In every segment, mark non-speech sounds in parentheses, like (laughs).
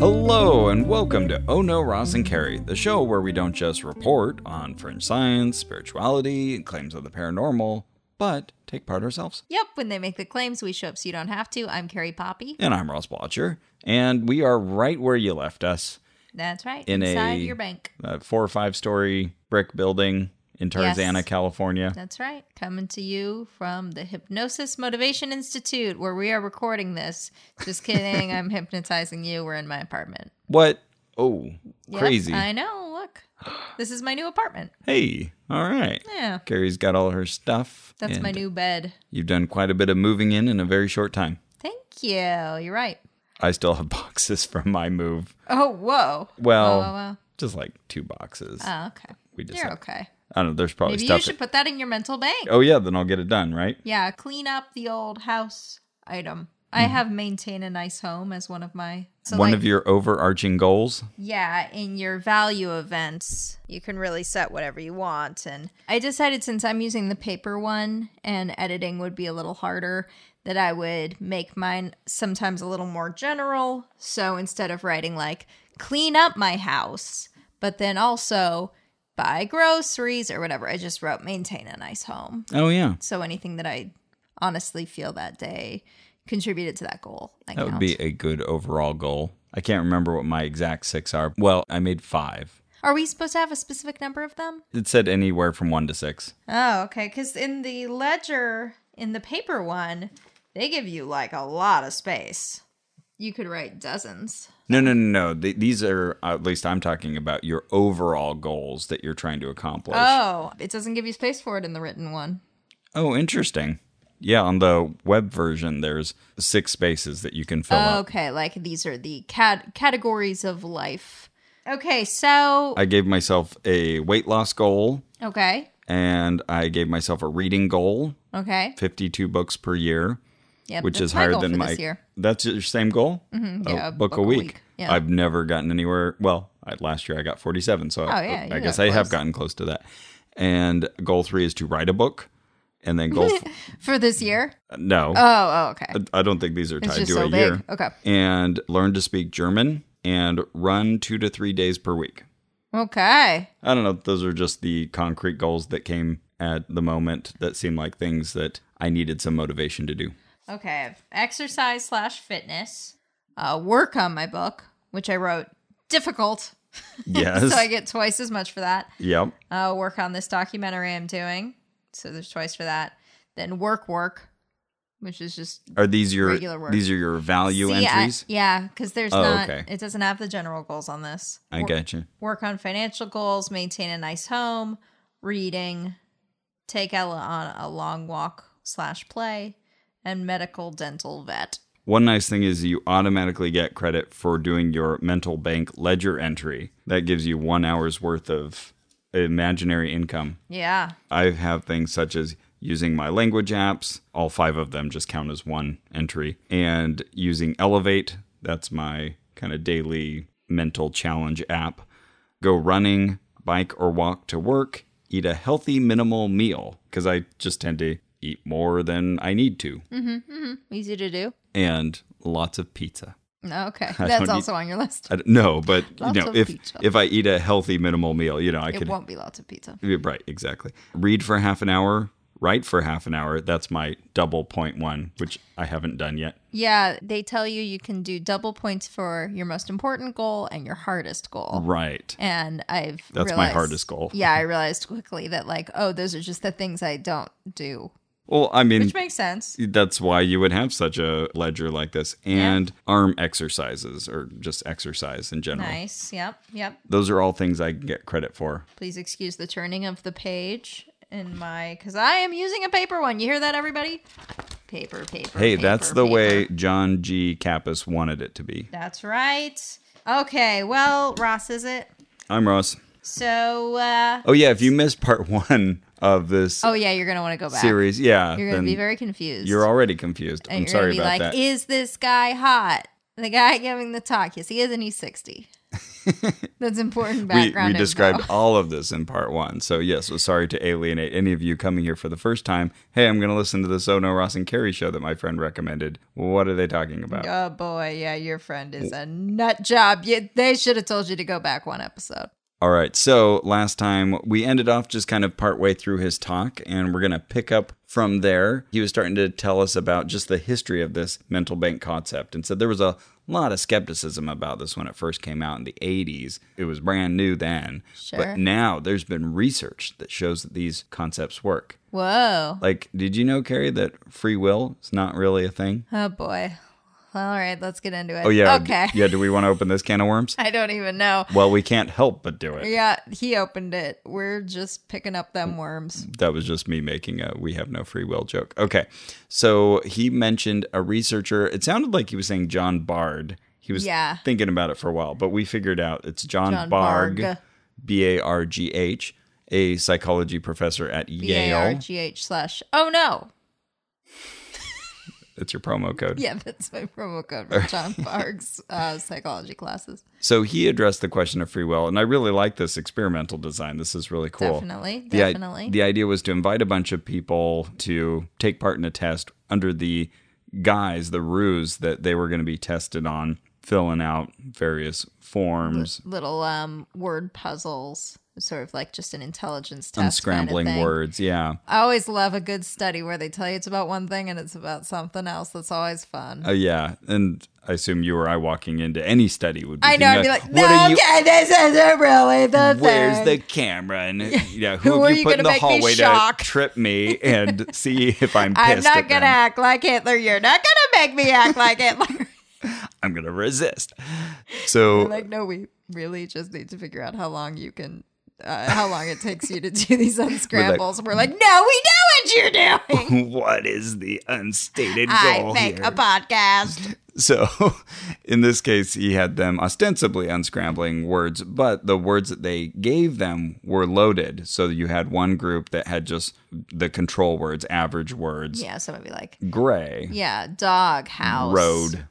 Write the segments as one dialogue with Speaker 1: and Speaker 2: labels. Speaker 1: Hello, and welcome to Oh No, Ross and Carrie, the show where we don't just report on fringe science, spirituality, and claims of the paranormal, but take part ourselves.
Speaker 2: Yep, when they make the claims, we show up so you don't have to. I'm Carrie Poppy.
Speaker 1: And I'm Ross Blotcher, and we are right where you left us
Speaker 2: That's right.
Speaker 1: In a-
Speaker 2: Inside your bank.
Speaker 1: a four or five story brick building in Tarzana,
Speaker 2: Yes.
Speaker 1: California.
Speaker 2: That's right. Coming to you from the Hypnosis Motivation Institute, where we are recording this. Just
Speaker 1: (laughs)
Speaker 2: kidding. I'm hypnotizing you. We're in my apartment.
Speaker 1: What? Oh,
Speaker 2: Yep,
Speaker 1: crazy.
Speaker 2: I know. Look, this is my new apartment.
Speaker 1: Hey, all right.
Speaker 2: Yeah.
Speaker 1: Carrie's got all her stuff.
Speaker 2: That's my
Speaker 1: and
Speaker 2: new bed.
Speaker 1: You've done quite a bit of moving in in a very short time.
Speaker 2: Thank you. You're right.
Speaker 1: I still have (laughs) boxes from my move.
Speaker 2: Oh, whoa.
Speaker 1: Well,
Speaker 2: Whoa, whoa,
Speaker 1: just like two boxes.
Speaker 2: whoa. Oh, okay.
Speaker 1: we just
Speaker 2: You're
Speaker 1: have-
Speaker 2: okay.
Speaker 1: I don't know. There's probably
Speaker 2: Maybe you
Speaker 1: stuff.
Speaker 2: should put that in your mental bank.
Speaker 1: oh yeah, then I'll get it done, right?
Speaker 2: Yeah, clean up the old house item. I have maintain a nice home as one of my so
Speaker 1: Mm-hmm. One
Speaker 2: like,
Speaker 1: of your overarching goals.
Speaker 2: yeah in your value events you can really set whatever you want and I decided since I'm using the paper one and editing would be a little harder that I would make mine sometimes a little more general so instead of writing like clean up my house but then also buy groceries or whatever I just wrote maintain a nice home
Speaker 1: Oh yeah,
Speaker 2: so anything that I honestly feel that day contributed to that goal. I
Speaker 1: that would
Speaker 2: count.
Speaker 1: be a good overall goal. I can't remember what my exact six are. Well, I made five.
Speaker 2: Are we supposed to have a specific number of them?
Speaker 1: It said anywhere from one to six.
Speaker 2: Oh, okay. Because in the ledger, in the paper one, they give you like a lot of space. You could write dozens.
Speaker 1: No, no, no, no. Th- these are at least I'm talking about your overall goals that you're trying to accomplish.
Speaker 2: Oh, it doesn't give you space for it in the written one.
Speaker 1: Oh, interesting. Yeah, on the web version, there's six spaces that you can fill up.
Speaker 2: Okay, like these are the cat- categories of life. Okay, so
Speaker 1: I gave myself a weight loss goal
Speaker 2: okay,
Speaker 1: and I gave myself a reading goal,
Speaker 2: okay,
Speaker 1: 52 books per year,
Speaker 2: yeah,
Speaker 1: which
Speaker 2: that's
Speaker 1: is higher
Speaker 2: goal
Speaker 1: than
Speaker 2: for
Speaker 1: my.
Speaker 2: this year.
Speaker 1: That's your same goal? Mm-hmm,
Speaker 2: yeah,
Speaker 1: a book, a week.
Speaker 2: Yeah.
Speaker 1: I've never gotten anywhere. Well, I, last year I got 47, so I-
Speaker 2: Oh, yeah, you
Speaker 1: I,
Speaker 2: got
Speaker 1: guess I have
Speaker 2: close.
Speaker 1: gotten close to that. And goal three is to write a book. And then
Speaker 2: (laughs)
Speaker 1: goal, f-
Speaker 2: for this year.
Speaker 1: no,
Speaker 2: Oh, oh, okay.
Speaker 1: I don't think these are tied
Speaker 2: just
Speaker 1: to
Speaker 2: so
Speaker 1: a
Speaker 2: big.
Speaker 1: year.
Speaker 2: Okay.
Speaker 1: And learn to speak German and run two to three days per week.
Speaker 2: Okay.
Speaker 1: I don't know. Those are just the concrete goals that came at the moment that seem like things that I needed some motivation to
Speaker 2: (laughs)
Speaker 1: do.
Speaker 2: Okay. I've Exercise slash fitness. Uh, work on my book, which I wrote difficult. (laughs)
Speaker 1: Yes.
Speaker 2: So I get twice as much for that.
Speaker 1: yep.
Speaker 2: Uh, work on this documentary I'm doing. So there's twice for that. Then work, work, which is just.
Speaker 1: Are these
Speaker 2: Regular
Speaker 1: your
Speaker 2: work.
Speaker 1: these are your value
Speaker 2: See, I-
Speaker 1: entries?
Speaker 2: yeah, because there's
Speaker 1: Oh,
Speaker 2: not.
Speaker 1: okay.
Speaker 2: It doesn't have the general goals on this.
Speaker 1: I, gotcha.
Speaker 2: Work on financial goals, maintain a nice home, reading, take Ella on a long walk slash play, and medical dental vet.
Speaker 1: One nice thing is you automatically get credit for doing your mental bank ledger entry. That gives you one hour's worth of imaginary income.
Speaker 2: Yeah.
Speaker 1: I have things such as using my language apps, all five of them just count as one entry, and using Elevate, that's my kind of daily mental challenge app. Go running, bike or walk to work, eat a healthy minimal meal because I just tend to eat more than I need to,
Speaker 2: Mm-hmm. Easy to do.
Speaker 1: and lots of pizza. (laughs)
Speaker 2: Okay.
Speaker 1: don't
Speaker 2: That's
Speaker 1: need-
Speaker 2: also on your list.
Speaker 1: I don't, no, but you
Speaker 2: Lots
Speaker 1: know,
Speaker 2: of
Speaker 1: if
Speaker 2: pizza.
Speaker 1: if I eat a healthy minimal meal, you know, I
Speaker 2: It
Speaker 1: could
Speaker 2: won't be lots of pizza.
Speaker 1: Yeah, Right, exactly. Read for half an hour, write for half an hour. That's my double point one, which I haven't done yet.
Speaker 2: Yeah. They tell you you can do double points for your most important goal and your hardest goal.
Speaker 1: Right.
Speaker 2: And I've
Speaker 1: Mm. That's my
Speaker 2: realized-
Speaker 1: hardest goal.
Speaker 2: (laughs) Yeah, I realized quickly that like, oh, those are just the things I don't do,
Speaker 1: Well, I mean,
Speaker 2: which makes sense.
Speaker 1: that's why you would have such a ledger like this and arm exercises or just exercise in general.
Speaker 2: Nice. Yep. Yep.
Speaker 1: Those are all things I can get credit for.
Speaker 2: Please excuse the turning of the page in my because I am using a paper one. You hear that, everybody? Paper, paper.
Speaker 1: Hey, that's
Speaker 2: paper,
Speaker 1: the
Speaker 2: paper.
Speaker 1: way John G. Kappas wanted it to be.
Speaker 2: That's right. Okay. Well, Ross, is it?
Speaker 1: I'm Ross.
Speaker 2: So, uh,
Speaker 1: Oh, yeah. If you missed part (laughs) one of this
Speaker 2: oh yeah, you're gonna want to go back.
Speaker 1: series, yeah,
Speaker 2: You're gonna
Speaker 1: then
Speaker 2: be very confused.
Speaker 1: you're already confused.
Speaker 2: and
Speaker 1: I'm
Speaker 2: you're
Speaker 1: sorry
Speaker 2: gonna be
Speaker 1: about
Speaker 2: like,
Speaker 1: that. (laughs)
Speaker 2: (laughs) "Is this guy hot? The guy giving the talk? Yes, he is, and he's 60. That's important
Speaker 1: we,
Speaker 2: background.
Speaker 1: we
Speaker 2: info.
Speaker 1: described all of this in part one. So, yes, was sorry to alienate any of you coming here for the first time. Hey, I'm going to listen to this Oh No Ross and Carrie show that my friend recommended. What are they talking about?
Speaker 2: (laughs) Oh boy, yeah, your friend is a nut job. You, they should have told you to go back one episode.
Speaker 1: All right. So, last time we ended off just kind of partway through his talk, and we're going to pick up from there. He was starting to tell us about just the history of this mental bank concept and said there was a lot of skepticism about this when it first came out in the 80s. It was brand new then.
Speaker 2: Sure.
Speaker 1: But now there's been research that shows that these concepts work.
Speaker 2: Whoa.
Speaker 1: Like, did you know, Carrie, that free will is not really a thing?
Speaker 2: Oh boy. All right, let's get into it.
Speaker 1: Oh, yeah.
Speaker 2: (laughs) Okay.
Speaker 1: Yeah. Do we want to open this can of
Speaker 2: (laughs)
Speaker 1: worms?
Speaker 2: I don't even know.
Speaker 1: Well, we can't help but do it.
Speaker 2: Yeah, he opened it. We're just picking up them worms.
Speaker 1: That was just me making a we have no free will joke. Okay. So he mentioned a researcher. It sounded like he was saying John Bard. He was
Speaker 2: Yeah.
Speaker 1: thinking about it for a while, but we figured out it's John,
Speaker 2: John Barg.
Speaker 1: Barg, B A R G H, a psychology professor at
Speaker 2: B A
Speaker 1: Yale.
Speaker 2: R G H slash. Oh no.
Speaker 1: It's your promo code.
Speaker 2: (laughs) Yeah, that's my promo code for
Speaker 1: (laughs)
Speaker 2: John Barg's uh, psychology classes.
Speaker 1: So he addressed the question of free will, and I really like this experimental design. This is really cool.
Speaker 2: Definitely,
Speaker 1: The i-
Speaker 2: definitely.
Speaker 1: the idea was to invite a bunch of people to take part in a test under the guise, the ruse that they were going to be tested on, filling out various forms,
Speaker 2: Little um word puzzles, sort of like just an intelligence test.
Speaker 1: unscrambling
Speaker 2: kind of thing.
Speaker 1: words. Yeah.
Speaker 2: I always love a good study where they tell you it's about one thing and it's about something else. That's always fun.
Speaker 1: Uh, yeah. And I assume you or I walking into any study would be
Speaker 2: I know. I'd be
Speaker 1: thinking,
Speaker 2: like,
Speaker 1: what are
Speaker 2: no,
Speaker 1: you?
Speaker 2: okay, this isn't really the
Speaker 1: Where's
Speaker 2: thing.
Speaker 1: the camera?
Speaker 2: (laughs)
Speaker 1: And yeah, who,
Speaker 2: Who
Speaker 1: have
Speaker 2: are
Speaker 1: you,
Speaker 2: you
Speaker 1: put in
Speaker 2: gonna
Speaker 1: the
Speaker 2: make me
Speaker 1: hallway to
Speaker 2: shock?
Speaker 1: trip
Speaker 2: (laughs)
Speaker 1: me and see if I'm pissed?
Speaker 2: I'm not
Speaker 1: at
Speaker 2: going
Speaker 1: them?
Speaker 2: to act like Hitler. You're not going to make me act like Hitler.
Speaker 1: I'm gonna resist. So
Speaker 2: (laughs) like, no, we really just need to figure out how long you can. Uh, how long it takes you to do (laughs) these unscrambles. We're like, no, we know
Speaker 1: (laughs)
Speaker 2: what you're doing.
Speaker 1: what is the unstated
Speaker 2: (laughs) I
Speaker 1: goal
Speaker 2: make
Speaker 1: here? (laughs)
Speaker 2: a podcast.
Speaker 1: so in this case, he had them ostensibly unscrambling words, but the words that they gave them were loaded. So you had one group that had just the control words, average words,
Speaker 2: Yeah, so maybe like,
Speaker 1: gray,
Speaker 2: yeah, dog, house,
Speaker 1: road.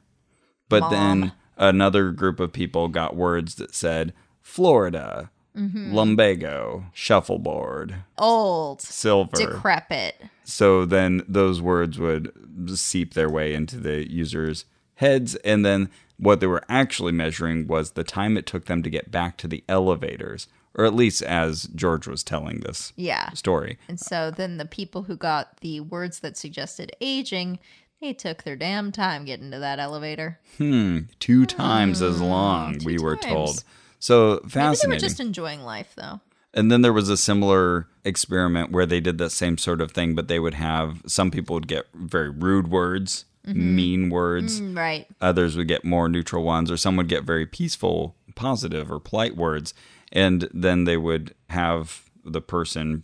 Speaker 1: But
Speaker 2: Mom.
Speaker 1: then another group of people got words that said Florida,
Speaker 2: Mm-hmm.
Speaker 1: lumbago, shuffleboard,
Speaker 2: old,
Speaker 1: silver.
Speaker 2: decrepit.
Speaker 1: So then those words would seep their way into the users' heads. And then what they were actually measuring was the time it took them to get back to the elevators, or at least as George was telling this
Speaker 2: Yeah.
Speaker 1: story.
Speaker 2: And so then the people who got the words that suggested aging, they took their damn time getting to that elevator.
Speaker 1: Two times as long, we were
Speaker 2: Ah, times.
Speaker 1: told. So
Speaker 2: Maybe they were
Speaker 1: fascinating.
Speaker 2: just enjoying life though.
Speaker 1: And then there was a similar experiment where they did the same sort of thing, but they would have some people would get very rude words,
Speaker 2: Mm-hmm.
Speaker 1: mean words.
Speaker 2: Right.
Speaker 1: others would get more neutral ones, or some would get very peaceful, positive, or polite words. And then they would have the person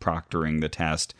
Speaker 1: proctoring the test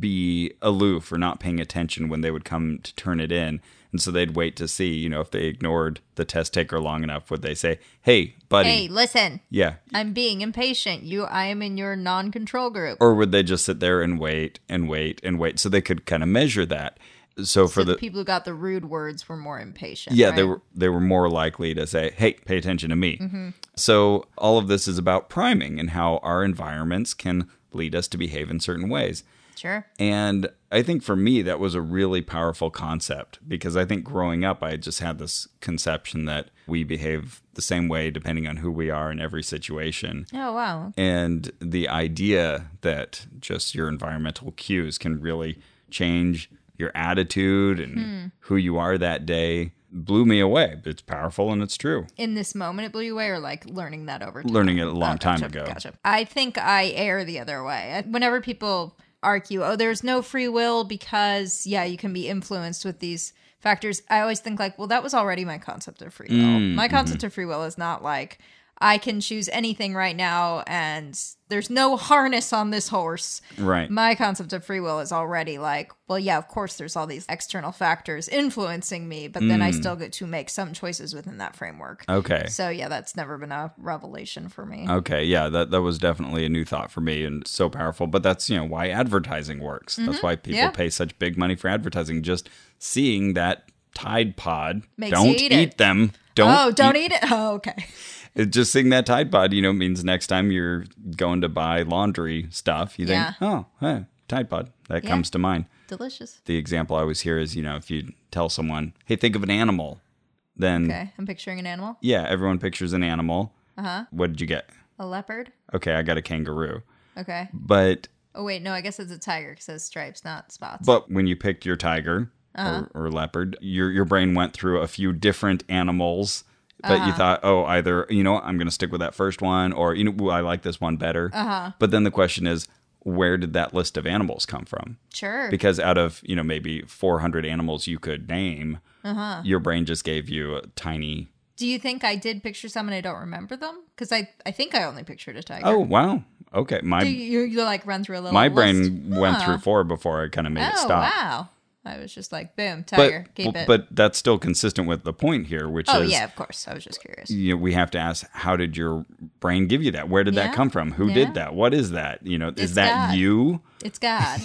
Speaker 1: be aloof or not paying attention when they would come to turn it in. And so they'd wait to see, you know, if they ignored the test taker long enough, would they say, hey, buddy,
Speaker 2: Hey, listen.
Speaker 1: yeah.
Speaker 2: I'm being impatient. You I am in your non-control group.
Speaker 1: Or would they just sit there and wait and wait and wait? So they could kind of measure that. So for
Speaker 2: So the,
Speaker 1: the,
Speaker 2: people who got the rude words were more impatient.
Speaker 1: Yeah,
Speaker 2: right?
Speaker 1: they were they were more likely to say, "Hey, pay attention to me." So all of this is about priming and how our environments can lead us to behave in certain ways.
Speaker 2: sure.
Speaker 1: And I think for me that was a really powerful concept because I think growing up I just had this conception that we behave the same way depending on who we are in every situation.
Speaker 2: Oh wow.
Speaker 1: And the idea that just your environmental cues can really change your attitude and
Speaker 2: Hmm.
Speaker 1: who you are that day blew me away. It's powerful and it's true.
Speaker 2: In this moment it blew you away or like learning that over time?
Speaker 1: Learning it a long
Speaker 2: Oh,
Speaker 1: time
Speaker 2: gotcha,
Speaker 1: ago.
Speaker 2: gotcha. I think I err the other way. Whenever people argue, oh, there's no free will because, yeah, you can be influenced with these factors, I always think, like, well, that was already my concept of free will.
Speaker 1: Mm,
Speaker 2: My
Speaker 1: mm-hmm.
Speaker 2: concept of free will is not like, I can choose anything right now and there's no harness on this horse.
Speaker 1: Right.
Speaker 2: My concept of free will is already like, well, yeah, of course, there's all these external factors influencing me, but then I still get to make some choices within that framework.
Speaker 1: Hmm. okay. Oh,
Speaker 2: So yeah, that's never been a revelation for me.
Speaker 1: Okay, yeah, that, that was definitely a new thought for me and so powerful. But that's, you know, why advertising works. That's why people
Speaker 2: Mm-hmm. yeah.
Speaker 1: pay such big money for advertising. Just seeing that Tide Pod.
Speaker 2: Makes
Speaker 1: don't
Speaker 2: you eat it.
Speaker 1: them. Don't
Speaker 2: oh, don't eat it. (laughs) Oh, okay.
Speaker 1: it, just seeing that Tide Pod, you know, means next time you're going to buy laundry stuff, you
Speaker 2: Yeah.
Speaker 1: think, oh, hey, Tide Pod. That
Speaker 2: Yeah.
Speaker 1: comes to mind.
Speaker 2: Delicious.
Speaker 1: The example I always hear is, you know, if you tell someone, hey, think of an animal, then,
Speaker 2: Okay, I'm picturing an animal.
Speaker 1: yeah, everyone pictures an animal. Uh-huh. What did you get?
Speaker 2: A leopard.
Speaker 1: Okay, I got a kangaroo.
Speaker 2: Okay.
Speaker 1: But
Speaker 2: Oh wait, no, I guess it's a tiger because it has stripes, not spots.
Speaker 1: But when you picked your tiger
Speaker 2: Uh-huh.
Speaker 1: or, or leopard, your your brain went through a few different animals that
Speaker 2: Uh-huh.
Speaker 1: you thought, oh, either you know, what, I'm going to stick with that first one, or you know, ooh, I like this one better. Uh-huh. But then the question is, where did that list of animals come from?
Speaker 2: sure.
Speaker 1: Because out of you know maybe 400 animals you could name, uh-huh. your brain just gave you a tiny.
Speaker 2: Do you think I did picture some and I don't remember them? Because I, I think I only pictured a tiger.
Speaker 1: Oh wow, okay, my
Speaker 2: Do you, you like run through a little.
Speaker 1: my
Speaker 2: list?
Speaker 1: brain went
Speaker 2: Huh.
Speaker 1: through four before I kind of made it
Speaker 2: Oh
Speaker 1: stop.
Speaker 2: wow! I was just like, boom, tiger, keep
Speaker 1: but,
Speaker 2: it.
Speaker 1: but that's still consistent with the point here, which
Speaker 2: oh
Speaker 1: is
Speaker 2: yeah, of course. I was just curious.
Speaker 1: you know, we have to ask how did your brain give you that where did
Speaker 2: Yeah.
Speaker 1: that come from who
Speaker 2: Yeah.
Speaker 1: did that what is that you know is
Speaker 2: It's
Speaker 1: that
Speaker 2: God.
Speaker 1: you
Speaker 2: It's
Speaker 1: (laughs)
Speaker 2: God.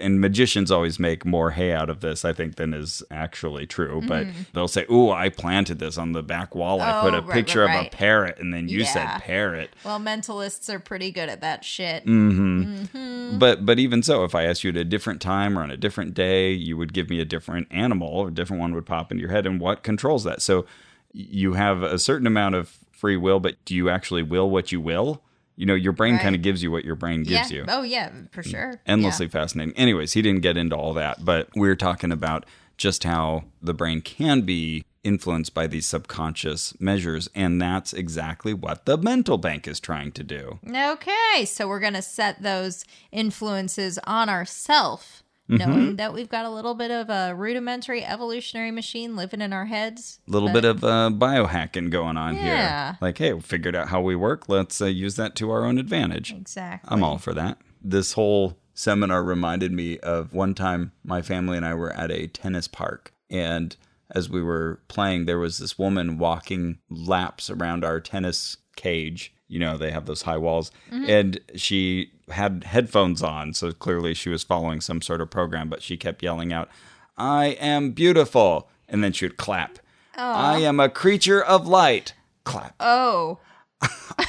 Speaker 1: and magicians always make more hay out of this i think than is actually true but they'll say oh i planted this on the back wall i
Speaker 2: Mm-hmm. Oh,
Speaker 1: put a
Speaker 2: right, right,
Speaker 1: picture of a
Speaker 2: right.
Speaker 1: parrot and then you
Speaker 2: Yeah.
Speaker 1: said parrot
Speaker 2: well, mentalists are pretty good at that shit.
Speaker 1: Mm.
Speaker 2: Mm-hmm.
Speaker 1: but but even so if i asked you at a different time or on a different day you would give me a different animal a different one would pop into your head and what controls that so you have a certain amount of free will but do you actually will what you will you know your brain
Speaker 2: Right.
Speaker 1: kind of gives you what your brain
Speaker 2: Yeah.
Speaker 1: gives you Mm.
Speaker 2: Oh yeah, for sure.
Speaker 1: endlessly fascinating anyways he didn't get into all that but we are talking about just how the brain can be influenced by these subconscious measures and that's exactly what the mental bank is trying to do
Speaker 2: Yeah. Okay, so we're gonna set those influences on ourself,
Speaker 1: Mm-hmm.
Speaker 2: knowing that we've got a little bit of a rudimentary evolutionary machine living in our heads.
Speaker 1: little bit of uh, biohacking going on
Speaker 2: Yeah.
Speaker 1: here. Like, hey, we figured out how we work. Let's uh, use that to our own advantage.
Speaker 2: Exactly.
Speaker 1: I'm all for that. This whole seminar reminded me of one time my family and I were at a tennis park. And as we were playing, there was this woman walking laps around our tennis cage. You know, they have those high walls. And she had headphones on. So clearly she was following some sort of program, but she kept yelling out, I am beautiful. And then she would clap. I am a creature of light. Clap.
Speaker 2: Oh,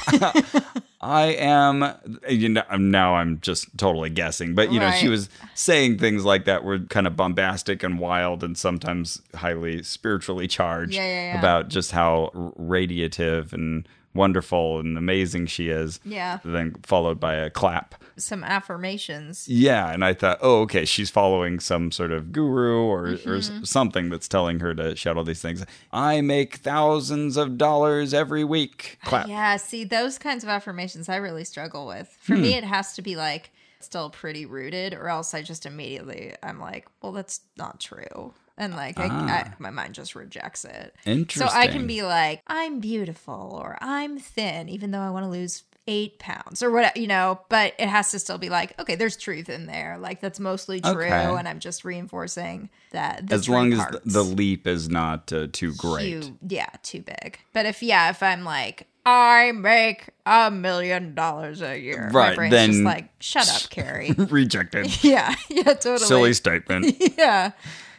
Speaker 1: I am, you know, I'm- now I'm just totally guessing, but you know, she
Speaker 2: Right.
Speaker 1: was saying things like that were kind of bombastic and wild and sometimes highly spiritually charged
Speaker 2: Yeah, yeah, yeah.
Speaker 1: about just how r- radiative and wonderful and amazing she is.
Speaker 2: Yeah.
Speaker 1: Then followed by a clap.
Speaker 2: some affirmations.
Speaker 1: Yeah. And I thought, oh, okay, she's following some sort of guru or, or s-
Speaker 2: Mm-hmm.
Speaker 1: something that's telling her to shout all these things. I make thousands of dollars every week. Clap.
Speaker 2: Yeah, see, those kinds of affirmations I really struggle with. For
Speaker 1: Hmm.
Speaker 2: me, it has to be like still pretty rooted, or else I just immediately I'm like, well, that's not true, and like I, I, my mind just rejects it. So I
Speaker 1: Ah.
Speaker 2: can
Speaker 1: Interesting.
Speaker 2: be like, I'm beautiful, or I'm thin, even though I want to lose eight pounds or what you know but it has to still be like okay there's truth in there like that's mostly true
Speaker 1: Okay.
Speaker 2: and i'm just reinforcing that the
Speaker 1: as
Speaker 2: true
Speaker 1: long as th-
Speaker 2: parts.
Speaker 1: the leap is not uh, too great.
Speaker 2: too- yeah, too big. But if yeah, if I'm like, I make a million dollars a year, my
Speaker 1: Right,
Speaker 2: brain's just
Speaker 1: then-
Speaker 2: like,
Speaker 1: (laughs)
Speaker 2: shut up, Carrie. (laughs)
Speaker 1: Rejected.
Speaker 2: yeah, yeah, totally.
Speaker 1: Silly statement.
Speaker 2: (laughs) Yeah.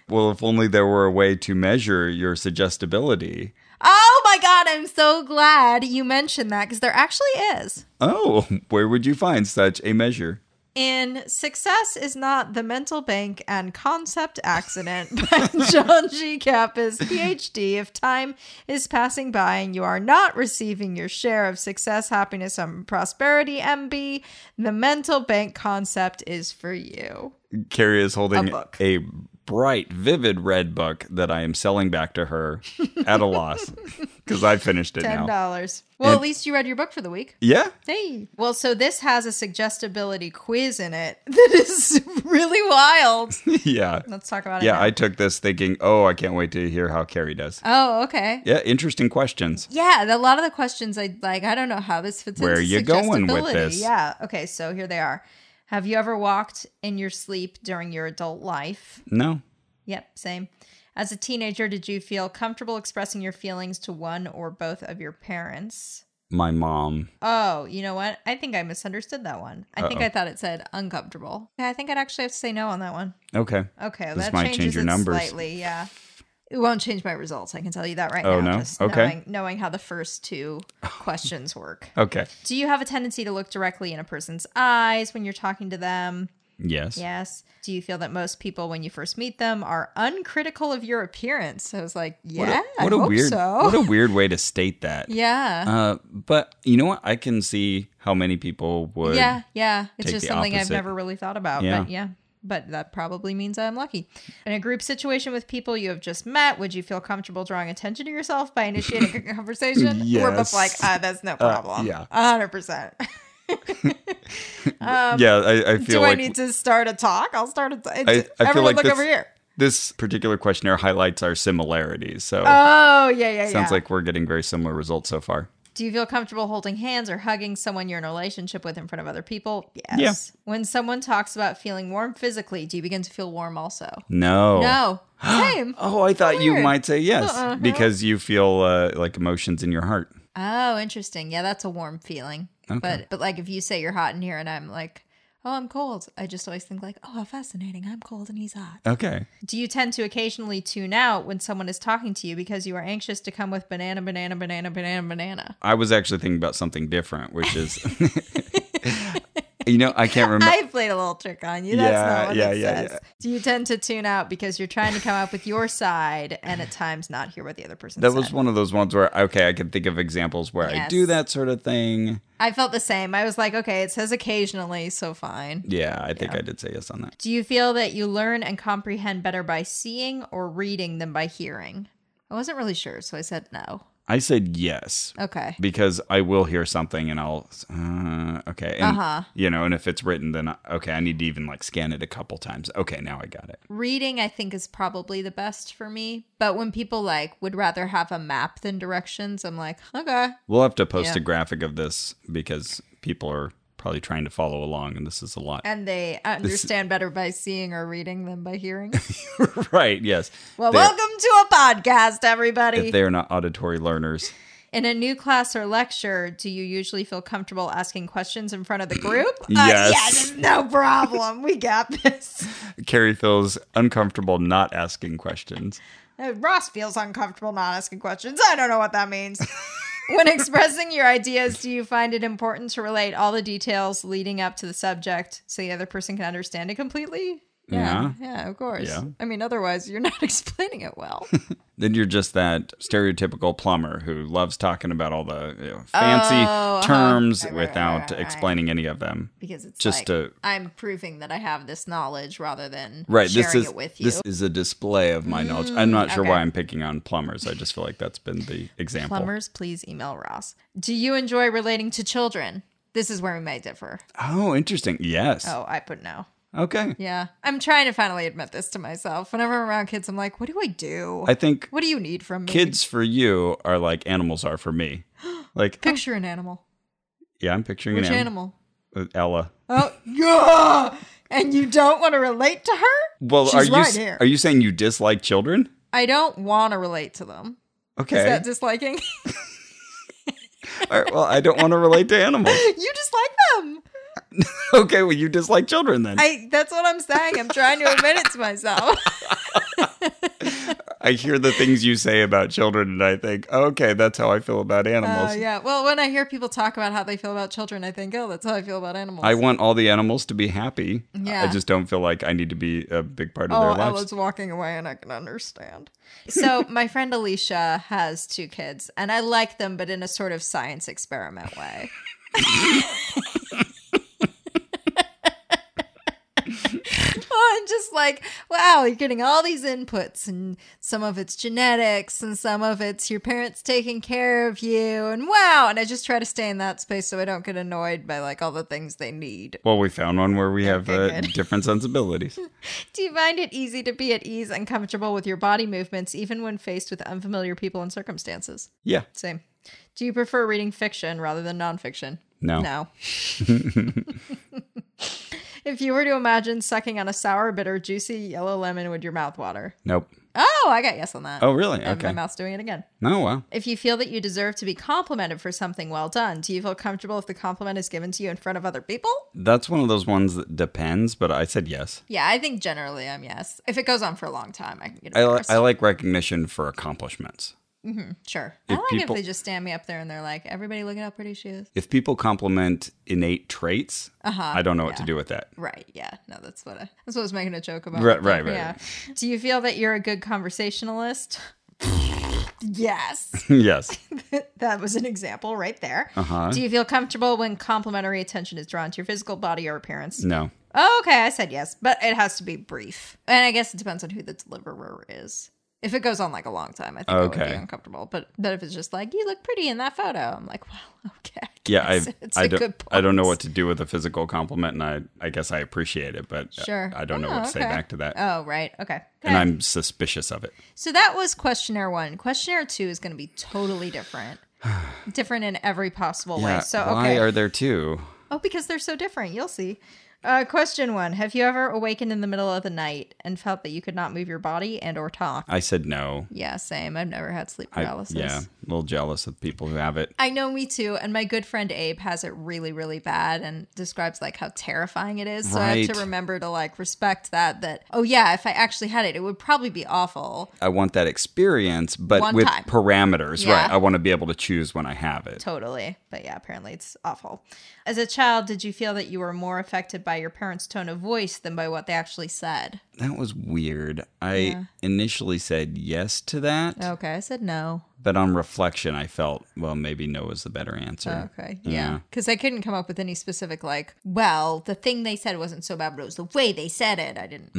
Speaker 1: well, if only there were a way to measure your suggestibility.
Speaker 2: Oh my god, I'm so glad you mentioned that because there actually is.
Speaker 1: Oh, where would you find such a measure?
Speaker 2: In Success is Not the Mental Bank and Concept Accident (laughs) by John G. Kappas, PhD. If time is passing by and you are not receiving your share of success, happiness, and prosperity, MB, the mental bank concept is for you.
Speaker 1: Carrie is holding
Speaker 2: A
Speaker 1: a,
Speaker 2: book.
Speaker 1: bright, vivid red book that I am selling back to
Speaker 2: (laughs)
Speaker 1: her at a loss because I finished it now.
Speaker 2: $10. Well, at
Speaker 1: And-
Speaker 2: least you read your book for the week.
Speaker 1: Yeah. (laughs)
Speaker 2: Hey. Well, so this has a suggestibility quiz in it (laughs) that is really wild.
Speaker 1: yeah.
Speaker 2: Let's talk about it.
Speaker 1: Yeah.
Speaker 2: now.
Speaker 1: I took this thinking, oh, I can't wait to hear how Carrie does.
Speaker 2: oh, okay.
Speaker 1: Yeah. Interesting questions.
Speaker 2: Yeah, the- a lot of the questions I like. I don't know how this fits.
Speaker 1: Where
Speaker 2: into
Speaker 1: you going with
Speaker 2: suggestibility.
Speaker 1: this?
Speaker 2: Yeah. Okay, so here they are. Have you ever walked in your sleep during your adult life?
Speaker 1: No.
Speaker 2: Yep, same. As a teenager, did you feel comfortable expressing your feelings to one or both of your parents?
Speaker 1: My mom.
Speaker 2: Oh, you know what? I think I misunderstood that one. I think I thought it said uncomfortable. Yeah, I think I'd actually have to say no on that one.
Speaker 1: Okay.
Speaker 2: Okay,
Speaker 1: This
Speaker 2: that
Speaker 1: might
Speaker 2: changes
Speaker 1: change your
Speaker 2: it
Speaker 1: numbers.
Speaker 2: slightly. Yeah. It won't change my results. I can tell you that right
Speaker 1: Oh,
Speaker 2: now.
Speaker 1: no?
Speaker 2: Just
Speaker 1: Okay. Oh.
Speaker 2: knowing, knowing how the
Speaker 1: (laughs)
Speaker 2: first two questions work.
Speaker 1: Okay.
Speaker 2: Do you have a tendency to look directly in a person's eyes when you're talking to them?
Speaker 1: Yes.
Speaker 2: Yes. Do you feel that most people, when you first meet them, are uncritical of your appearance? I was like,
Speaker 1: What a-
Speaker 2: yeah,
Speaker 1: what a
Speaker 2: I hope
Speaker 1: weird
Speaker 2: so.
Speaker 1: what a weird way to state that.
Speaker 2: (laughs) yeah.
Speaker 1: Uh, but you know what? I can see how many people would.
Speaker 2: yeah, yeah. It's
Speaker 1: take the
Speaker 2: just something
Speaker 1: opposite.
Speaker 2: I've never really thought about.
Speaker 1: Yeah.
Speaker 2: But yeah. But that probably means I'm lucky. In a group situation with people you have just met, would you feel comfortable drawing attention to yourself by initiating a
Speaker 1: (laughs)
Speaker 2: conversation? We're both
Speaker 1: Yes. Uh,
Speaker 2: like, ah, that's no problem.
Speaker 1: yeah.
Speaker 2: hundred percent. (laughs)
Speaker 1: yeah. I, I
Speaker 2: um, Do
Speaker 1: feel
Speaker 2: I
Speaker 1: like
Speaker 2: need to start a talk? I'll start a talk.
Speaker 1: I feel
Speaker 2: Everyone
Speaker 1: like
Speaker 2: look
Speaker 1: this-
Speaker 2: over here.
Speaker 1: this particular questionnaire highlights our similarities. So
Speaker 2: Oh yeah, yeah, yeah.
Speaker 1: sounds like we're getting very similar results so far.
Speaker 2: Do you feel comfortable holding hands or hugging someone you're in a relationship with in front of other people? Yes. When someone talks about feeling warm physically, do you begin to feel warm also?
Speaker 1: No. (gasps)
Speaker 2: No. Same.
Speaker 1: Oh, I thought you
Speaker 2: Weird.
Speaker 1: might say yes
Speaker 2: Uh-uh.
Speaker 1: because you feel uh, like emotions in your heart.
Speaker 2: Oh, interesting. Yeah, that's a warm feeling. But but like if you say you're hot in here and I'm like, "Oh, I'm cold." I just always think like, "Oh, how fascinating. I'm cold and he's hot."
Speaker 1: Okay.
Speaker 2: Do you tend to occasionally tune out when someone is talking to you because you are anxious to come with banana banana banana banana banana?
Speaker 1: I was actually thinking about something different, which
Speaker 2: (laughs)
Speaker 1: is, you know, I can't remember.
Speaker 2: I played a little trick on you. That's
Speaker 1: Yeah,
Speaker 2: not what
Speaker 1: yeah,
Speaker 2: it
Speaker 1: yeah,
Speaker 2: says.
Speaker 1: yeah.
Speaker 2: Do you tend to tune out because you're trying to come up with your side and at times not hear what the other person
Speaker 1: That
Speaker 2: said?
Speaker 1: was one of those ones where, okay, I can think of examples where I
Speaker 2: Yes.
Speaker 1: do that sort of thing.
Speaker 2: I felt the same. I was like, okay, it says occasionally, so fine.
Speaker 1: Yeah, I think I did say yes on that.
Speaker 2: Do you feel that you learn and comprehend better by seeing or reading than by hearing? I wasn't really sure, so I said no.
Speaker 1: I said yes
Speaker 2: Okay.
Speaker 1: because I will hear something and I'll uh, okay, and,
Speaker 2: Uh-huh.
Speaker 1: you know, and if it's written, then I, okay, I need to even like scan it a couple times. Okay, now I got it.
Speaker 2: Reading, I think, is probably the best for me. But when people like would rather have a map than directions, I'm like, okay.
Speaker 1: We'll have to post a
Speaker 2: Yeah.
Speaker 1: graphic of this because people are probably trying to follow along, and this is a lot.
Speaker 2: And they understand better by seeing or reading than
Speaker 1: (laughs)
Speaker 2: by hearing.
Speaker 1: (laughs) right? Yes.
Speaker 2: Well,
Speaker 1: They're-
Speaker 2: welcome to a podcast,
Speaker 1: If
Speaker 2: everybody.
Speaker 1: they are not auditory learners,
Speaker 2: In a new class or lecture, do you usually feel comfortable asking questions in front of the group? Uh,
Speaker 1: Yes.
Speaker 2: yes, no problem. We got this.
Speaker 1: Carrie feels uncomfortable not asking questions.
Speaker 2: Uh, Ross feels uncomfortable not asking questions. I don't know what that (laughs) means. when expressing your ideas, do you find it important to relate all the details leading up to the subject so the other person can understand it completely?
Speaker 1: Yeah.
Speaker 2: Yeah, of course.
Speaker 1: Yeah.
Speaker 2: I mean, otherwise, you're not (laughs) explaining it
Speaker 1: (laughs)
Speaker 2: well.
Speaker 1: Then you're just that stereotypical plumber who loves talking about all the you know, fancy
Speaker 2: Oh, uh-huh.
Speaker 1: terms
Speaker 2: Right, right, right,
Speaker 1: without
Speaker 2: right, right.
Speaker 1: explaining any of them.
Speaker 2: because it's
Speaker 1: Just
Speaker 2: like,
Speaker 1: to-
Speaker 2: I'm proving that I have this knowledge rather than
Speaker 1: Right.
Speaker 2: sharing
Speaker 1: This is
Speaker 2: it with you. Mm,
Speaker 1: this is a display of my knowledge. I'm not sure why
Speaker 2: okay.
Speaker 1: I'm picking on plumbers. I just feel like that's been the example.
Speaker 2: Plumbers, please email Ross. Do you enjoy relating to children? This is where we may differ.
Speaker 1: Oh, interesting. Yes.
Speaker 2: Oh, I put no.
Speaker 1: Okay.
Speaker 2: Yeah. I'm trying to finally admit this to myself. Whenever I'm around kids, I'm like, what do I do?
Speaker 1: I think
Speaker 2: what do you need from me?
Speaker 1: kids for you are like animals are for me.
Speaker 2: (gasps)
Speaker 1: Like,
Speaker 2: Picture an animal.
Speaker 1: yeah, I'm picturing
Speaker 2: Which
Speaker 1: an animal.
Speaker 2: animal?
Speaker 1: Uh, Ella.
Speaker 2: Oh, yeah. And you don't want to relate to her?
Speaker 1: Well,
Speaker 2: She's
Speaker 1: are you
Speaker 2: right
Speaker 1: s-
Speaker 2: here.
Speaker 1: are you saying you dislike children?
Speaker 2: I don't want to relate to them.
Speaker 1: Okay.
Speaker 2: Is that disliking? (laughs)
Speaker 1: All right, well, I don't want to relate to
Speaker 2: (laughs)
Speaker 1: animals.
Speaker 2: you dislike them.
Speaker 1: Okay, well, you dislike children then. I,
Speaker 2: I that's what I'm saying. I'm trying to admit it
Speaker 1: (laughs)
Speaker 2: to myself.
Speaker 1: hear the things you say about children and I think, okay, that's how I feel about
Speaker 2: Oh
Speaker 1: animals.
Speaker 2: yeah. Well, when I hear people talk about how they feel about children, I think, oh, that's how I feel about animals.
Speaker 1: I want all the animals to be happy. I
Speaker 2: Yeah.
Speaker 1: just don't feel like I need to be a big part of
Speaker 2: oh,
Speaker 1: their
Speaker 2: I
Speaker 1: lives.
Speaker 2: was walking away and I can understand. So (laughs) my friend Alicia has two kids, and I like them, but in a sort of science experiment way. (laughs) Oh, I'm just like, wow, you're getting all these inputs, and some of it's genetics, and some of it's your parents taking care of you, and wow. And I just try to stay in that space so I don't get annoyed by like all the things they need.
Speaker 1: Well, we found one where we have
Speaker 2: Okay,
Speaker 1: uh,
Speaker 2: good. (laughs)
Speaker 1: different sensibilities.
Speaker 2: Do you find it easy to be at ease and comfortable with your body movements, even when faced with unfamiliar people and circumstances?
Speaker 1: Yeah.
Speaker 2: Same. Do you prefer reading fiction rather than nonfiction?
Speaker 1: No.
Speaker 2: No.
Speaker 1: (laughs)
Speaker 2: (laughs) if you were to imagine sucking on a sour, bitter, juicy yellow lemon, would your mouth water?
Speaker 1: Nope.
Speaker 2: Oh, I got yes on that.
Speaker 1: Oh, really?
Speaker 2: And
Speaker 1: Okay.
Speaker 2: my mouth's doing it again.
Speaker 1: Oh, wow.
Speaker 2: If you feel that you deserve to be complimented for something well done, do you feel comfortable if the compliment is given to you in front of other people?
Speaker 1: That's one of those ones that depends, but I said yes.
Speaker 2: Yeah, I think generally I'm yes. If it goes on for a long time, I can get
Speaker 1: I, li-
Speaker 2: embarrassed.
Speaker 1: I like recognition for accomplishments.
Speaker 2: sure. I
Speaker 1: if
Speaker 2: like
Speaker 1: people-
Speaker 2: if they just stand me up there and they're like, "Everybody, look at how pretty she is."
Speaker 1: If people compliment innate traits,
Speaker 2: Uh-huh.
Speaker 1: I don't know what to do with that. (laughs)
Speaker 2: Right. Yeah. No, that's what I, that's what I was making a joke about.
Speaker 1: Right, right, right.
Speaker 2: Yeah. Do you feel that you're a good conversationalist? yes. (laughs)
Speaker 1: yes.
Speaker 2: that was an example right there. Uh-huh. Do you feel comfortable when complimentary attention is drawn to your physical body or appearance?
Speaker 1: No.
Speaker 2: Oh, okay, I said yes, but it has to be brief. And I guess it depends on who the deliverer is. If it goes on like a long time, I think I would
Speaker 1: Okay.
Speaker 2: be uncomfortable. But but if it's just like you look pretty in that photo, I'm like, well, (laughs) okay. I
Speaker 1: Yeah, I
Speaker 2: guess it's
Speaker 1: I
Speaker 2: a
Speaker 1: don't
Speaker 2: good
Speaker 1: I don't know
Speaker 2: pause.
Speaker 1: what to do with a physical compliment, and I I guess I appreciate it, but
Speaker 2: Sure.
Speaker 1: I don't know
Speaker 2: Oh,
Speaker 1: what to say
Speaker 2: okay.
Speaker 1: back to that,
Speaker 2: Oh right, okay.
Speaker 1: and I'm suspicious of it.
Speaker 2: So that was questionnaire one. Questionnaire two is going to be
Speaker 1: (sighs)
Speaker 2: totally different, different in every possible way. So
Speaker 1: why
Speaker 2: okay.
Speaker 1: are there two?
Speaker 2: oh, because they're so different. You'll see. Uh, question one: Have you ever awakened in the middle of the night and felt that you could not move your body and or talk?
Speaker 1: I said no.
Speaker 2: Yeah, same. I've never had sleep
Speaker 1: I-
Speaker 2: paralysis.
Speaker 1: yeah, a little jealous of people who have it.
Speaker 2: I know me too. And my good friend Abe has it really, really bad and describes like how terrifying it is. So I have
Speaker 1: Right.
Speaker 2: to remember to like respect that, that, oh yeah, if I actually had it, it would probably be awful.
Speaker 1: I want that experience, but
Speaker 2: One
Speaker 1: with
Speaker 2: time.
Speaker 1: parameters,
Speaker 2: Yeah.
Speaker 1: right? I want to be able to choose when I have it.
Speaker 2: Totally. But yeah, apparently it's awful. As a child, did you feel that you were more affected by your parents' tone of voice than by what they actually said?
Speaker 1: That was weird. I initially said yes to that,
Speaker 2: Okay, I said no.
Speaker 1: but on reflection, I felt, well, maybe no is the better answer.
Speaker 2: Okay. Yeah. Because I couldn't come up with any specific, like, well, the thing they said wasn't so bad, but it was the way they said it. I didn't.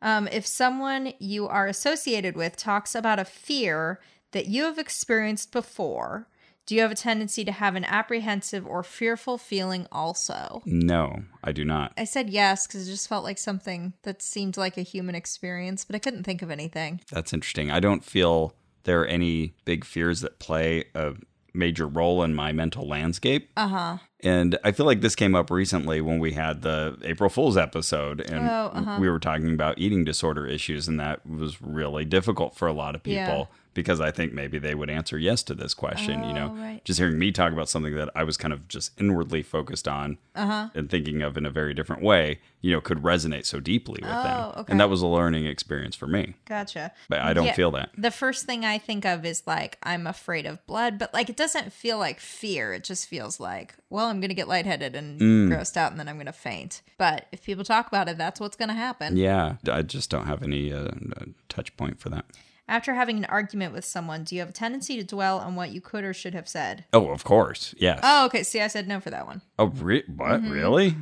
Speaker 2: Um, if someone you are associated with talks about a fear that you have experienced before, do you have a tendency to have an apprehensive or fearful feeling also?
Speaker 1: No, I do not.
Speaker 2: I said yes because it just felt like something that seemed like a human experience, but I couldn't think of anything.
Speaker 1: That's interesting. I don't feel there are any big fears that play a major role in my mental landscape. Uh huh.
Speaker 2: Uh-huh.
Speaker 1: And I feel like this came up recently when we had the April Fool's episode, and
Speaker 2: Oh,
Speaker 1: we were talking about eating disorder issues, and that was really difficult for a lot of people.
Speaker 2: Yeah.
Speaker 1: Because I think maybe they would answer yes to this question, you know,
Speaker 2: Oh, right.
Speaker 1: just hearing me talk about something that I was kind of just inwardly focused on
Speaker 2: Uh-huh.
Speaker 1: and thinking of in a very different way, you know, could resonate so deeply with them.
Speaker 2: Oh, okay.
Speaker 1: And that was a learning experience for me
Speaker 2: Gotcha.
Speaker 1: but I don't
Speaker 2: Yeah.
Speaker 1: feel that.
Speaker 2: The first thing I think of is like, I'm afraid of blood, but like, it doesn't feel like fear. It just feels like, well, I'm going to get lightheaded and
Speaker 1: Mm.
Speaker 2: grossed out and then I'm going to faint. But if people talk about it, that's what's going to happen.
Speaker 1: Yeah, I just don't have any uh, uh, touch point for that.
Speaker 2: After having an argument with someone, do you have a tendency to dwell on what you could or should have said?
Speaker 1: Oh, of course, yes.
Speaker 2: Oh, okay. See, I said no for that one.
Speaker 1: oh, re- what?
Speaker 2: mm-hmm.
Speaker 1: Really?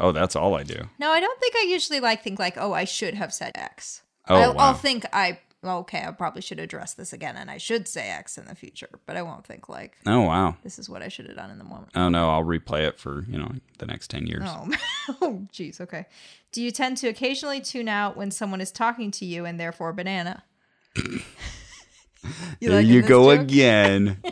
Speaker 1: Oh, that's all I do.
Speaker 2: No, I don't think I usually like think like, oh, I should have said X.
Speaker 1: Oh,
Speaker 2: I'll,
Speaker 1: wow.
Speaker 2: I'll think I well, okay, I probably should address this again, and I should say X in the future, but I won't think like
Speaker 1: Oh, wow.
Speaker 2: this is what I should have done in the moment.
Speaker 1: Oh no, I'll replay it for you know the next ten years.
Speaker 2: Oh, (laughs) oh, jeez. Okay. Do you tend to occasionally tune out when someone is talking to you, and therefore banana? (laughs) you
Speaker 1: there
Speaker 2: liking
Speaker 1: you
Speaker 2: this
Speaker 1: go
Speaker 2: joke? (laughs)
Speaker 1: again.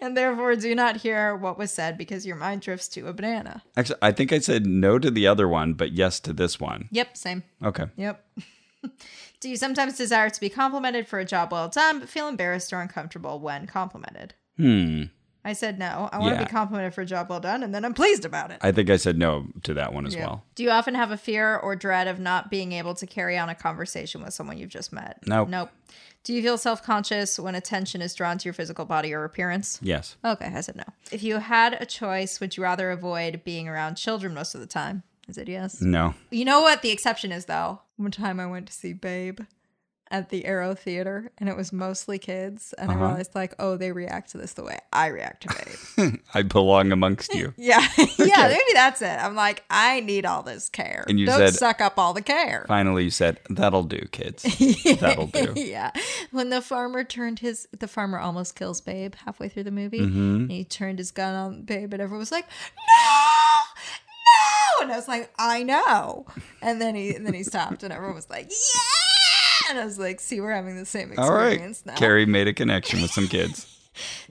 Speaker 2: And therefore do not hear what was said because your mind drifts to a banana.
Speaker 1: Actually, I think I said no to the other one, but yes to this one.
Speaker 2: Yep. Same.
Speaker 1: Okay.
Speaker 2: Yep. (laughs) Do you sometimes desire to be complimented for a job well done, but feel embarrassed or uncomfortable when complimented?
Speaker 1: Hmm.
Speaker 2: I said no. I want to
Speaker 1: Yeah.
Speaker 2: be complimented for a job well done, and then I'm pleased about it.
Speaker 1: I think I said no to that one as
Speaker 2: Yeah.
Speaker 1: well.
Speaker 2: Do you often have a fear or dread of not being able to carry on a conversation with someone you've just met?
Speaker 1: Nope.
Speaker 2: Nope. Do you feel self conscious when attention is drawn to your physical body or appearance?
Speaker 1: Yes.
Speaker 2: Okay, I said no. If you had a choice, would you rather avoid being around children most of the time? I said yes.
Speaker 1: No.
Speaker 2: You know what the exception is, though? One time I went to see Babe at the Arrow Theater, and it was mostly kids. And
Speaker 1: Uh-huh.
Speaker 2: I realized, like, oh, they react to this the way I react to Babe.
Speaker 1: I belong amongst
Speaker 2: (laughs)
Speaker 1: you.
Speaker 2: yeah. yeah, maybe that's it. I'm like, I need all this care.
Speaker 1: And you
Speaker 2: Don't
Speaker 1: said-
Speaker 2: suck up all the care.
Speaker 1: Finally, you said that'll do,
Speaker 2: (laughs)
Speaker 1: kids. That'll do.
Speaker 2: yeah. When the farmer turned his, the farmer almost kills Babe halfway through the movie.
Speaker 1: Mm-hmm.
Speaker 2: And he turned his gun on Babe, and everyone was like, no, no. And I was like, I know. And then he, and then he stopped, and everyone was like, yeah. And I was like, see, we're having the same
Speaker 1: All right.
Speaker 2: experience now.
Speaker 1: Carrie made a connection with some kids.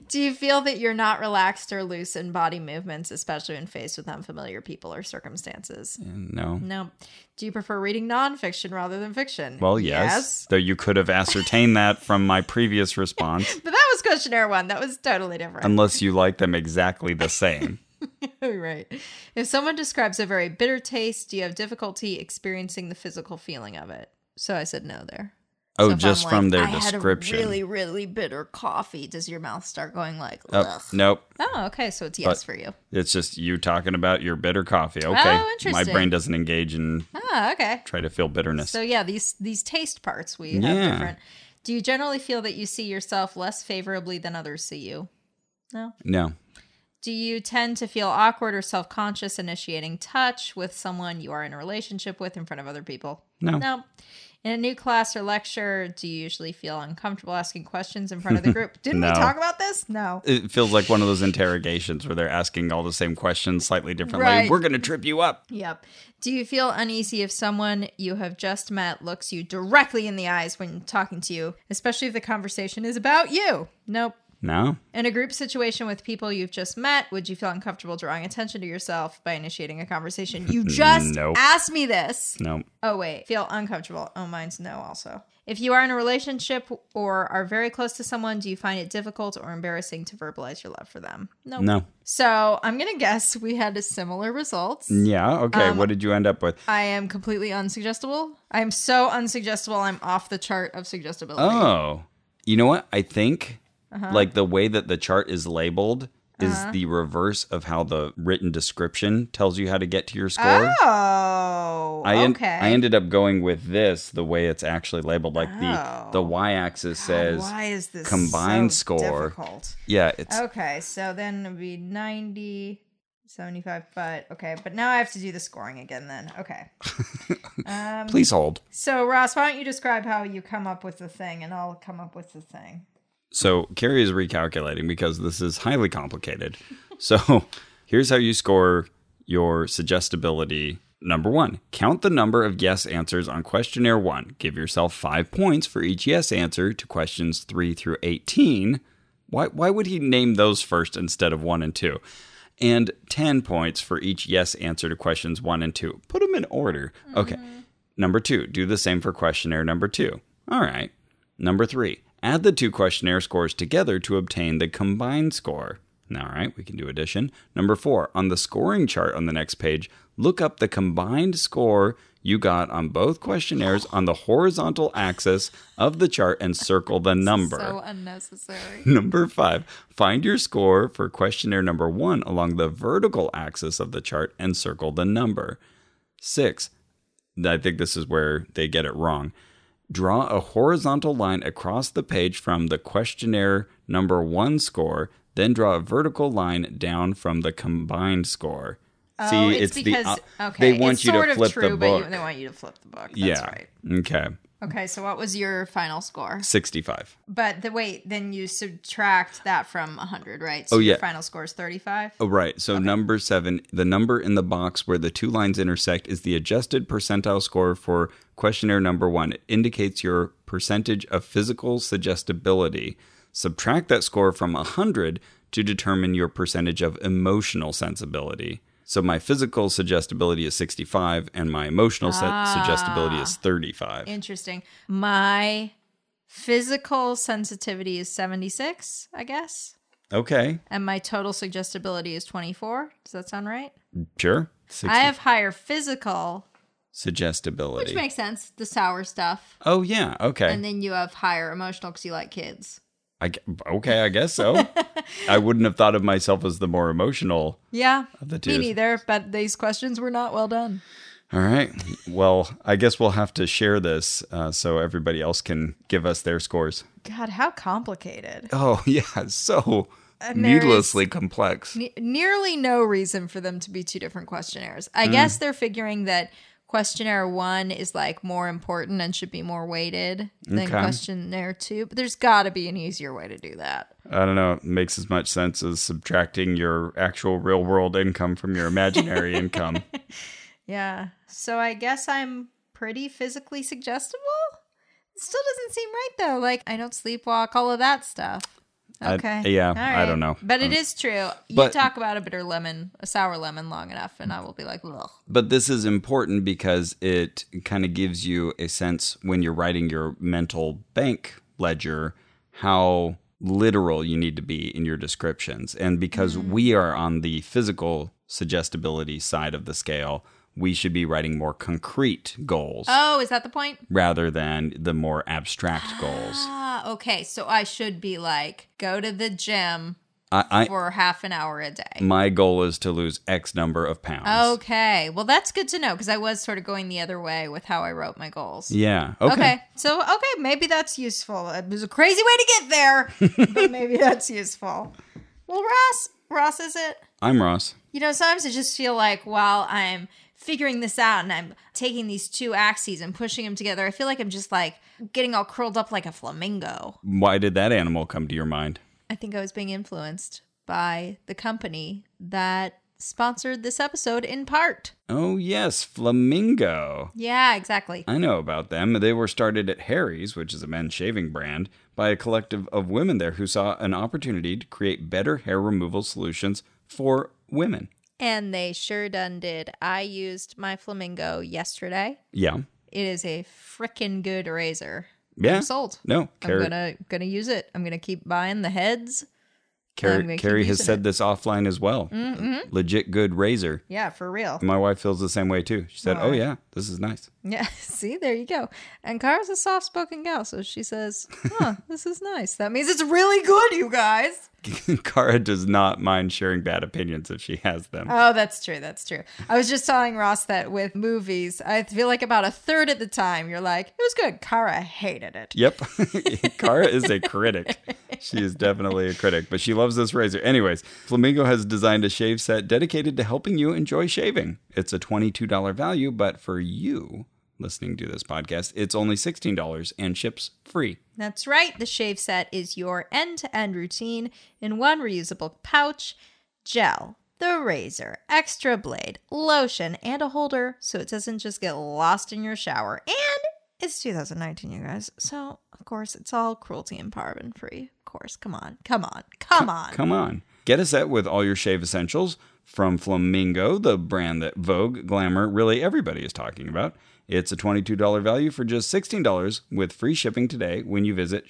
Speaker 2: Do you feel that you're not relaxed or loose in body movements, especially when faced with unfamiliar people or circumstances?
Speaker 1: (laughs) No.
Speaker 2: No. Do you prefer reading nonfiction rather than fiction?
Speaker 1: Well, yes, Though you could have ascertained that from my previous
Speaker 2: (laughs)
Speaker 1: response,
Speaker 2: But that was questionnaire one. That was totally different.
Speaker 1: unless you like them exactly the same.
Speaker 2: (laughs) right. If someone describes a very bitter taste, do you have difficulty experiencing the physical feeling of it? So I said no there.
Speaker 1: Oh,
Speaker 2: So if
Speaker 1: just
Speaker 2: I'm
Speaker 1: from
Speaker 2: like,
Speaker 1: their
Speaker 2: "I had a
Speaker 1: description.
Speaker 2: really, really bitter coffee. Does your mouth start going like,
Speaker 1: Oh,
Speaker 2: ugh?
Speaker 1: nope.
Speaker 2: Oh, okay. So it's yes for you.
Speaker 1: It's just you talking about your bitter coffee. Okay. My
Speaker 2: Oh, interesting.
Speaker 1: brain doesn't engage and
Speaker 2: Ah, okay.
Speaker 1: try to feel bitterness.
Speaker 2: So yeah, these these taste parts we
Speaker 1: Yeah.
Speaker 2: have different. Do you generally feel that you see yourself less favorably than others see you? No.
Speaker 1: no.
Speaker 2: Do you tend to feel awkward or self conscious initiating touch with someone you are in a relationship with in front of other people?
Speaker 1: No.
Speaker 2: No. In a new class or lecture, do you usually feel uncomfortable asking questions in front of
Speaker 1: (laughs)
Speaker 2: the group? Didn't
Speaker 1: No.
Speaker 2: we talk about this? No.
Speaker 1: It feels like one of those interrogations where they're asking all the same questions slightly differently.
Speaker 2: Right.
Speaker 1: We're going to trip you up.
Speaker 2: Yep. Do you feel uneasy if someone you have just met looks you directly in the eyes when talking to you, especially if the conversation is about you? Nope.
Speaker 1: No.
Speaker 2: In a group situation with people you've just met, would you feel uncomfortable drawing attention to yourself by initiating a conversation?
Speaker 1: (laughs)
Speaker 2: You just
Speaker 1: Nope.
Speaker 2: asked me this.
Speaker 1: No.
Speaker 2: Oh, wait. Feel uncomfortable. Oh, mine's no, also. If you are in a relationship or are very close to someone, do you find it difficult or embarrassing to verbalize your love for them? Nope.
Speaker 1: No.
Speaker 2: So I'm going to guess we had a similar results.
Speaker 1: Yeah. Okay.
Speaker 2: Um,
Speaker 1: what did you end up with?
Speaker 2: I am completely unsuggestible. I'm so unsuggestible. I'm off the chart of suggestibility.
Speaker 1: Oh, you know what? I think
Speaker 2: Uh-huh.
Speaker 1: like the way that the chart is labeled is the reverse of how the written description tells you how to get to your score.
Speaker 2: Oh,
Speaker 1: I, en-
Speaker 2: okay.
Speaker 1: I ended up going with this the way it's actually labeled. Like
Speaker 2: Oh.
Speaker 1: the the y axis says,
Speaker 2: Why is this
Speaker 1: combined
Speaker 2: so
Speaker 1: score.
Speaker 2: difficult?
Speaker 1: yeah, it's
Speaker 2: Okay, so then it would be 90, 75, but okay, but now I have to do the scoring again then. Okay. Um,
Speaker 1: please hold.
Speaker 2: so, Ross, why don't you describe how you come up with the thing and I'll come up with the thing?
Speaker 1: So Carrie is recalculating because this is highly complicated. so here's how you score your suggestibility. Number one, count the number of yes answers on questionnaire one. Give yourself five points for each yes answer to questions three through 18. Why, why would he name those first instead of one and two? And 10 points for each yes answer to questions one and two. Put them in order. Okay. Number two, do the same for questionnaire number two. All right. Number three, add the two questionnaire scores together to obtain the combined score. All right, we can do addition. Number four, on the scoring chart on the next page, look up the combined score you got on both questionnaires on the horizontal axis of the chart and circle the number.
Speaker 2: unnecessary.
Speaker 1: Number five, find your score for questionnaire number one along the vertical axis of the chart and circle the number. Six, I think this is where they get it wrong. Draw a horizontal line across the page from the questionnaire number one score, then draw a vertical line down from the combined score.
Speaker 2: oh, it's, because
Speaker 1: uh,
Speaker 2: okay,
Speaker 1: they want
Speaker 2: it's
Speaker 1: you
Speaker 2: sort
Speaker 1: to
Speaker 2: of
Speaker 1: flip
Speaker 2: true,
Speaker 1: the
Speaker 2: but
Speaker 1: book.
Speaker 2: you, they want you to flip the book. That's
Speaker 1: yeah.
Speaker 2: right.
Speaker 1: Okay.
Speaker 2: Okay, so what was your final score?
Speaker 1: 65.
Speaker 2: But the wait, then you subtract that from 100, right? So
Speaker 1: Oh,
Speaker 2: your
Speaker 1: yeah.
Speaker 2: final score is 35.
Speaker 1: Oh, right. So number seven, the number in the box where the two lines intersect is the adjusted percentile score for questionnaire number one. It indicates your percentage of physical suggestibility. Subtract that score from 100 to determine your percentage of emotional sensibility. So my physical suggestibility is 65 and my emotional se-
Speaker 2: Ah.
Speaker 1: suggestibility is 35.
Speaker 2: Interesting. My physical sensitivity is 76, I guess.
Speaker 1: Okay.
Speaker 2: And my total suggestibility is 24. Does that sound right?
Speaker 1: Sure. 60
Speaker 2: I have higher physical,
Speaker 1: suggestibility.
Speaker 2: which makes sense, the sour stuff.
Speaker 1: oh, yeah. Okay.
Speaker 2: And then you have higher emotional because you like kids.
Speaker 1: I gu- okay, I guess so. I wouldn't have thought of myself as the more emotional.
Speaker 2: Yeah.
Speaker 1: the
Speaker 2: Me
Speaker 1: twos.
Speaker 2: neither, but these questions were not well done.
Speaker 1: All right. Well, I guess we'll have to share this uh, so everybody else can give us their scores.
Speaker 2: God, how complicated.
Speaker 1: Oh (laughs) yeah, so
Speaker 2: And there is-
Speaker 1: needlessly complex.
Speaker 2: Ne- nearly no reason for them to be two different questionnaires.
Speaker 1: Mm.
Speaker 2: I guess they're figuring that questionnaire one is like more important and should be more weighted than
Speaker 1: Okay.
Speaker 2: questionnaire two. But there's got to be an easier way to do that.
Speaker 1: I don't know. It makes as much sense as subtracting your actual real world income from your (laughs) imaginary income.
Speaker 2: Yeah. So I guess I'm pretty physically suggestible. It still doesn't seem right though. Like I don't sleepwalk, all of that stuff.
Speaker 1: I-
Speaker 2: Okay.
Speaker 1: yeah,
Speaker 2: All
Speaker 1: I
Speaker 2: right.
Speaker 1: don't know. Um,
Speaker 2: But it is true. You
Speaker 1: but-
Speaker 2: talk about a bitter lemon, a sour lemon long enough, and I will be like, ugh.
Speaker 1: But this is important because it kind of gives you a sense when you're writing your mental bank ledger how literal you need to be in your descriptions. And because
Speaker 2: Mm-hmm.
Speaker 1: we are on the physical suggestibility side of the scale, we should be writing more concrete goals
Speaker 2: Oh, is that the point?
Speaker 1: rather than the more abstract goals.
Speaker 2: Ah, okay. So I should be like, go to the gym
Speaker 1: I,
Speaker 2: for half an hour a day.
Speaker 1: I my goal is to lose X number of pounds.
Speaker 2: Oh. Okay. Well, that's good to know because I was sort of going the other way with how I wrote my goals.
Speaker 1: Yeah.
Speaker 2: Okay. So, okay, maybe that's useful. It was a crazy way to get there, but maybe that's useful. Well, Ross, Ross, is it?
Speaker 1: I'm Ross.
Speaker 2: You know, sometimes I just feel like while I'm figuring this out and I'm taking these two axes and pushing them together, I feel like I'm just like getting all curled up like a flamingo.
Speaker 1: Why did that animal come to your mind?
Speaker 2: I think I was being influenced by the company that sponsored this episode in part.
Speaker 1: Oh, yes, flamingo.
Speaker 2: Yeah, exactly.
Speaker 1: I know about them. They were started at Harry's, which is a men's shaving brand, by a collective of women there who saw an opportunity to create better hair removal solutions for women.
Speaker 2: And they sure done did. I used my flamingo yesterday.
Speaker 1: Yeah.
Speaker 2: It is a freaking good razor.
Speaker 1: Yeah.
Speaker 2: I'm sold.
Speaker 1: No, Carrie,
Speaker 2: I'm gonna gonna use it. I'm gonna keep buying the heads. I'm
Speaker 1: Carrie,
Speaker 2: gonna keep
Speaker 1: Carrie has
Speaker 2: using
Speaker 1: said
Speaker 2: it. Mm-hmm.
Speaker 1: this offline as well. Legit good razor.
Speaker 2: Yeah, for real.
Speaker 1: My wife feels the same way too. She said, Oh, yeah, this is nice.
Speaker 2: (laughs)
Speaker 1: (laughs)
Speaker 2: Yeah, see, there you go. And Cara's a soft spoken gal, so she says, Huh, this is nice. That means it's really good, you guys.
Speaker 1: Kara does not mind sharing bad opinions if she has them.
Speaker 2: Oh, that's true. That's true. I was just telling Ross that with movies, I feel like about a third of the time you're like, It was good. Cara hated it.
Speaker 1: Yep. (laughs) Kara is a critic. She is definitely a critic, but she loves this razor. Anyways, Flamingo has designed a shave set dedicated to helping you enjoy shaving. It's a $22 value, but for you listening to this podcast, it's only $16 and ships free.
Speaker 2: That's right. The shave set is your end to end routine in one reusable pouch, gel, the razor, extra blade, lotion, and a holder so it doesn't just get lost in your shower. And it's 2019, you guys. So, of course, it's all cruelty and paraben free. Of course. Come on. Come on. Come on.
Speaker 1: Come on. Get a set with all your shave essentials from Flamingo, the brand that Vogue, Glamour, really everybody is talking about. It's a $22 value for just $16 with free shipping today when you visit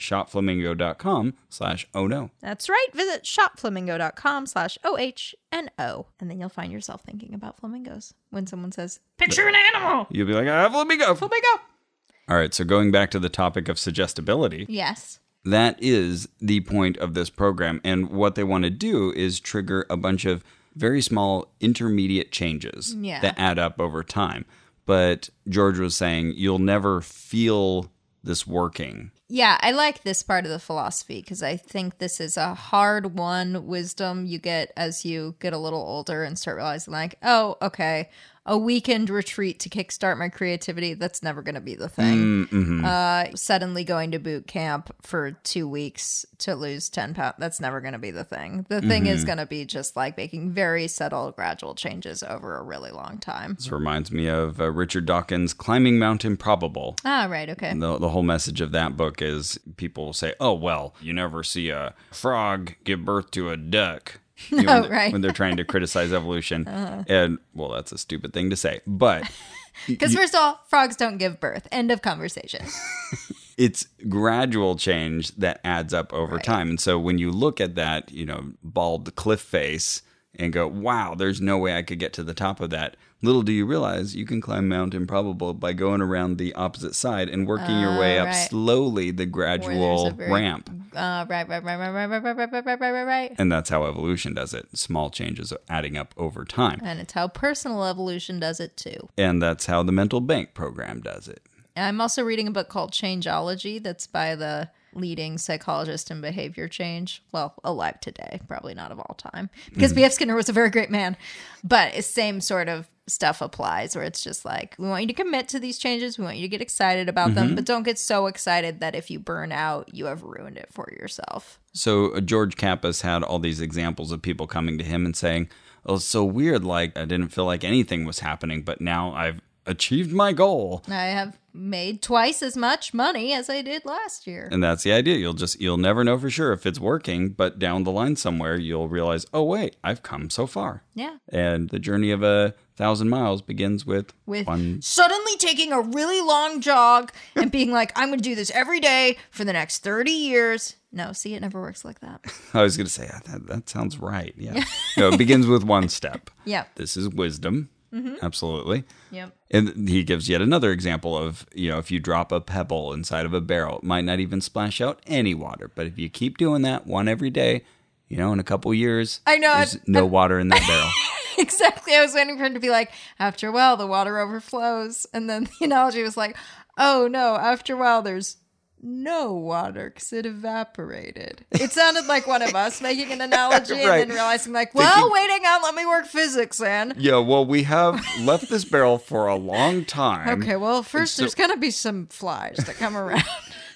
Speaker 1: shopflamingo.com slash oh no.
Speaker 2: That's right. Visit shopflamingo.com slash O-H-N-O. And then you'll find yourself thinking about flamingos when someone says, picture an animal.
Speaker 1: You'll be like, ah, flamingo.
Speaker 2: Flamingo.
Speaker 1: All right, so going back to the topic of suggestibility,
Speaker 2: Yes.
Speaker 1: that is the point of this program. And what they want to do is trigger a bunch of very small intermediate changes
Speaker 2: Yeah.
Speaker 1: that add up over time. But George was saying, you'll never feel this working.
Speaker 2: Yeah, I like this part of the philosophy because I think this is a hard won wisdom you get as you get a little older and start realizing, like, oh, okay, a weekend retreat to kickstart my creativity, that's never going to be the thing. Uh, suddenly going to boot camp for two weeks to lose 10 pounds, that's never going to be the thing. The thing is going to be just like making very subtle, gradual changes over a really long time.
Speaker 1: This reminds me of uh, Richard Dawkins' Climbing Mount Improbable.
Speaker 2: Ah, right, okay.
Speaker 1: The, the whole message of that book is people will say, oh, well, you never see a frog give birth to a duck. You know, when they're-
Speaker 2: right.
Speaker 1: When they're trying to criticize evolution. And, well, that's a stupid thing to say. But
Speaker 2: Because, first of all, frogs don't give birth. End of conversation.
Speaker 1: it's gradual change that adds up over time. And so when you look at that, you know, bald cliff face and go, wow, there's no way I could get to the top of that. Little do you realize you can climb Mount Improbable by going around the opposite side and working your way up
Speaker 2: right.
Speaker 1: slowly the gradual
Speaker 2: very-
Speaker 1: ramp.
Speaker 2: Uh, right, right, right, right, right, right, right, right, right, right, right, right, right.
Speaker 1: And that's how evolution does it. Small changes adding up over time.
Speaker 2: And it's how personal evolution does it too.
Speaker 1: And that's how the mental bank program does it.
Speaker 2: And I'm also reading a book called Changeology that's by the leading psychologist in behavior change. Well, alive today, probably not of all time, because B.F. Skinner was a very great man. But it's same sort of stuff applies where it's just like, we want you to commit to these changes. We want you to get excited about them, but don't get so excited that if you burn out, you have ruined it for yourself.
Speaker 1: So uh, George Kappas had all these examples of people coming to him and saying, "Oh, it's so weird! Like I didn't feel like anything was happening, but now I've achieved my goal."
Speaker 2: I have made twice as much money as I did last year.
Speaker 1: And that's the idea. You'll just you'll never know for sure if it's working, but down the line somewhere you'll realize, "Oh wait, I've come so far."
Speaker 2: yeah.
Speaker 1: And the journey of a thousand miles begins with,
Speaker 2: With
Speaker 1: one.
Speaker 2: suddenly taking a really long jog and being like, I'm going to do this every day for the next 30 years. No, see, it never works like that.
Speaker 1: I was going to say "Ah, that, that sounds right. Yeah, no, it begins with one
Speaker 2: (laughs)
Speaker 1: step.
Speaker 2: Yep.
Speaker 1: This is wisdom,
Speaker 2: Mm-hmm.
Speaker 1: absolutely.
Speaker 2: Yep.
Speaker 1: And he gives yet another example of, you know, if you drop a pebble inside of a barrel, it might not even splash out any water. But if you keep doing that one every day, you know, in a couple years,
Speaker 2: I know,
Speaker 1: there's
Speaker 2: I've-
Speaker 1: no water in that
Speaker 2: (laughs)
Speaker 1: barrel.
Speaker 2: (laughs) exactly. I was waiting for him to be like, after a while, the water overflows. And then the analogy was like, oh no, after a while, there's no water because it evaporated. It sounded like one of us making an analogy
Speaker 1: Right.
Speaker 2: and then realizing, like, well, waiting on, let me work physics in.
Speaker 1: yeah, well, we have left this barrel for a long time.
Speaker 2: Okay, well, first
Speaker 1: Mm-hmm. so-
Speaker 2: there's going to be some flies that come around.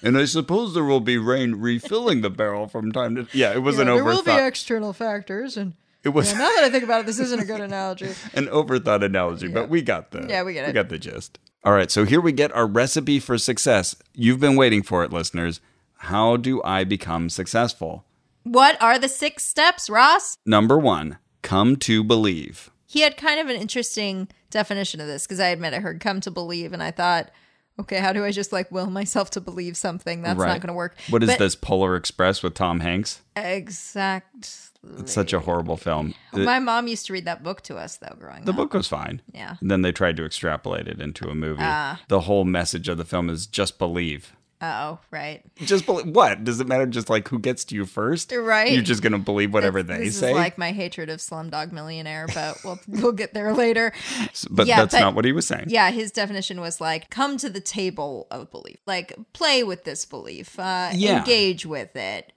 Speaker 1: And I suppose there will be rain refilling the barrel from time to Yeah, it was
Speaker 2: You
Speaker 1: an
Speaker 2: know, there
Speaker 1: overthought.
Speaker 2: will be external factors. And
Speaker 1: it was
Speaker 2: now that I think about it, this isn't a good analogy. (laughs)
Speaker 1: an overthought analogy, but we got the
Speaker 2: Yeah, we get
Speaker 1: We
Speaker 2: it.
Speaker 1: got the gist. All right, so here we get our recipe for success. You've been waiting for it, listeners. How do I become successful?
Speaker 2: What are the six steps, Ross?
Speaker 1: Number one, come to believe.
Speaker 2: he had kind of an interesting definition of this because I admit I heard come to believe and I thought, okay, how do I just like will myself to believe something? That's
Speaker 1: Right.
Speaker 2: not going to work.
Speaker 1: What is
Speaker 2: But-
Speaker 1: this Polar Express with Tom Hanks?
Speaker 2: Exact.
Speaker 1: It's such a horrible film. The,
Speaker 2: Oh, My mom used to read that book to us though growing
Speaker 1: the
Speaker 2: up.
Speaker 1: book was fine.
Speaker 2: Yeah. Ah.
Speaker 1: And then they tried to extrapolate it into a movie. the whole message of the film is just believe.
Speaker 2: Oh, right.
Speaker 1: Just believe. What does it matter? Just like who gets to you first?
Speaker 2: Right.
Speaker 1: You're just gonna believe whatever
Speaker 2: That's-
Speaker 1: they
Speaker 2: this
Speaker 1: say.
Speaker 2: is like my hatred of Slumdog Millionaire, but we'll we'll get there later.
Speaker 1: but
Speaker 2: yeah,
Speaker 1: that's
Speaker 2: but-
Speaker 1: not what he was saying.
Speaker 2: Yeah, his definition was like come to the table of belief, like play with this belief, uh,
Speaker 1: Yeah.
Speaker 2: engage with it.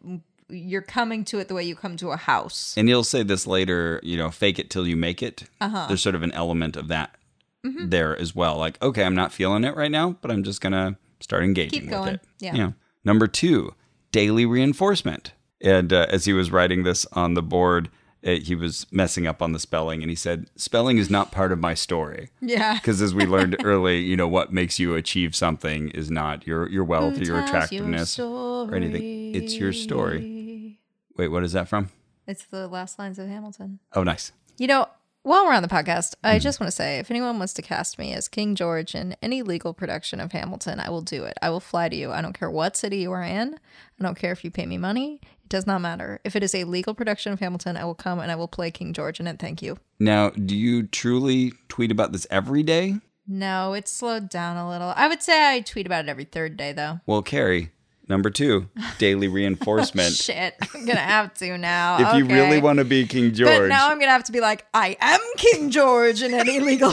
Speaker 2: You're coming to it the way you come to a house.
Speaker 1: And you'll say this later, you know, fake it till you make it.
Speaker 2: Uh-huh.
Speaker 1: There's sort of an element of that
Speaker 2: Mm-hmm.
Speaker 1: there as well. Like, okay, I'm not feeling it right now, but I'm just going to start engaging with
Speaker 2: Keep going.
Speaker 1: it.
Speaker 2: Yeah.
Speaker 1: Number two, daily reinforcement. And uh, as he was writing this on the board, uh he was messing up on the spelling and he said, Spelling is not part of my story.
Speaker 2: Yeah.
Speaker 1: Because as we
Speaker 2: (laughs)
Speaker 1: learned early, you know, what makes you achieve something is not your, your wealth or your
Speaker 2: Tells your
Speaker 1: attractiveness or anything. It's your story.
Speaker 2: story.
Speaker 1: Wait, what is that from?
Speaker 2: It's the last lines of Hamilton.
Speaker 1: Oh, nice.
Speaker 2: You know, while we're on the podcast,
Speaker 1: Mm-hmm.
Speaker 2: I just want to say if anyone wants to cast me as King George in any legal production of Hamilton, I will do it. I will fly to you. I don't care what city you are in. I don't care if you pay me money. It does not matter. If it is a legal production of Hamilton, I will come and I will play King George in it. Thank you.
Speaker 1: Now, do you truly tweet about this every day?
Speaker 2: No, it's slowed down a little. I would say I tweet about it every third day, though.
Speaker 1: Well, Carrie, number two,
Speaker 2: (laughs)
Speaker 1: daily reinforcement.
Speaker 2: Shit, (laughs) I'm gonna have to now.
Speaker 1: (laughs) if you really
Speaker 2: Okay.
Speaker 1: want to be King
Speaker 2: But
Speaker 1: George,
Speaker 2: now I'm gonna have to be like, I am King George in any legal (laughs)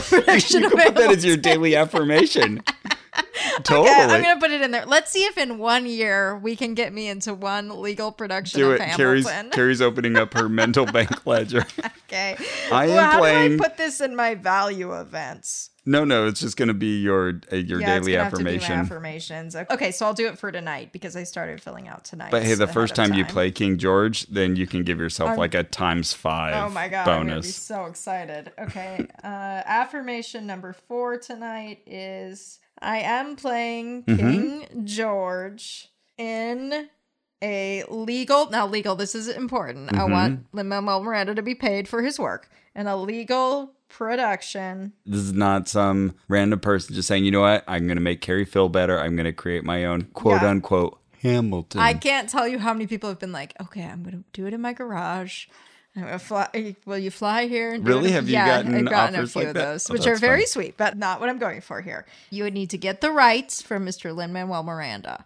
Speaker 1: (laughs)
Speaker 2: production
Speaker 1: you
Speaker 2: of
Speaker 1: can put that
Speaker 2: Hamilton.
Speaker 1: as your daily affirmation. totally.
Speaker 2: (laughs) Yeah, I'm gonna put it in there. Let's see if in one year we can get me into one legal production
Speaker 1: do it.
Speaker 2: of
Speaker 1: Carrie's,
Speaker 2: Hamilton. (laughs)
Speaker 1: Carrie's opening up her mental bank ledger.
Speaker 2: okay.
Speaker 1: I am
Speaker 2: well, how
Speaker 1: playing-
Speaker 2: do I put this in my value events?
Speaker 1: No, no, it's just going to be your uh, your
Speaker 2: yeah, it's
Speaker 1: daily
Speaker 2: gonna have to be my
Speaker 1: affirmation.
Speaker 2: affirmations. Okay, so I'll do it for tonight because I started filling out tonight.
Speaker 1: But hey, the first time, you play King George, then you can give yourself like a times five
Speaker 2: Um, Oh my god! I'm gonna be
Speaker 1: bonus.
Speaker 2: so excited.
Speaker 1: (laughs)
Speaker 2: Okay, uh, affirmation number four tonight is I am playing
Speaker 1: Mm-hmm.
Speaker 2: King George in a legal. Now, legal. This is important. I want
Speaker 1: Mm-hmm.
Speaker 2: Lin Manuel Miranda to be paid for his work in a legal production.
Speaker 1: This is not some random person just saying, you know what, I'm going to make Carrie feel better. I'm going to create my own quote
Speaker 2: Yeah.
Speaker 1: unquote Hamilton.
Speaker 2: I can't tell you how many people have been like, "Okay, I'm gonna do it in my garage." I'm gonna fly. Will you fly here? And do
Speaker 1: Really?
Speaker 2: it?"
Speaker 1: Have you
Speaker 2: yeah,
Speaker 1: gotten
Speaker 2: I've gotten a
Speaker 1: offers
Speaker 2: few
Speaker 1: like
Speaker 2: of
Speaker 1: that?
Speaker 2: those,
Speaker 1: Oh,
Speaker 2: which are
Speaker 1: that's
Speaker 2: very
Speaker 1: fun.
Speaker 2: sweet, but not what I'm going for here. You would need to get the rights from Mr. Lin Manuel Miranda.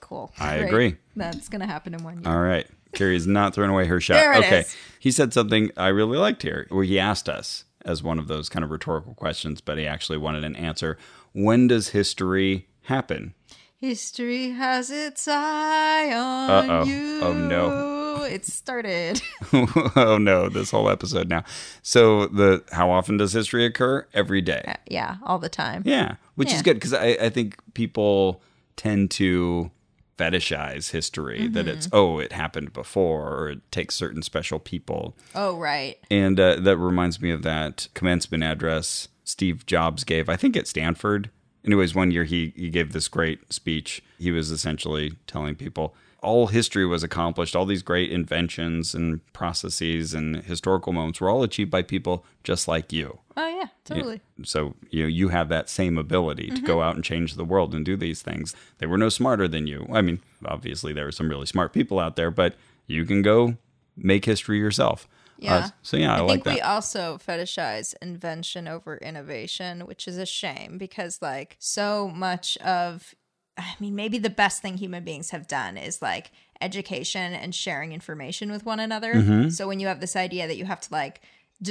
Speaker 2: Cool.
Speaker 1: I agree. Uh.
Speaker 2: That's gonna happen in one year.
Speaker 1: All right. Carrie is not throwing away her shot.
Speaker 2: There it
Speaker 1: okay.
Speaker 2: is.
Speaker 1: He said something I really liked here, where he asked us as one of those kind of rhetorical questions, but he actually wanted an answer. When does history happen? (laughs)
Speaker 2: History has its eye on
Speaker 1: Uh-oh.
Speaker 2: you.
Speaker 1: Oh, no.
Speaker 2: It started. (laughs)
Speaker 1: oh no, this whole episode now. So the how often does history occur? Every
Speaker 2: Uh,
Speaker 1: day.
Speaker 2: yeah, all the time.
Speaker 1: Yeah. Which
Speaker 2: Yeah.
Speaker 1: is good because I, I think people tend to fetishize history that it's oh, it happened before or it takes certain special people.
Speaker 2: Oh, right.
Speaker 1: And uh, that reminds me of that commencement address Steve Jobs gave, I think at Stanford, Anyways, one year he, he gave this great speech. He was essentially telling people all history was accomplished, all these great inventions and processes and historical moments were all achieved by people just like you.
Speaker 2: Oh yeah, totally.
Speaker 1: So you know, you have that same ability to
Speaker 2: Mm-hmm.
Speaker 1: go out and change the world and do these things. They were no smarter than you. I mean, obviously there are some really smart people out there, but you can go make history yourself. Uh,
Speaker 2: Yeah.
Speaker 1: so yeah, I,
Speaker 2: I
Speaker 1: like
Speaker 2: think
Speaker 1: that.
Speaker 2: we also fetishize invention over innovation, which is a shame because, like, so much of, I mean, maybe the best thing human beings have done is like education and sharing information with one another.
Speaker 1: Mm-hmm.
Speaker 2: So when you have this idea that you have to like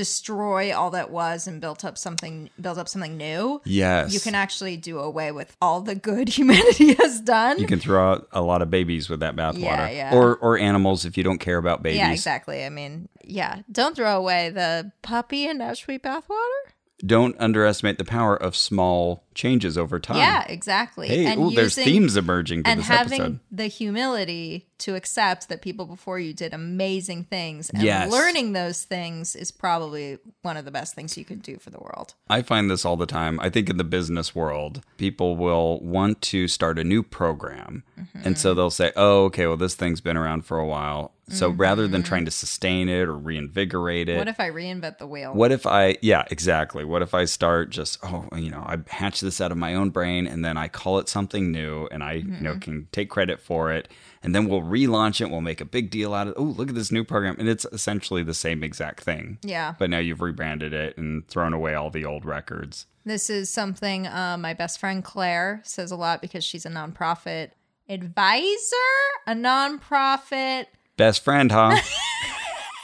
Speaker 2: destroy all that was and built up something, build up something new,
Speaker 1: yes.
Speaker 2: you can actually do away with all the good (laughs) humanity has done.
Speaker 1: you can throw out a lot of babies with that bathwater.
Speaker 2: Yeah, yeah.
Speaker 1: Or or animals if you don't care about babies.
Speaker 2: yeah, exactly. I mean, yeah, don't throw away the puppy and now sweet bathwater.
Speaker 1: Don't underestimate the power of small changes over time.
Speaker 2: Yeah, exactly.
Speaker 1: Hey, ooh, there's themes emerging to
Speaker 2: and
Speaker 1: this
Speaker 2: having
Speaker 1: episode.
Speaker 2: the humility to accept that people before you did amazing things and
Speaker 1: Yes.
Speaker 2: learning those things is probably one of the best things you could do for the world.
Speaker 1: I find this all the time. I think in the business world, people will want to start a new program. And so they'll say, oh, okay, well, this thing's been around for a while. So rather than trying to sustain it or reinvigorate it,
Speaker 2: Mm-hmm. What if I reinvent the wheel?
Speaker 1: what if I, yeah, exactly. What if I start just, oh, you know, I hatch this out of my own brain and then I call it something new and I, you
Speaker 2: Mm-hmm.
Speaker 1: know, can take credit for it. And then we'll relaunch it. We'll make a big deal out of, oh, look at this new program. And it's essentially the same exact thing.
Speaker 2: Yeah.
Speaker 1: But now you've rebranded it and thrown away all the old records.
Speaker 2: This is something uh, my best friend Claire says a lot because she's a nonprofit advisor, a nonprofit.
Speaker 1: Best friend,
Speaker 2: (laughs)
Speaker 1: huh?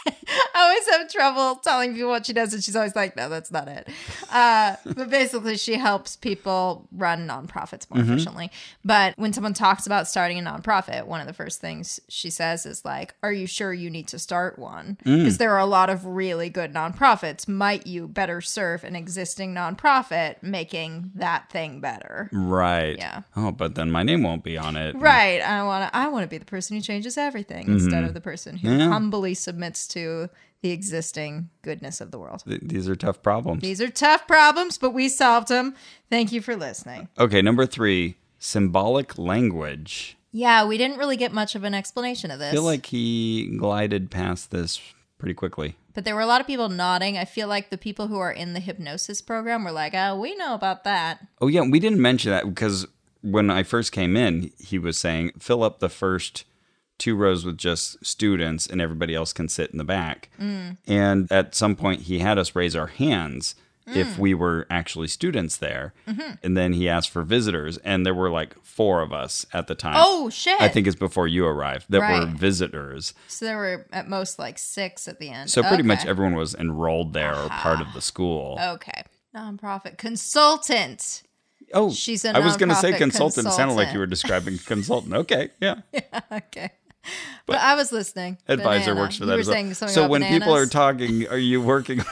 Speaker 2: I always have trouble telling people what she does, and she's always like, "No, that's not it." Uh, but basically, she helps people run nonprofits more efficiently. But when someone talks about starting a nonprofit, one of the first things she says is like, "Are you sure you need to start one? Because there are a lot of really good nonprofits. Might you better serve an existing nonprofit, making that thing better?"
Speaker 1: right.
Speaker 2: Yeah.
Speaker 1: Oh, but then my name won't be on it.
Speaker 2: Right. I want to. I want to be the person who changes everything instead of the person who
Speaker 1: Mm-hmm. Yeah.
Speaker 2: humbly submits to the existing goodness of the world.
Speaker 1: Th- These are tough problems.
Speaker 2: These are tough problems, but we solved them. Thank you for listening.
Speaker 1: Okay, number three, symbolic language.
Speaker 2: Yeah, we didn't really get much of an explanation of this,
Speaker 1: I feel like he glided past this pretty quickly.
Speaker 2: but there were a lot of people nodding. I feel like the people who are in the hypnosis program were like, "Oh, we know about that."
Speaker 1: Oh, yeah, we didn't mention that because when I first came in, he was saying, fill up the first two rows with just students and everybody else can sit in the back.
Speaker 2: Mm.
Speaker 1: And at some point, he had us raise our hands
Speaker 2: Mm.
Speaker 1: if we were actually students there.
Speaker 2: Mm-hmm.
Speaker 1: And then he asked for visitors, and there were like four of us at the time.
Speaker 2: Oh shit!
Speaker 1: I think it's before you arrived that were
Speaker 2: Right.
Speaker 1: visitors.
Speaker 2: so. There were at most like six at the end.
Speaker 1: So pretty much
Speaker 2: Okay. Oh,
Speaker 1: everyone was enrolled there or part of the school.
Speaker 2: okay. Nonprofit consultant.
Speaker 1: Oh,
Speaker 2: She's a
Speaker 1: I was gonna say
Speaker 2: nonprofit
Speaker 1: consultant. It sounded like
Speaker 2: consultant.
Speaker 1: you were describing consultant. Okay, yeah.
Speaker 2: (laughs) Okay. But, I was listening.
Speaker 1: Advisor
Speaker 2: Banana.
Speaker 1: works for
Speaker 2: You
Speaker 1: that.
Speaker 2: were
Speaker 1: as well.
Speaker 2: saying something
Speaker 1: so
Speaker 2: about
Speaker 1: when people are
Speaker 2: bananas.
Speaker 1: talking, are you
Speaker 2: (laughs)
Speaker 1: working?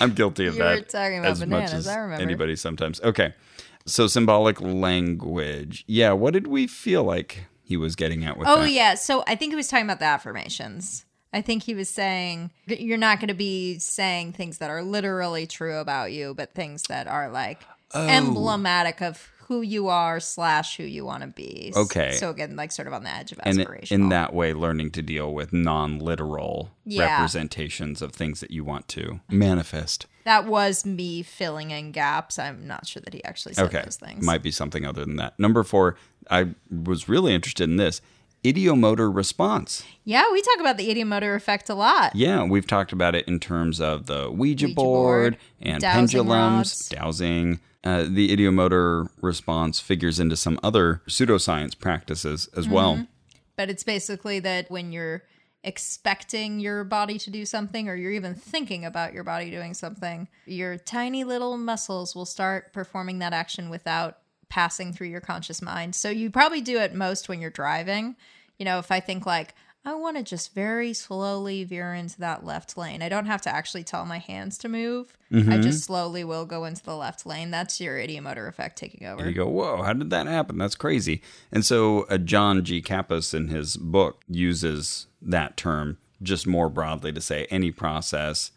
Speaker 1: I'm guilty of
Speaker 2: You
Speaker 1: that.
Speaker 2: were talking about
Speaker 1: as
Speaker 2: bananas,
Speaker 1: much as
Speaker 2: I remember.
Speaker 1: anybody sometimes. Okay, so symbolic language. Yeah, what did we feel like he was getting at with
Speaker 2: Oh
Speaker 1: that?
Speaker 2: yeah, so I think he was talking about the affirmations. I think he was saying that you're not going to be saying things that are literally true about you, but things that are like
Speaker 1: Oh.
Speaker 2: emblematic of who you are slash who you want to be. S-
Speaker 1: Okay.
Speaker 2: so again, like sort of on the edge of
Speaker 1: And i-
Speaker 2: aspirational.
Speaker 1: in that way, learning to deal with non-literal
Speaker 2: Yeah.
Speaker 1: representations of things that you want to manifest.
Speaker 2: that was me filling in gaps. I'm not sure that he actually said
Speaker 1: Okay.
Speaker 2: those things.
Speaker 1: Might be something other than that. Number four, I was really interested in this idiomotor response.
Speaker 2: yeah, we talk about the idiomotor effect a lot.
Speaker 1: Yeah, we've talked about it in terms of the Ouija,
Speaker 2: Ouija
Speaker 1: board,
Speaker 2: board,
Speaker 1: and
Speaker 2: dowsing
Speaker 1: pendulums,
Speaker 2: rods.
Speaker 1: dowsing. Uh, the idiomotor response figures into some other pseudoscience practices as well.
Speaker 2: But it's basically that when you're expecting your body to do something or you're even thinking about your body doing something, your tiny little muscles will start performing that action without passing through your conscious mind. So you probably do it most when you're driving. You know, if I think like, I want to just very slowly veer into that left lane. I don't have to actually tell my hands to move. I just slowly will go into the left lane. That's your idiomotor effect taking over.
Speaker 1: And you go, whoa, how did that happen? That's crazy. And so uh, John G. Kappas in his book uses that term just more broadly to say any process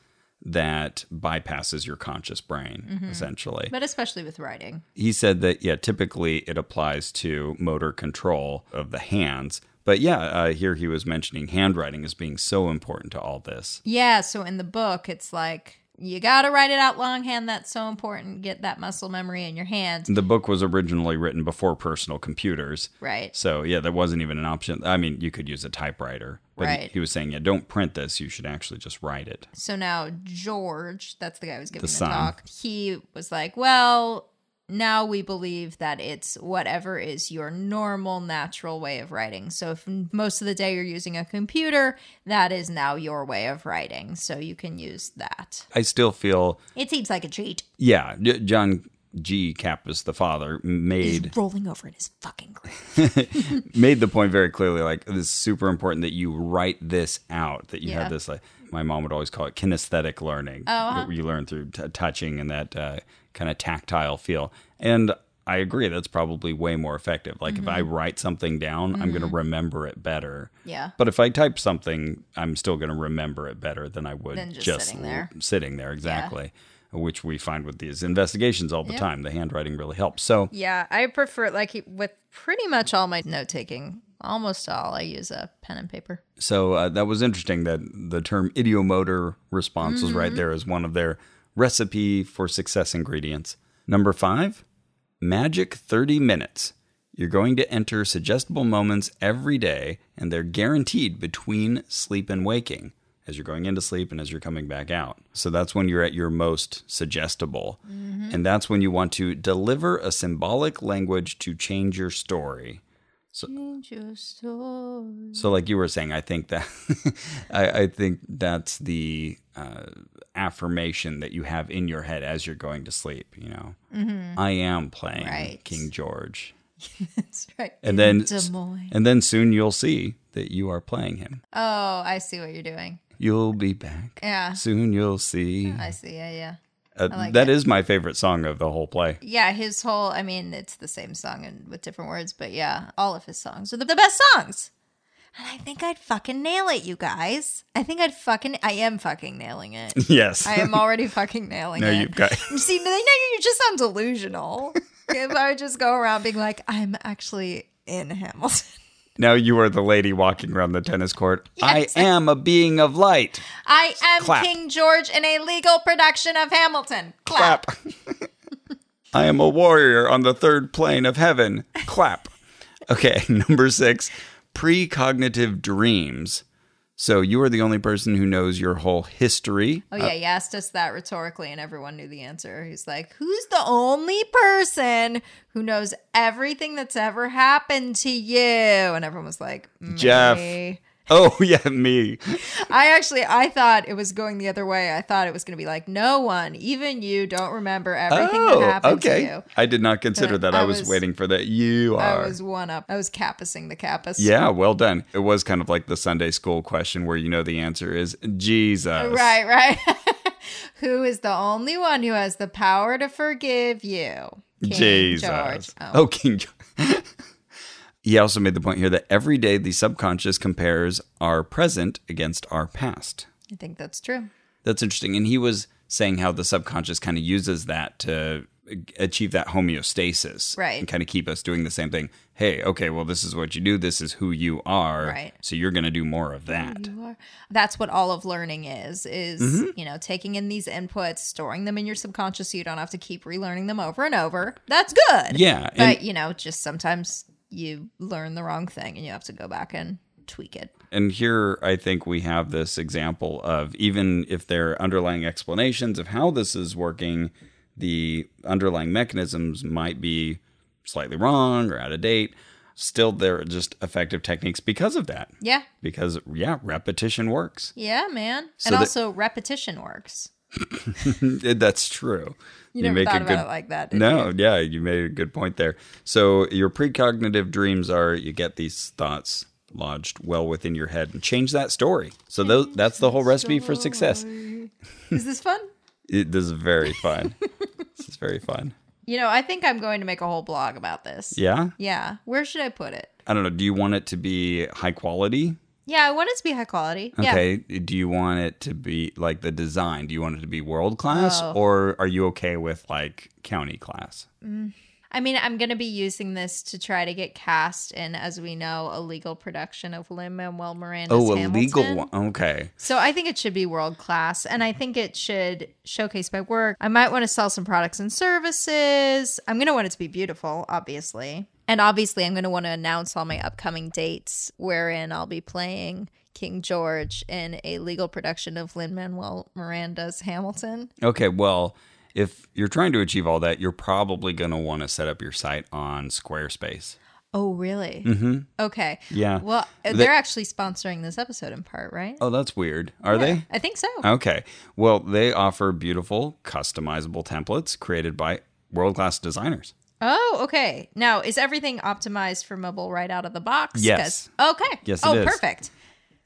Speaker 1: that bypasses your conscious brain,
Speaker 2: Mm-hmm.
Speaker 1: essentially.
Speaker 2: But especially with writing.
Speaker 1: he said that yeah typically it applies to motor control of the hands but yeah uh, here he was mentioning handwriting as being so important to all this
Speaker 2: Yeah, so in the book, it's like you got to write it out longhand. That's so important. Get that muscle memory in your hands.
Speaker 1: the book was originally written before personal computers
Speaker 2: Right.
Speaker 1: so yeah that wasn't even an option i mean you could use a typewriter but he-
Speaker 2: Right.
Speaker 1: he, was saying yeah don't print this you should actually just write it
Speaker 2: So now George, that's the guy who was giving the,
Speaker 1: son.
Speaker 2: talk, he was like, well, now we believe that it's whatever is your normal, natural way of writing. So if most of the day you're using a computer, that is now your way of writing. So you can use that.
Speaker 1: i still feel
Speaker 2: It seems like a cheat.
Speaker 1: yeah J- john g kappas the father
Speaker 2: He's
Speaker 1: made
Speaker 2: rolling over in his fucking grave.
Speaker 1: made the point very clearly like this is super important that you write this out that you
Speaker 2: Yeah. Oh, uh-huh.
Speaker 1: have this like my mom would always call it kinesthetic learning that you learn through t- touching and that uh, kind of tactile feel and i agree that's probably way more effective like if i write something down i'm going to remember it better
Speaker 2: Mm-hmm. Yeah.
Speaker 1: but if i type something i'm still going to remember it better than i would
Speaker 2: Than just sitting
Speaker 1: l-
Speaker 2: there.
Speaker 1: sitting there exactly which we find with these investigations all the
Speaker 2: Yeah.
Speaker 1: time the handwriting really helps so
Speaker 2: Yeah, I prefer like with pretty much all my note taking, almost all I use a pen and paper.
Speaker 1: So uh, that was interesting that the term idiomotor response was right there as one of their recipe for success ingredients. Number five, magic 30 minutes. You're going to enter suggestible moments every day, and they're guaranteed between sleep and waking as you're going into sleep and as you're coming back out. So that's when you're at your most suggestible. And that's when you want to deliver a symbolic language to change your story.
Speaker 2: (laughs)
Speaker 1: So, like you were saying, I think that (laughs) I, I think that's the uh, affirmation that you have in your head as you're going to sleep. You know, I am playing
Speaker 2: Mm-hmm. Right.
Speaker 1: King George,
Speaker 2: That's right.
Speaker 1: and then
Speaker 2: Des Moines.
Speaker 1: and then soon you'll see that you are playing him.
Speaker 2: Oh, I see what you're doing.
Speaker 1: You'll be back.
Speaker 2: Yeah.
Speaker 1: Soon you'll see.
Speaker 2: I see. Yeah, yeah.
Speaker 1: Uh,
Speaker 2: like
Speaker 1: that is my favorite song of the whole play. (laughs)
Speaker 2: Yeah, his whole I mean, it's the same song and with different words, but yeah, all of his songs are the, the best songs. And I think I'd fucking nail it, you guys. I think I'd fucking I am fucking
Speaker 1: (laughs)
Speaker 2: nailing it.
Speaker 1: Yes.
Speaker 2: I am already fucking nailing
Speaker 1: no,
Speaker 2: it.
Speaker 1: you've got.
Speaker 2: See, now you just sound (laughs) delusional. if I would just go around being like, I'm actually in Hamilton.
Speaker 1: Now you are the lady walking around the tennis court.
Speaker 2: (laughs) Yes.
Speaker 1: I am a being of light.
Speaker 2: (laughs) I am
Speaker 1: Clap.
Speaker 2: King George in a legal production of Hamilton. Clap.
Speaker 1: clap. I am a warrior on the third plane of heaven. Clap. Okay, (laughs) number six, precognitive dreams. So you are the only person who knows your whole history.
Speaker 2: Oh, yeah, he asked us that rhetorically, and everyone knew the answer. He's like, Who's the only person who knows everything that's ever happened to you? And everyone was like, "Mm,
Speaker 1: Jeff.
Speaker 2: "Me."
Speaker 1: Oh yeah, me.
Speaker 2: I actually I thought it was going the other way. I thought it was going to be like no one, even you, don't remember everything
Speaker 1: oh,
Speaker 2: that happened
Speaker 1: okay.
Speaker 2: to you.
Speaker 1: I did not consider
Speaker 2: But
Speaker 1: that. I,
Speaker 2: I
Speaker 1: was,
Speaker 2: was-
Speaker 1: waiting for that. You are.
Speaker 2: I was one up. I was capping the capus.
Speaker 1: yeah, well done. It was kind of like the Sunday school question where you know the answer is Jesus.
Speaker 2: Right, right. (laughs) who is the only one who has the power to forgive you? King
Speaker 1: Jesus.
Speaker 2: George.
Speaker 1: Oh.
Speaker 2: Oh.
Speaker 1: King George. (laughs) he also made the point here that every day the subconscious compares our present against our past.
Speaker 2: I think that's true.
Speaker 1: That's interesting. And he was saying how the subconscious kind of uses that to achieve that homeostasis
Speaker 2: Right.
Speaker 1: and kind of keep us doing the same thing. Hey, okay, well, this is what you do. This is who you are.
Speaker 2: Right. Mm-hmm.
Speaker 1: So you're going to do more of that.
Speaker 2: You are- That's what all of learning is, is,
Speaker 1: Mm-hmm.
Speaker 2: you know, taking in these inputs, storing them in your subconscious so you don't have to keep relearning them over and over. That's good.
Speaker 1: Yeah. and-
Speaker 2: But, you know, just sometimes you learn the wrong thing and you have to go back and tweak it.
Speaker 1: And here I think we have this example of even if there are underlying explanations of how this is working, the underlying mechanisms might be slightly wrong or out of date. Still, they're just effective techniques because of that.
Speaker 2: Yeah.
Speaker 1: Because, yeah, repetition works.
Speaker 2: Yeah, man.
Speaker 1: So
Speaker 2: and
Speaker 1: the-
Speaker 2: also repetition works.
Speaker 1: That's true.
Speaker 2: You, never thought about it like that. did you?
Speaker 1: No, yeah, you made a good point there. So your precognitive dreams are you get these thoughts lodged well within your head and change that story. So tho- that's the whole recipe for success.
Speaker 2: Is this fun?
Speaker 1: It, this is very fun. this is very fun.
Speaker 2: You know, I think I'm going to make a whole blog about this.
Speaker 1: Yeah,
Speaker 2: Yeah. Where should I put it?
Speaker 1: I don't know. Do you want it to be high quality?
Speaker 2: Yeah, I want it to be high quality. Yeah.
Speaker 1: Okay. Do you want it to be like the design? Do you want it to be world class
Speaker 2: Oh.
Speaker 1: or are you okay with like county class?
Speaker 2: I mean, I'm going to be using this to try to get cast in, as we know, a legal production of Lin Manuel Miranda's
Speaker 1: oh, a
Speaker 2: Hamilton.
Speaker 1: legal one. Okay.
Speaker 2: So I think it should be world class, and I think it should showcase my work. I might want to sell some products and services. I'm going to want it to be beautiful, obviously. And obviously, I'm going to want to announce all my upcoming dates wherein I'll be playing King George in a legal production of Lin Manuel Miranda's Hamilton.
Speaker 1: Okay. Well, if you're trying to achieve all that, you're probably going to want to set up your site on Squarespace.
Speaker 2: Oh, really?
Speaker 1: Mm-hmm.
Speaker 2: Okay.
Speaker 1: Yeah.
Speaker 2: Well,
Speaker 1: They-
Speaker 2: they're actually sponsoring this episode in part, right?
Speaker 1: Oh, that's weird. Are they?
Speaker 2: I think so.
Speaker 1: Okay. Well, they offer beautiful, customizable templates created by world class designers.
Speaker 2: Oh, okay. Now, is everything optimized for mobile right out of the box?
Speaker 1: Yes.
Speaker 2: 'Cause- Okay.
Speaker 1: Yes, it
Speaker 2: Oh,
Speaker 1: is.
Speaker 2: perfect.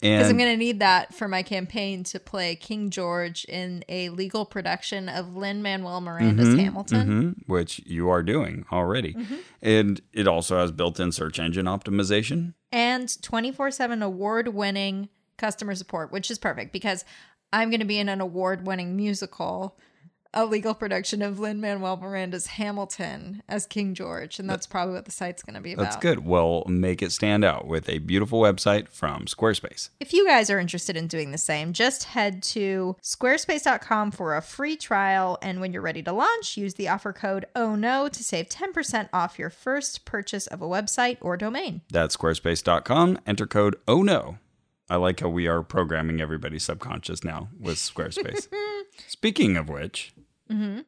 Speaker 1: And
Speaker 2: Because I'm going to need that for my campaign to play King George in a legal production of Lin Manuel Miranda's Hamilton.
Speaker 1: Mhm, which you are doing already. And it also has built in search engine optimization.
Speaker 2: And 24 7 award winning customer support, which is perfect because I'm going to be in an award winning musical, a legal production of Lin Manuel Miranda's Hamilton as King George. And that's probably what the site's going to be about.
Speaker 1: That's good. Well, make it stand out with a beautiful website from Squarespace.
Speaker 2: If you guys are interested in doing the same, just head to squarespace.com for a free trial. And when you're ready to launch, use the offer code ONO to save 10% off your first purchase of a website or domain.
Speaker 1: That's squarespace.com. Enter code oh no. I like how we are programming everybody's subconscious now with Squarespace. Speaking of which,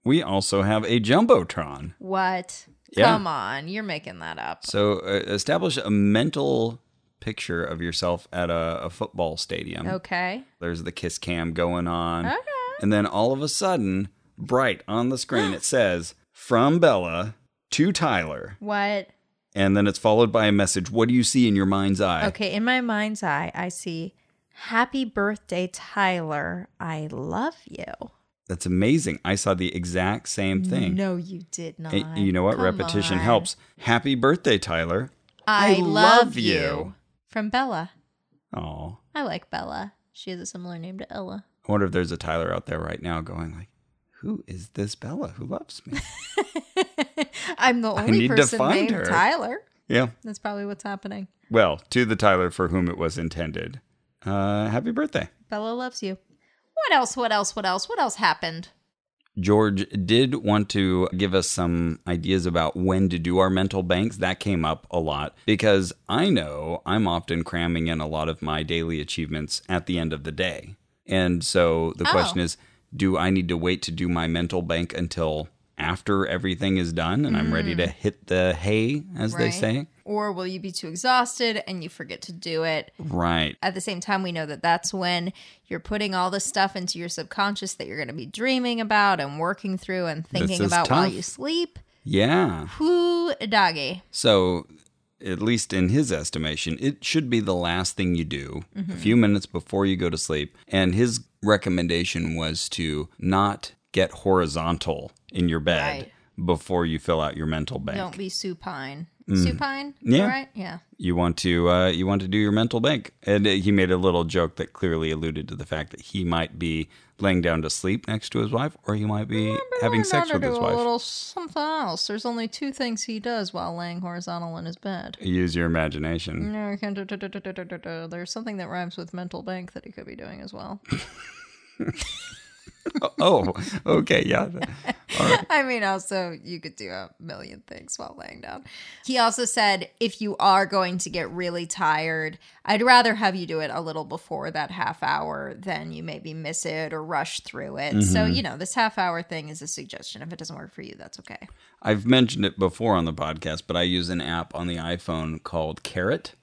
Speaker 1: we also have a Jumbotron.
Speaker 2: What?
Speaker 1: Yeah.
Speaker 2: Come on, you're making that up.
Speaker 1: So uh, establish a mental picture of yourself at a, a football stadium.
Speaker 2: Oh. Okay.
Speaker 1: There's the kiss cam going on.
Speaker 2: Okay.
Speaker 1: And then all of a sudden, bright on the screen, it says, From Bella to Tyler.
Speaker 2: What?
Speaker 1: And then it's followed by a message What do you see in your mind's eye?
Speaker 2: Okay, in my mind's eye, I see Happy birthday, Tyler. I love you.
Speaker 1: That's amazing. I saw the exact same thing.
Speaker 2: No, you did not.
Speaker 1: And you know what?
Speaker 2: Come
Speaker 1: Repetition
Speaker 2: on.
Speaker 1: helps. Happy birthday, Tyler.
Speaker 2: I,
Speaker 1: I
Speaker 2: love,
Speaker 1: love
Speaker 2: you.
Speaker 1: you.
Speaker 2: From Bella.
Speaker 1: Oh,
Speaker 2: I like Bella. She has a similar name to Ella. (laughs)
Speaker 1: I wonder if there's a Tyler out there right now going like, who is this Bella who loves
Speaker 2: (laughs)
Speaker 1: me?
Speaker 2: I'm the only
Speaker 1: need to
Speaker 2: person
Speaker 1: find
Speaker 2: named
Speaker 1: her.
Speaker 2: Tyler.
Speaker 1: yeah.
Speaker 2: That's probably what's happening.
Speaker 1: Well, to the Tyler for whom it was intended. Uh, happy birthday.
Speaker 2: Bella loves you. What else? What else? What else? What else happened?
Speaker 1: George did want to give us some ideas about when to do our mental banks. That came up a lot because I know I'm often cramming in a lot of my daily achievements at the end of the day. And so the
Speaker 2: Oh.
Speaker 1: question is do I need to wait to do my mental bank until after everything is done and I'm ready to hit the hay, as they
Speaker 2: Hmm. Right.
Speaker 1: say?
Speaker 2: Or will you be too exhausted and you forget to do it?
Speaker 1: Right.
Speaker 2: At the same time, we know that that's when you're putting all this stuff into your subconscious that you're going to be dreaming about and working through and thinking
Speaker 1: is
Speaker 2: about while
Speaker 1: tough.
Speaker 2: you sleep.
Speaker 1: Yeah.
Speaker 2: Whoo, doggy.
Speaker 1: So, at least in his estimation, it should be the last thing you do
Speaker 2: Mm-hmm.
Speaker 1: a few minutes before you go to sleep. And his recommendation was to not get horizontal in your bed before you fill out your mental bank.
Speaker 2: Don't be supine. Supine?
Speaker 1: Mm. Yeah.
Speaker 2: All right? Yeah.
Speaker 1: You want to uh, you want to do your mental bank. And uh, he made a little joke that clearly alluded to the fact that he might be laying down to sleep next to his wife, or he might be having
Speaker 2: Learn
Speaker 1: sex
Speaker 2: how to
Speaker 1: with his
Speaker 2: do
Speaker 1: wife.
Speaker 2: A little something else. There's only two things he does while laying horizontal in his bed. (laughs)
Speaker 1: Use your imagination.
Speaker 2: No, I can't. da-da-da-da-da-da-da. There's something that rhymes with mental bank that he could be doing as well.
Speaker 1: oh, okay, yeah.
Speaker 2: (laughs) I mean, also, you could do a million things while laying down. He also said if you are going to get really tired, I'd rather have you do it a little before that half hour than you maybe miss it or rush through it. So,
Speaker 1: Mm-hmm.
Speaker 2: you know, this half hour thing is a suggestion. If it doesn't work for you, that's okay.
Speaker 1: I've mentioned it before on the podcast, but I use an app on the iPhone called Carrot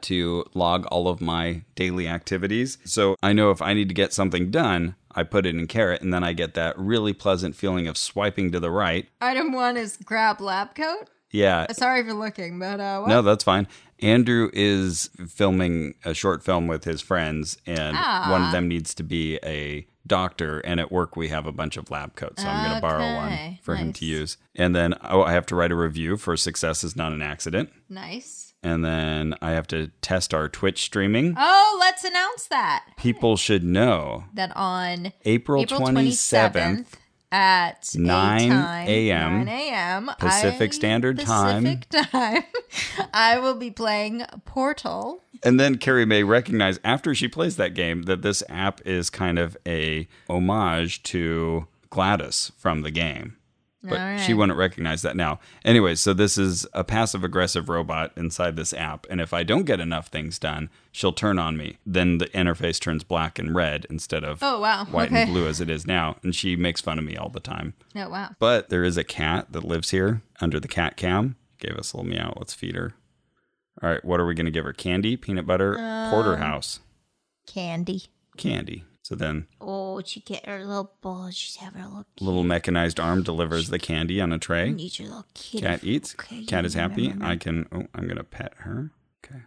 Speaker 1: to log all of my daily activities. So I know if I need to get something done, I put it in Carrot, and then I get that really pleasant feeling of swiping to the right.
Speaker 2: Item one is grab lab coat.
Speaker 1: Yeah.
Speaker 2: Sorry for looking, but uh, what?
Speaker 1: No, that's fine. Andrew is filming a short film with his friends, and one
Speaker 2: Ah.
Speaker 1: of them needs to be a doctor. And at work, we have a bunch of lab coats, so I'm going to borrow one
Speaker 2: Okay,
Speaker 1: for him to
Speaker 2: nice.
Speaker 1: use. And then oh, I have to write a review for "Success is Not an Accident."
Speaker 2: nice.
Speaker 1: And then I have to test our Twitch streaming.
Speaker 2: Oh, let's announce that.
Speaker 1: People should know
Speaker 2: That on
Speaker 1: April,
Speaker 2: April
Speaker 1: 27th,
Speaker 2: 27th at
Speaker 1: 9
Speaker 2: a time,
Speaker 1: a.m.
Speaker 2: 9 a.m.
Speaker 1: Pacific
Speaker 2: I-
Speaker 1: Standard Time.
Speaker 2: Pacific Time. (laughs) I will be playing Portal.
Speaker 1: And then Carrie may recognize after she plays that game that this app is kind of a homage to Gladys from the game. But
Speaker 2: All
Speaker 1: she
Speaker 2: right.
Speaker 1: wouldn't recognize that now. Anyway, so this is a passive aggressive robot inside this app. And if I don't get enough things done, she'll turn on me. Then the interface turns black and red instead of
Speaker 2: Oh, wow.
Speaker 1: white
Speaker 2: Okay.
Speaker 1: and blue as it is now. And she makes fun of me all the time.
Speaker 2: Oh, wow.
Speaker 1: But there is a cat that lives here under the cat cam. Gave us a little meow. Let's feed her. All right, what are we going to give her? Candy, peanut butter,
Speaker 2: Uh,
Speaker 1: porterhouse,
Speaker 2: Candy.
Speaker 1: candy. So then
Speaker 3: Oh, she get her little ball. She's having her little
Speaker 1: little mechanized arm delivers the candy on a tray.
Speaker 3: need your little kitty.
Speaker 1: Cat eats.
Speaker 3: Okay,
Speaker 1: Cat
Speaker 3: you
Speaker 1: is happy.
Speaker 3: remember
Speaker 1: I can, oh, I'm going to pet her. Okay.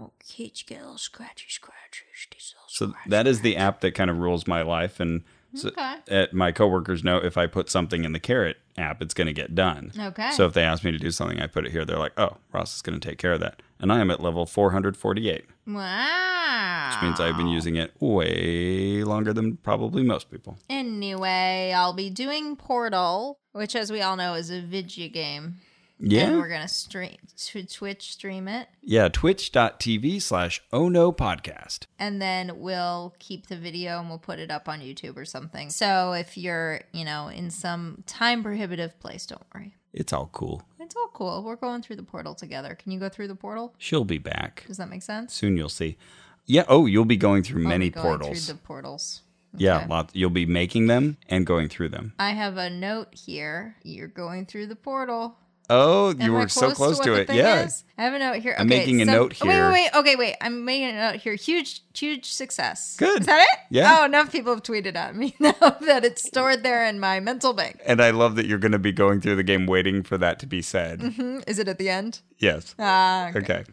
Speaker 3: Okay, she get a little scratchy, scratchy. She gets a little
Speaker 1: So that is the app that kind of rules my life. And so
Speaker 2: Okay.
Speaker 1: at my coworkers know if I put something in the carrot app, it's going to get done.
Speaker 2: Okay.
Speaker 1: So if they ask me to do something, I put it here. They're like, oh, Ross is going to take care of that. And I am at level 448.
Speaker 2: Wow.
Speaker 1: which means I've been using it way longer than probably most people.
Speaker 2: Anyway, I'll be doing Portal, which, as we all know, is a video game.
Speaker 1: Yeah.
Speaker 2: And we're going to stream to Twitch stream it.
Speaker 1: yeah, twitch.tv slash oh no podcast.
Speaker 2: and then we'll keep the video and we'll put it up on YouTube or something. So if you're, you know, in some time prohibitive place, don't worry.
Speaker 1: It's all cool.
Speaker 2: It's all cool. We're going through the portal together. Can you go through the portal?
Speaker 1: She'll be back.
Speaker 2: Does that make sense?
Speaker 1: Soon you'll see. Yeah, oh, you'll be going through
Speaker 2: I'll be
Speaker 1: many
Speaker 2: going
Speaker 1: portals.
Speaker 2: Through the portals.
Speaker 1: Yeah, lot, you'll be making them and going through them.
Speaker 2: I have a note here. You're going through the portal.
Speaker 1: Oh,
Speaker 2: Am
Speaker 1: you
Speaker 2: I
Speaker 1: were so close
Speaker 2: what
Speaker 1: to
Speaker 2: the
Speaker 1: it.
Speaker 2: thing
Speaker 1: Yeah.
Speaker 2: is? I have a note here.
Speaker 1: I'm
Speaker 2: Okay,
Speaker 1: making a
Speaker 2: so-
Speaker 1: note
Speaker 2: oh, Wait,
Speaker 1: here.
Speaker 2: wait, wait. Okay, wait. I'm making a note here. Huge, huge success.
Speaker 1: Good.
Speaker 2: Is that it?
Speaker 1: Yeah.
Speaker 2: Oh, enough people have tweeted at me (laughs) now that it's stored there in my mental bank.
Speaker 1: And I love that you're going to be going through the game waiting for that to be
Speaker 2: (laughs)
Speaker 1: said.
Speaker 2: Hmm, Is it at the end?
Speaker 1: Yes.
Speaker 2: Ah, okay.
Speaker 1: Okay.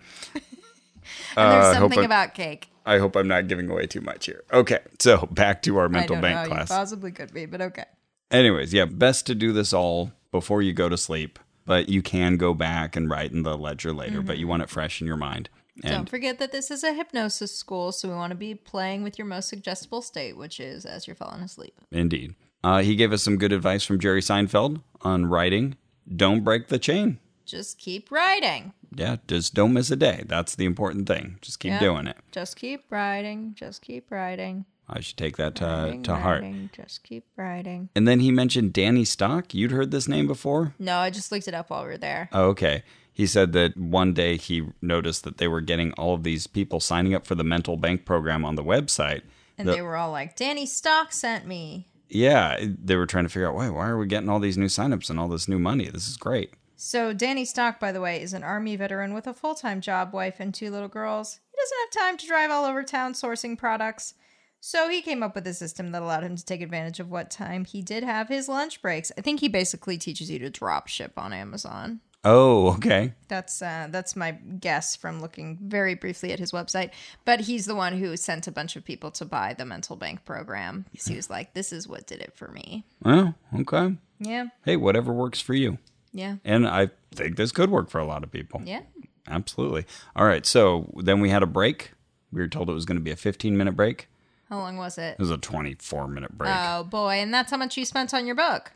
Speaker 2: And
Speaker 1: Uh, I
Speaker 2: there's
Speaker 1: hope
Speaker 2: something
Speaker 1: I'm-
Speaker 2: about cake.
Speaker 1: I hope I'm not giving away too much here. Okay. So back to our mental
Speaker 2: I don't know
Speaker 1: bank
Speaker 2: how
Speaker 1: class.
Speaker 2: You possibly could be, but okay.
Speaker 1: Anyways, yeah, best to do this all before you go to sleep, but you can go back and write in the ledger later, but
Speaker 2: Mm-hmm.
Speaker 1: you want it fresh in your mind. And
Speaker 2: don't forget that this is a hypnosis school, so we want to be playing with your most suggestible state, which is as you're falling asleep.
Speaker 1: indeed, uh, he gave us some good advice from Jerry Seinfeld on writing. Don't break the chain.
Speaker 2: Just keep writing.
Speaker 1: Yeah, just don't miss a day. That's the important thing. Just keep
Speaker 2: Yeah.
Speaker 1: doing it.
Speaker 2: Just keep writing. Just keep writing.
Speaker 1: I should take that to,
Speaker 2: Writing,
Speaker 1: Uh, to heart.
Speaker 2: writing, Just keep writing.
Speaker 1: And then he mentioned Danny Stock. You'd heard this name before?
Speaker 2: No, I just looked it up while we were there.
Speaker 1: Oh, okay. He said that one day he noticed that they were getting all of these people signing up for the mental bank program on the website.
Speaker 2: And they were all like, Danny Stock sent me.
Speaker 1: yeah, eh, they were trying to figure out why why are we getting all these new signups and all this new money? This is great.
Speaker 2: So, Danny Stock, by the way, is an Army veteran with a full time job, wife, and two little girls. He doesn't have time to drive all over town sourcing products. So, he came up with a system that allowed him to take advantage of what time he did have his lunch breaks. I think he basically teaches you to drop ship on Amazon.
Speaker 1: Oh, okay.
Speaker 2: That's uh, that's my guess from looking very briefly at his website. But he's the one who sent a bunch of people to buy the mental bank program because he was like, "This is what did it for me."
Speaker 1: Well, okay.
Speaker 2: Yeah,
Speaker 1: Hey, whatever works for you.
Speaker 2: yeah,
Speaker 1: And I think this could work for a lot of people.
Speaker 2: yeah.
Speaker 1: Absolutely. All right. So then we had a break. We were told it was going to be a 15 minute break.
Speaker 2: How long was it?
Speaker 1: It was a 24 minute break.
Speaker 2: Oh boy, and that's how much you spent on your book.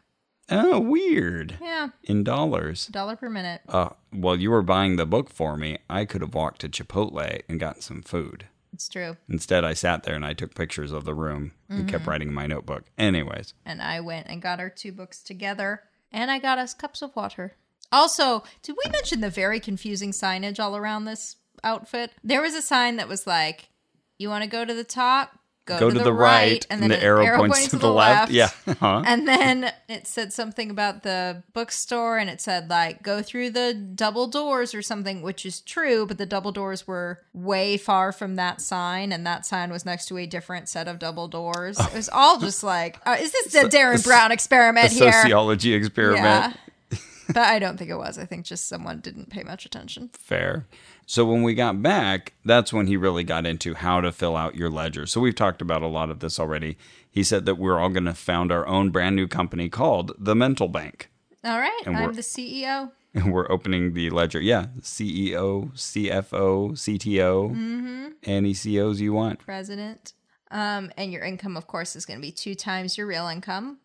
Speaker 1: oh, weird.
Speaker 2: Yeah,
Speaker 1: In dollars.
Speaker 2: dollar per minute.
Speaker 1: Uh, while you were buying the book for me, I could have walked to Chipotle and gotten some food.
Speaker 2: It's true.
Speaker 1: Instead, I sat there and I took pictures of the room and kept writing in my notebook. Anyways,
Speaker 2: And I went and got our two books together, and I got us cups of water. Also, did we mention the very confusing signage all around this outfit? There was a sign that was like, "You want to go to the top, go,
Speaker 1: go to, the, right, and, the
Speaker 2: an
Speaker 1: arrow, points, to, the, left. Yeah. (laughs) Uh-huh.
Speaker 2: And then it said something about the bookstore, and it said, like, go through the double doors or something, which is true, but the double doors were way far from that sign, and that sign was next to a different set of double doors.
Speaker 1: Oh.
Speaker 2: It was all just like, uh, is this the Darren Brown
Speaker 1: A
Speaker 2: experiment here?
Speaker 1: sociology experiment.
Speaker 2: Yeah. but I don't think it was. I think just someone didn't pay much attention.
Speaker 1: Fair. So when we got back, that's when he really got into how to fill out your ledger. So we've talked about a lot of this already. He said that we're all going to found our own brand new company called The Mental Bank. (laughs)
Speaker 2: All right.
Speaker 1: And we're-
Speaker 2: I'm the E CEO.
Speaker 1: and we're opening the ledger. Yeah, E CEO, CFO, CTO, any COs you want.
Speaker 2: president. Um, and your income, of course, is going to be two times your real income.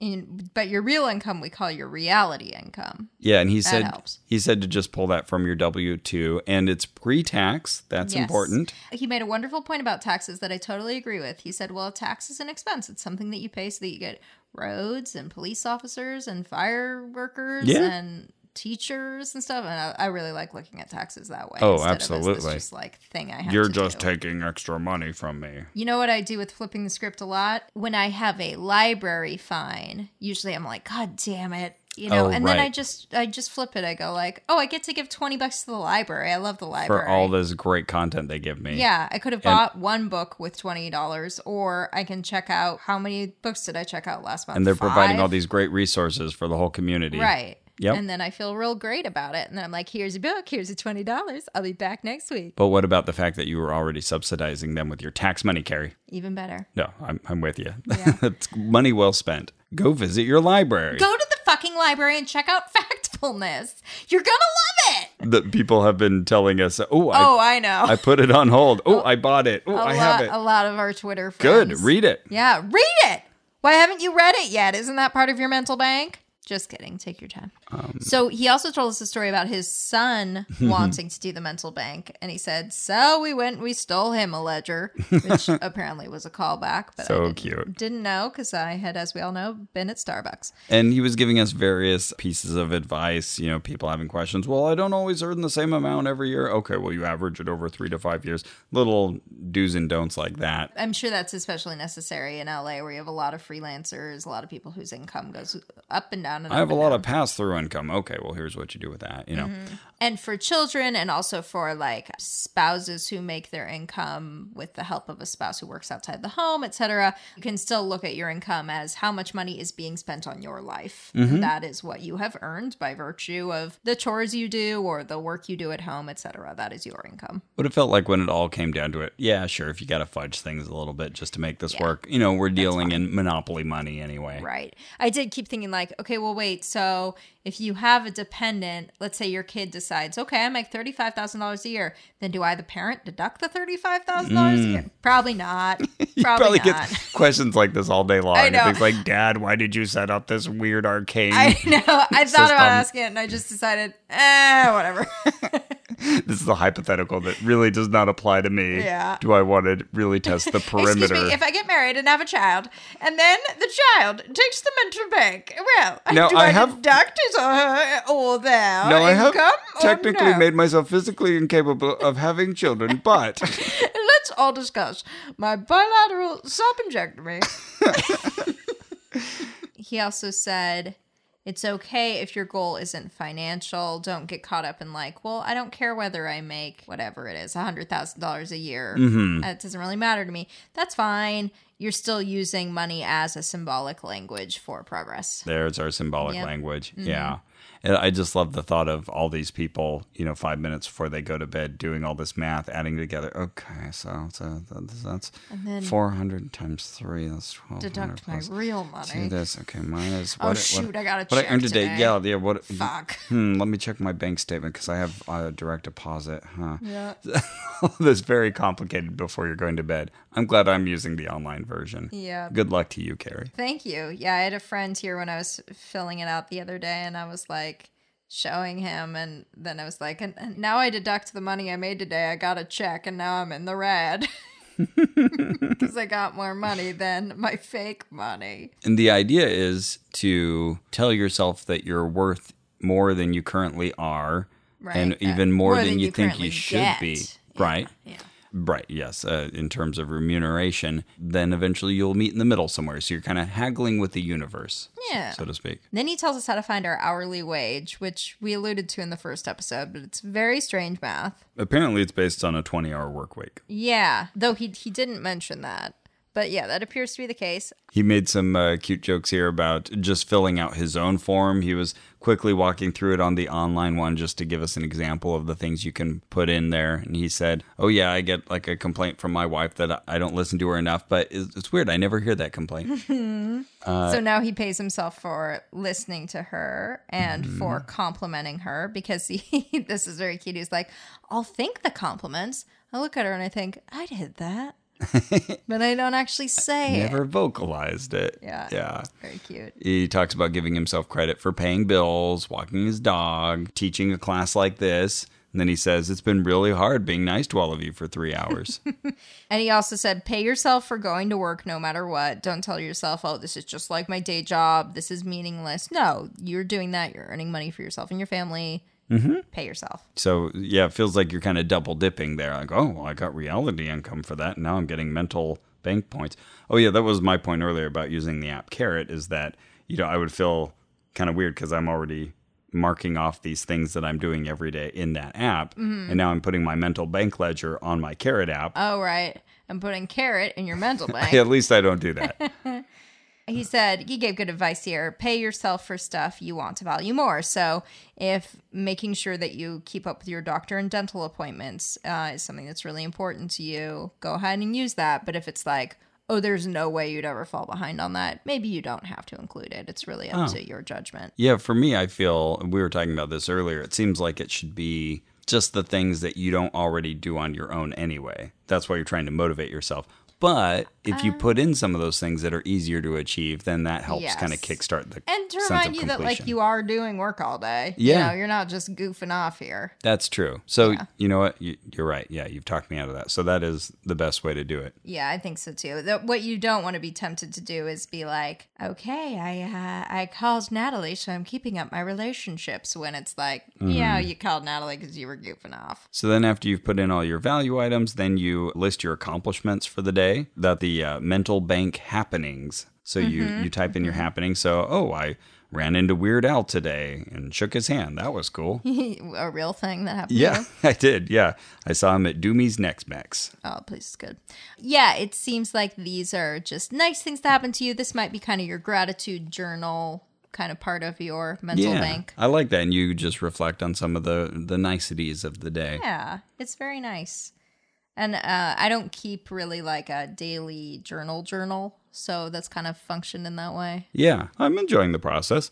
Speaker 2: In, but your real income we call your reality income.
Speaker 1: Yeah, and he
Speaker 2: That
Speaker 1: said
Speaker 2: helps.
Speaker 1: he said to just pull that from your W two, and it's pre tax. That's
Speaker 2: Yes.
Speaker 1: important.
Speaker 2: He made a wonderful point about taxes that I totally agree with. He said, well, tax is an expense. It's something that you pay so that you get roads and police officers and fire workers
Speaker 1: Yeah.
Speaker 2: and teachers and stuff. And I, I really like looking at taxes that way.
Speaker 1: Oh,
Speaker 2: instead of as this
Speaker 1: absolutely.
Speaker 2: just like thing I have
Speaker 1: You're
Speaker 2: to
Speaker 1: just
Speaker 2: do.
Speaker 1: taking extra money from me.
Speaker 2: You know what I do with flipping the script a lot? When I have a library fine, usually I'm like, God damn it. You know,
Speaker 1: Oh,
Speaker 2: and then I
Speaker 1: right.
Speaker 2: just I just flip it. I go like, Oh, I get to give twenty bucks to the library. I love the library.
Speaker 1: For all this great content they give me.
Speaker 2: yeah, I could have bought one book with twenty dollars, or I can check out how many books did I check out last month?
Speaker 1: And they're providing all
Speaker 2: Five?
Speaker 1: these great resources for the whole community.
Speaker 2: right.
Speaker 1: Yep.
Speaker 2: And then I feel real great about it. And then I'm like, here's a book, here's a twenty dollars. I'll be back next week.
Speaker 1: But what about the fact that you were already subsidizing them with your tax money, Carrie?
Speaker 2: Even better.
Speaker 1: No, I'm, I'm with you. (laughs) it's money well spent. Go visit your library.
Speaker 2: Go to the fucking library and check out (laughs) Factfulness. You're gonna love it.
Speaker 1: That people have been telling us, oh, I,
Speaker 2: Oh, I know. (laughs)
Speaker 1: I put it on hold. Oh, I bought it. Oh,
Speaker 2: A
Speaker 1: I
Speaker 2: lot,
Speaker 1: have it.
Speaker 2: A lot of our Twitter friends.
Speaker 1: Good. Read it.
Speaker 2: Yeah, read it. Why haven't you read it yet? Isn't that part of your mental bank? Just kidding. Take your time.
Speaker 1: Um,
Speaker 2: so he also told us a story about
Speaker 1: (laughs)
Speaker 2: his son wanting to do the mental bank, and he said, "So we went, and we stole him a ledger,"
Speaker 1: (laughs)
Speaker 2: which apparently was a callback. But
Speaker 1: So
Speaker 2: I didn't,
Speaker 1: cute.
Speaker 2: Didn't know because I had, as we all know, been at Starbucks.
Speaker 1: And he was giving us various pieces of advice, you know, people having questions. Well, I don't always earn the same amount every year. Okay, well, you average it over three to five years. Little do's and don'ts like that.
Speaker 2: I'm sure that's especially necessary in LA, where you have a lot of freelancers, a lot of people whose income goes up and down. And
Speaker 1: I have
Speaker 2: up
Speaker 1: a
Speaker 2: and
Speaker 1: lot
Speaker 2: down.
Speaker 1: of pass through income. Okay, well, here's what you do with that, you know.
Speaker 2: Mm-hmm. and for children and also for like spouses who make their income with the help of a spouse who works outside the home etc you can still look at your income as how much money is being spent on your life And that is what you have earned by virtue of the chores you do or the work you do at home etc that is your income
Speaker 1: What it felt like when it all came down to it. Yeah, sure, if you got to fudge things a little bit just to make this work, you know, we're dealing in monopoly money anyway. (laughs)
Speaker 2: Right. I did keep thinking like, okay, well wait, so if you have a dependent, let's say your kid decides, okay, I make $35,000 a year, then do I the parent deduct the $35,000 a year? Probably
Speaker 1: (laughs)
Speaker 2: not. Probably,
Speaker 1: Mm. Probably
Speaker 2: not.
Speaker 1: get questions like this all day long.
Speaker 2: I know.
Speaker 1: It's like, Dad, why did you set up this weird arcade? (laughs)
Speaker 2: I know. I thought
Speaker 1: System.
Speaker 2: about asking it and I just decided, eh, whatever. (laughs)
Speaker 1: this is a hypothetical that really does not apply to me.
Speaker 2: Yeah.
Speaker 1: Do I want to really test the perimeter?
Speaker 2: (laughs) Excuse me, if I get married and have a child, and then the child takes the mental bank, well,
Speaker 1: Now,
Speaker 2: (laughs) do
Speaker 1: I
Speaker 2: I,
Speaker 1: have-
Speaker 2: deduct his or her or their
Speaker 1: no, I have
Speaker 2: income or
Speaker 1: technically
Speaker 2: no?
Speaker 1: made myself physically incapable of having
Speaker 2: (laughs)
Speaker 1: children, but
Speaker 2: Let's all discuss my bilateral salpingectomy. he also said, it's okay if your goal isn't financial. Don't get caught up in like, well, I don't care whether I make whatever it is, $100,000 a year. It doesn't really matter to me. That's fine. You're still using money as a symbolic language for progress.
Speaker 1: there's our symbolic
Speaker 2: Yep. Mm-hmm.
Speaker 1: language. Yeah. And I just love the thought of all these people, you know, five minutes before they go to bed doing all this math, adding together. Okay, so, so that's, that's
Speaker 2: And then
Speaker 1: 400 times 3, that's 1200.
Speaker 2: Deduct my
Speaker 1: plus-
Speaker 2: real
Speaker 1: Do
Speaker 2: money.
Speaker 1: this. Okay, mine is
Speaker 2: Oh,
Speaker 1: what,
Speaker 2: shoot,
Speaker 1: what,
Speaker 2: I gotta
Speaker 1: what I
Speaker 2: check
Speaker 1: earned today.
Speaker 2: today.
Speaker 1: Yeah, yeah. What?
Speaker 2: Fuck.
Speaker 1: Hmm. Let me check my bank statement because I have a uh, direct deposit. Huh. (laughs)
Speaker 2: Yeah.
Speaker 1: That's very complicated before you're going to bed. I'm glad I'm using the online version.
Speaker 2: Yeah.
Speaker 1: Good luck to you, Carrie.
Speaker 2: Thank you. Yeah, I had a friend here when I was filling it out the other day, and I was like showing him, and then I was like, and, and now I deduct the money I made today. I got a check, and now I'm in the red (laughs) because I got more money than my fake money.
Speaker 1: And the idea is to tell yourself that you're worth more than you currently are, and
Speaker 2: Right. uh,
Speaker 1: even more,
Speaker 2: More
Speaker 1: than,
Speaker 2: than
Speaker 1: you,
Speaker 2: you
Speaker 1: think you
Speaker 2: currently
Speaker 1: should be.
Speaker 2: get.
Speaker 1: Right.
Speaker 3: Yeah.
Speaker 1: Right, yes, uh, in terms of remuneration, then eventually you'll meet in the middle somewhere. So you're kind of haggling with the universe, s-
Speaker 2: Yeah.
Speaker 1: so to speak.
Speaker 2: Then he tells us how to find our hourly wage, which we alluded to in the first episode, but it's very strange math.
Speaker 1: Apparently, it's based on a 20 hour work week.
Speaker 2: Yeah, though he he didn't mention that. But yeah, that appears to be the case.
Speaker 1: He made some uh, cute jokes here about just filling out his own form. He was quickly walking through it on the online one just to give us an example of the things you can put in there. And he said, Oh, yeah, I get like a complaint from my wife that I- I don't listen to her enough, but it's it's weird. I never hear that complaint.
Speaker 2: so now he pays himself for listening to her and for complimenting her because he (laughs) this is very cute. He's like, I'll think the compliments. I look at her and I think, I did that. but I don't actually say it.
Speaker 1: never vocalized it.
Speaker 2: Yeah.
Speaker 1: Yeah.
Speaker 2: Very cute.
Speaker 1: He talks about giving himself credit for paying bills, walking his dog, teaching a class like this. And then he says, It's been really hard being nice to all of you for three hours.
Speaker 2: And he also said, pay yourself for going to work no matter what. Don't tell yourself, oh, this is just like my day job. This is meaningless. No, you're doing that. You're earning money for yourself and your family. Pay yourself.
Speaker 1: so, yeah, it feels like you're kind of double dipping there. Like, oh, well, I got reality income for that. And now I'm getting mental bank points. Oh, yeah, that was my point earlier about using the app Carrot is that, you know, I would feel kind of weird because I'm already marking off these things that I'm doing every day in that app. And now I'm putting my mental bank ledger on my Carrot app.
Speaker 2: Oh, right. I'm putting carrot in your mental
Speaker 1: (laughs)
Speaker 2: bank.
Speaker 1: At least I don't do that.
Speaker 2: He said he gave good advice here. Pay yourself for stuff you want to value more. So, if making sure that you keep up with your doctor and dental appointments uh, is something that's really important to you, go ahead and use that. But if it's like, oh, there's no way you'd ever fall behind on that, maybe you don't have to include it. It's really
Speaker 1: Oh.
Speaker 2: up to your judgment.
Speaker 1: Yeah, for me, I feel we were talking about this earlier. It seems like it should be just the things that you don't already do on your own anyway. That's why you're trying to motivate yourself. But if you put in some of those things that are easier to achieve, then that helps
Speaker 2: Um, Yes.
Speaker 1: kind of kickstart the
Speaker 2: And to
Speaker 1: sense
Speaker 2: remind
Speaker 1: of
Speaker 2: you that, like,
Speaker 1: completion.
Speaker 2: you are doing work all day.
Speaker 1: Yeah.
Speaker 2: You know, you're not just goofing off here.
Speaker 1: That's true. So you know what? You, you're right. Yeah, you've talked me out of that. So that is the best way to do it.
Speaker 2: Yeah, I think so too. That what you don't want to be tempted to do is be like, "Okay, I uh, I called Natalie, so I'm keeping up my relationships." When it's like, "Yeah,
Speaker 1: Mm-hmm.
Speaker 2: you called Natalie because you were goofing off." (laughs)
Speaker 1: So then, after you've put in all your value items, then you list your accomplishments for the day. That the uh, mental bank happenings. So you
Speaker 2: Mm-hmm.
Speaker 1: you type in your happenings. So oh, I ran into Weird Al today and shook his hand. That was cool.
Speaker 2: A real thing that happened. to
Speaker 1: yeah, (laughs)
Speaker 2: you?
Speaker 1: I did. Yeah, I saw him at Doomy's Next Max.
Speaker 2: Oh, please, it's good. Yeah, it seems like these are just nice things that happen to you. This might be kind of your gratitude journal, kind of part of your mental
Speaker 1: yeah,
Speaker 2: bank.
Speaker 1: I like that. And you just reflect on some of the the niceties of the day.
Speaker 2: Yeah, it's very nice. And uh, I don't keep really like a daily journal journal, so that's kind of functioned in that way.
Speaker 1: Yeah, I'm enjoying the process.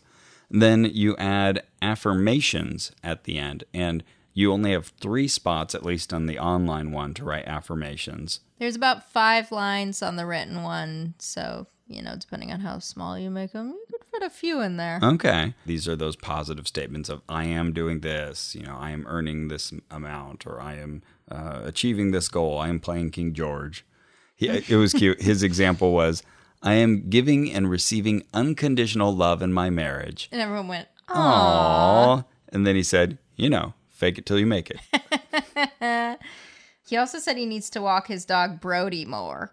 Speaker 1: Then you add affirmations at the end, and you only have three spots, at least on the online one, to write affirmations.
Speaker 2: There's about five lines on the written one, so you know, depending on how small you make them, you could fit a few in there.
Speaker 1: Okay. These are those positive statements of I am doing this, you know, I am earning this amount, or I am uh, achieving this goal, I am playing King George. He, it was cute. His example was I am giving and receiving unconditional love in my marriage.
Speaker 2: And everyone went, "Oh,
Speaker 1: Aww. And then he said, you know, fake it till you make it.
Speaker 2: He also said he needs to walk his dog Brody more,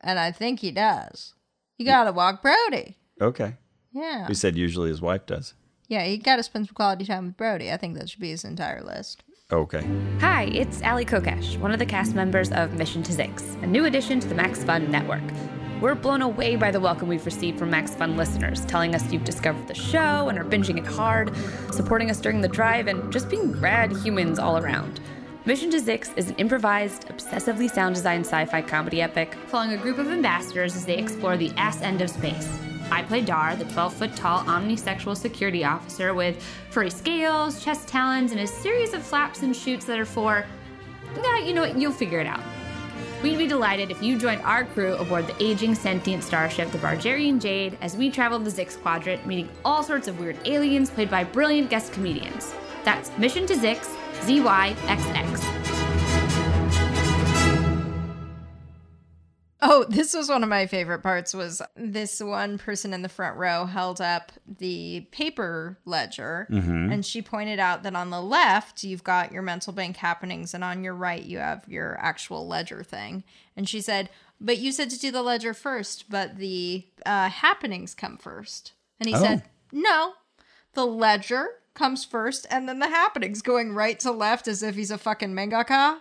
Speaker 2: and I think he does. You gotta walk Brody.
Speaker 1: Okay.
Speaker 2: Yeah,
Speaker 1: He said usually his wife does.
Speaker 2: yeah. You gotta spend some quality time with Brody. I think that should be his entire list.
Speaker 1: Okay.
Speaker 4: Hi, it's Ali Kokesh, one of the cast members of Mission to Zix, a new addition to the Max Fun network. We're blown away by the welcome we've received from Max Fun listeners, telling us you've discovered the show and are binging it hard, supporting us during the drive, and just being rad humans all around. Mission to Zix is an improvised, obsessively sound designed sci fi comedy epic following a group of ambassadors as they explore the ass end of space. I play Dar, the 12 foot tall omnisexual security officer with furry scales, chest talons, and a series of flaps and shoots that are for. Nah, you know what? You'll figure it out. We'd be delighted if you joined our crew aboard the aging sentient starship, the Bargerian Jade, as we travel the Zix Quadrant, meeting all sorts of weird aliens played by brilliant guest comedians. That's Mission to Zix, ZYXX.
Speaker 2: Oh, this was one of my favorite parts was this one person in the front row held up the paper ledger and she pointed out that on the left you've got your mental bank happenings and on your right you have your actual ledger thing. And she said, "But you said to do the ledger first, but the uh, happenings come first. And he
Speaker 1: Oh.
Speaker 2: said, "No. The ledger comes first and then the happenings going right to left as if he's a fucking mangaka."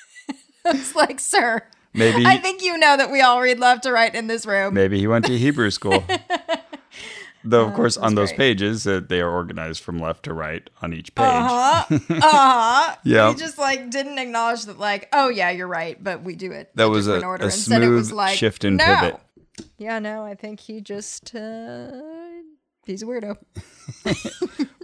Speaker 2: (laughs) it's like, "Sir,
Speaker 1: Maybe
Speaker 2: I think you know that we all read left to right in this room.
Speaker 1: maybe he went to Hebrew
Speaker 2: (laughs)
Speaker 1: school. Though of course on those
Speaker 2: Oh, great.
Speaker 1: pages uh, they are organized from left to right on each page.
Speaker 2: Uh huh. Uh huh.
Speaker 1: (laughs) Yeah.
Speaker 2: He just like didn't acknowledge that, like, oh yeah, you're right, but we do it.
Speaker 1: That
Speaker 2: in
Speaker 1: was a,
Speaker 2: different order.
Speaker 1: a
Speaker 2: Instead, it
Speaker 1: smooth
Speaker 2: was like,
Speaker 1: shift and
Speaker 2: no.
Speaker 1: pivot.
Speaker 2: Yeah, no, I think he just uh, he's a weirdo,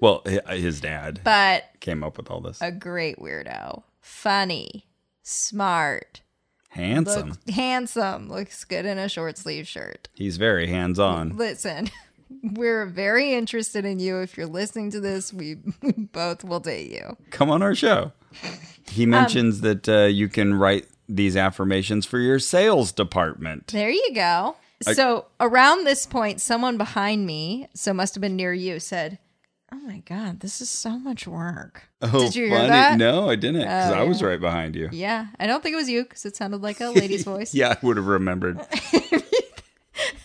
Speaker 1: Well, hi- his dad
Speaker 2: but
Speaker 1: came up with all this.
Speaker 2: a great weirdo. Funny, smart,
Speaker 1: Handsome.
Speaker 2: look, handsome, looks good in a short sleeve shirt.
Speaker 1: He's very hands on.
Speaker 2: Listen, (laughs) we're very interested in you. If you're listening to this, we (laughs) both will date you.
Speaker 1: Come on our
Speaker 2: (laughs)
Speaker 1: show.
Speaker 2: Um,
Speaker 1: He mentions that uh, you can write these affirmations for your sales department.
Speaker 2: There you go. so around this point, someone behind me, so must have been near you, said, "Oh my god, this is so much
Speaker 1: (laughs)
Speaker 2: work." Did you hear
Speaker 1: Oh, funny.
Speaker 2: that? Oh,
Speaker 1: No, I didn't because I was right behind you.
Speaker 2: Yeah, I don't think it was you because it sounded like
Speaker 1: (laughs)
Speaker 2: a lady's voice.
Speaker 1: Yeah, I would have remembered.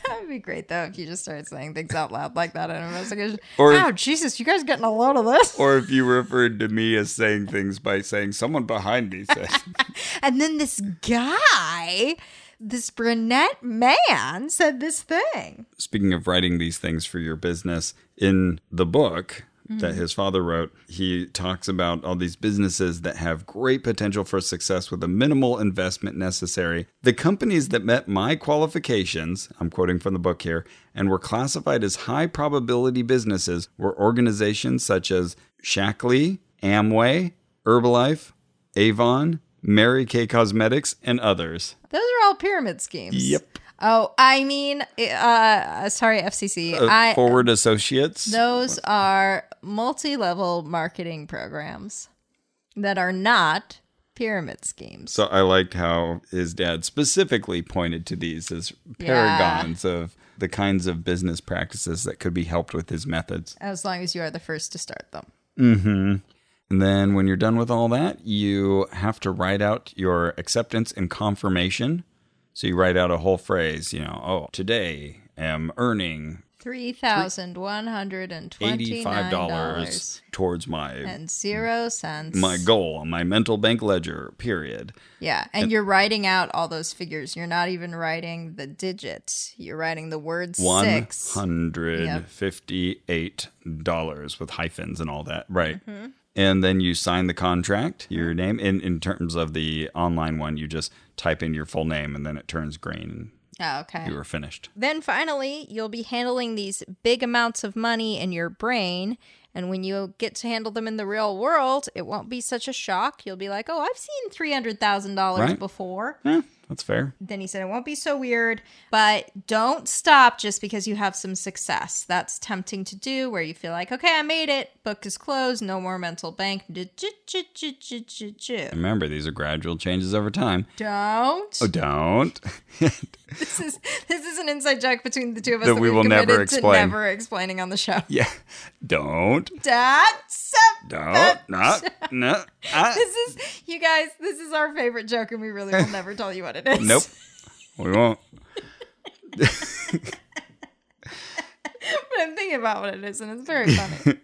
Speaker 2: that would be great though if you just started saying things out loud like that in a investigation.
Speaker 1: (laughs) Or-
Speaker 2: oh Jesus, you guys getting a load of this?
Speaker 1: or if you referred to me as saying things by saying someone behind me said.
Speaker 2: and then this guy, this brunette man, said this thing.
Speaker 1: Speaking of writing these things for your business, in the book that his father wrote, he talks about all these businesses that have great potential for success with a minimal investment necessary. The companies that met my qualifications, I'm quoting from the book here, and were classified as high probability businesses were organizations such as Shackley, Amway, Herbalife, Avon, Mary Kay Cosmetics, and others.
Speaker 2: Those are all pyramid schemes.
Speaker 1: Yep.
Speaker 2: Oh, I mean, uh, sorry, FCC.
Speaker 1: Uh,
Speaker 2: I
Speaker 1: Forward Associates.
Speaker 2: Those are multi level marketing programs that are not pyramid schemes.
Speaker 1: So I liked how his dad specifically pointed to these as paragons of the kinds of business practices that could be helped with his methods.
Speaker 2: as long as you are the first to start them.
Speaker 1: And then when you're done with all that, you have to write out your acceptance and confirmation. So you write out a whole phrase, you know, oh, today am earning
Speaker 2: $3,129.00
Speaker 1: $85 towards my
Speaker 2: and zero cents.
Speaker 1: my goal on my mental bank ledger, period.
Speaker 2: Yeah. And you're writing out all those figures. You're not even writing the digits, you're writing the word six.
Speaker 1: $158 with hyphens and all that. Right. And then you sign the contract, your name. In, in terms of the online one, you just type in your full name and then it turns green
Speaker 2: Oh, okay.
Speaker 1: and you are finished.
Speaker 2: Then finally, you'll be handling these big amounts of money in your brain. And when you get to handle them in the real world, it won't be such a shock. You'll be like, oh, I've seen $300,000
Speaker 1: Right.
Speaker 2: before.
Speaker 1: Eh, that's fair.
Speaker 2: Then he said, it won't be so weird, but don't stop just because you have some success. That's tempting to do where you feel like, okay, I made it. Book is closed. No more mental bank. Don't.
Speaker 1: Remember, these are gradual changes over time. Oh, don't.
Speaker 2: (laughs)
Speaker 1: (laughs)
Speaker 2: This is this is an inside joke between the two of us
Speaker 1: That
Speaker 2: that,
Speaker 1: we
Speaker 2: we've
Speaker 1: will never
Speaker 2: committed
Speaker 1: explain.
Speaker 2: to never explaining on the show.
Speaker 1: yeah. Don't.
Speaker 2: That's
Speaker 1: Don't. Not. No. Ah.
Speaker 2: This is you guys. This is our favorite joke, and we really will never tell you what it is.
Speaker 1: Nope. We won't.
Speaker 2: (laughs) but I'm thinking about what it is, and it's
Speaker 1: (laughs)
Speaker 2: very funny.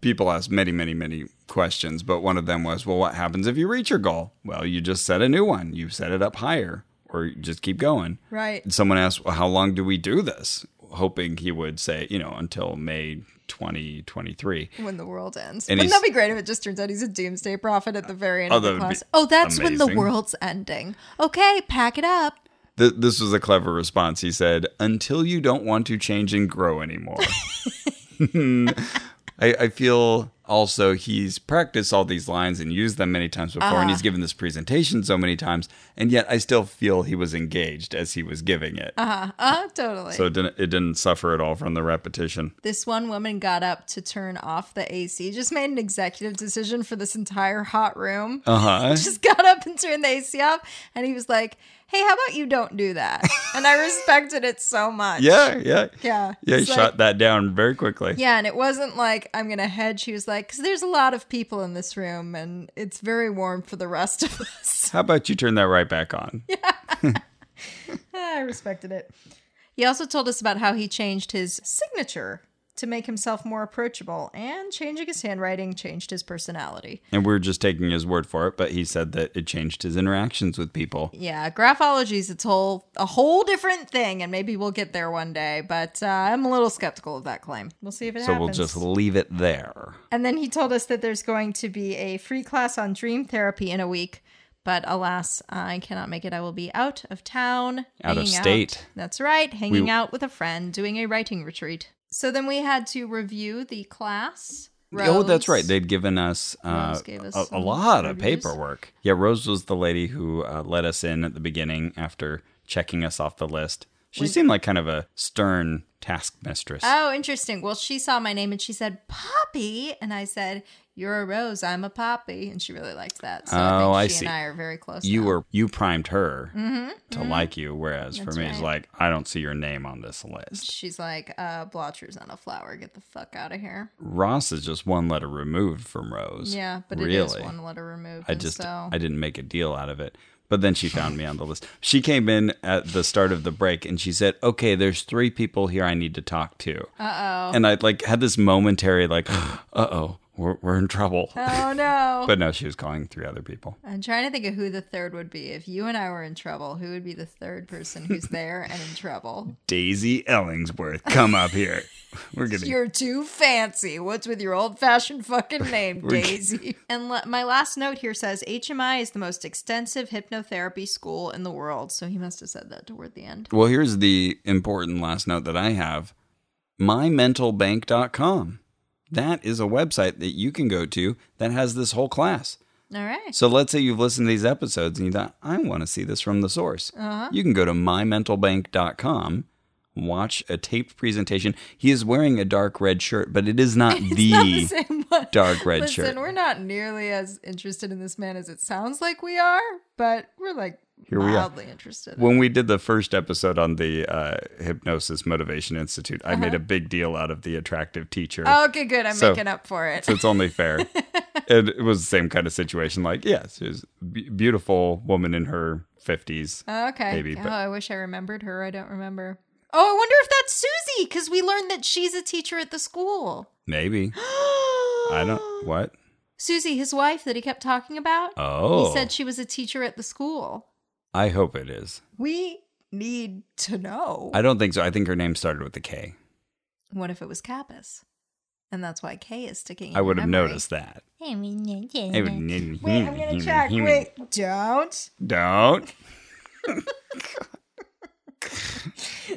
Speaker 1: people asked many, many, many questions, but one of them was, well, what happens if you reach your goal? Well, you just set a new one, you set it up higher, or you just keep going.
Speaker 2: right.
Speaker 1: And someone asked, well, how long do we do this? Hoping he would say, you know, until May 2023.
Speaker 2: When the world ends.
Speaker 1: And
Speaker 2: Wouldn't
Speaker 1: he's-
Speaker 2: that be great if it just turns out he's a doomsday prophet at the very end
Speaker 1: Oh,
Speaker 2: of
Speaker 1: that
Speaker 2: the
Speaker 1: would be
Speaker 2: class? Oh, that's when the
Speaker 1: amazing.
Speaker 2: world's ending. Okay, pack it up.
Speaker 1: (laughs) Th- this was a clever response. He said, until you don't want to change and grow
Speaker 2: (laughs)
Speaker 1: anymore. I, I feel also he's practiced all these lines and used them many times before,
Speaker 2: Uh-huh.
Speaker 1: and he's given this presentation so many times, and yet I still feel he was engaged as he was giving it.
Speaker 2: Uh, totally.
Speaker 1: So it didn't, it didn't suffer at all from the
Speaker 2: (laughs)
Speaker 1: repetition.
Speaker 2: this one woman got up to turn off the AC, just made an executive decision for this entire hot room.
Speaker 1: Uh huh.
Speaker 2: (laughs) just got up and turned the AC off, and he was like, "Hey, how about you don't
Speaker 1: (laughs)
Speaker 2: do that?" And I respected it so much.
Speaker 1: Yeah, yeah.
Speaker 2: yeah,
Speaker 1: Yeah, he
Speaker 2: It's like-
Speaker 1: shot that down very quickly.
Speaker 2: Yeah, and it wasn't like I'm gonna hedge. He was like, "Cause there's a lot of people in this room, and it's very warm for the rest of (laughs) us."
Speaker 1: How about you turn that right back on?
Speaker 2: I respected it. He also told us about how he changed his signature to make himself more approachable, and changing his handwriting changed his personality.
Speaker 1: And we're just taking his word for it, but he said that it changed his interactions with people.
Speaker 2: Yeah, graphology is its whole a whole different thing, and maybe we'll get there one day. But uh, I'm a little skeptical of that claim. We'll see if it
Speaker 1: So
Speaker 2: happens.
Speaker 1: we'll just leave it there.
Speaker 2: And then he told us that there's going to be a free class on dream therapy in a week. But alas, I cannot make it. I will be out of town.
Speaker 1: Out of
Speaker 2: hanging
Speaker 1: state.
Speaker 2: That's right. Hanging
Speaker 1: We-
Speaker 2: out with a friend, doing a writing retreat. So then we had to review the class.
Speaker 1: Oh, that's
Speaker 2: Rose-
Speaker 1: right. They'd given us, uh,
Speaker 2: Rose gave us
Speaker 1: a, a
Speaker 2: some
Speaker 1: lot of
Speaker 2: reviews.
Speaker 1: paperwork. Yeah, Rose was the lady who uh, let us in at the beginning after checking us off the list. She seemed like kind of a stern task mistress.
Speaker 2: Oh, interesting. Well, she saw my name and she said, Poppy. And I said, You're a rose. I'm a poppy. And she really liked that. So
Speaker 1: Oh, I
Speaker 2: I think she
Speaker 1: see.
Speaker 2: and I are very close.
Speaker 1: you
Speaker 2: now.
Speaker 1: were you primed her
Speaker 2: Mm-hmm.
Speaker 1: to like you, whereas for me it's like I don't see your name on this list.
Speaker 2: She's like, uh, Blotcher's on a flower. Get the fuck out of here.
Speaker 1: Ross is just one letter removed from Rose.
Speaker 2: Yeah, but
Speaker 1: really,
Speaker 2: it is one letter removed.
Speaker 1: I
Speaker 2: and
Speaker 1: just
Speaker 2: so
Speaker 1: I didn't make a deal out of it. But then she found me on the list. She came in at the start of the break and she said, "Okay, there's three people here I need to talk to." Uh oh. And I like had this momentary like, (gasps) "Uh oh, we're we're in trouble."
Speaker 2: (laughs) oh no.
Speaker 1: (laughs) But no, she was calling three other people.
Speaker 2: I'm trying to think of who the third would be. If you and I were in trouble, who would be the third person
Speaker 1: (laughs)
Speaker 2: who's there and in trouble?
Speaker 1: Daisy Ellingsworth, come up
Speaker 2: (laughs)
Speaker 1: here. We're getting
Speaker 2: You're too fancy. What's with your old fashioned
Speaker 1: (laughs)
Speaker 2: fucking name, Daisy? and le- my last note here says HMI is the most extensive hypnotherapy school in the world. So he must have said that toward the end.
Speaker 1: Well, here's the important last note that I have mymentalbank.com. That is a website that you can go to that has this whole class.
Speaker 2: All right.
Speaker 1: So let's say you've listened to these episodes and you thought, I want to see this from the source.
Speaker 2: Uh-huh.
Speaker 1: You can go to mymentalbank.com, watch a taped presentation. He is wearing a dark red shirt, but it is
Speaker 2: (laughs)
Speaker 1: not, the,
Speaker 2: Not the same one. (laughs)
Speaker 1: dark red
Speaker 2: Listen,
Speaker 1: shirt.
Speaker 2: we're not nearly as interested in this man as it sounds like we are, but we're like
Speaker 1: Here we are.
Speaker 2: mildly interested.
Speaker 1: when we did the first episode on the uh, Hypnosis Motivation Institute, I
Speaker 2: Uh-huh.
Speaker 1: made a big deal out of the attractive teacher.
Speaker 2: Oh, Okay, good. I'm
Speaker 1: So-
Speaker 2: making up for it.
Speaker 1: So it's only
Speaker 2: (laughs)
Speaker 1: fair. it, it was the same kind of situation. Like, yes, she was a be- beautiful woman in her 50s.
Speaker 2: okay.
Speaker 1: maybe,
Speaker 2: oh,
Speaker 1: but-
Speaker 2: I wish I remembered her. I don't remember. Oh, I wonder if that's Susie because we learned that she's a teacher at the school. (gasps)
Speaker 1: Maybe. I don't. What?
Speaker 2: Susie, his wife that he kept talking about.
Speaker 1: Oh.
Speaker 2: He said she was a teacher at the school.
Speaker 1: I hope it is.
Speaker 2: We need to know.
Speaker 1: I don't think so. I think her name started with a K.
Speaker 2: what if it was Kappas? And that's why K is sticking. in
Speaker 1: I would
Speaker 2: your
Speaker 1: have
Speaker 2: memory.
Speaker 1: noticed Hmm, that.
Speaker 3: Hey,
Speaker 1: Wait,
Speaker 2: Wait, I'm gonna check. Wait, don't.
Speaker 1: Don't.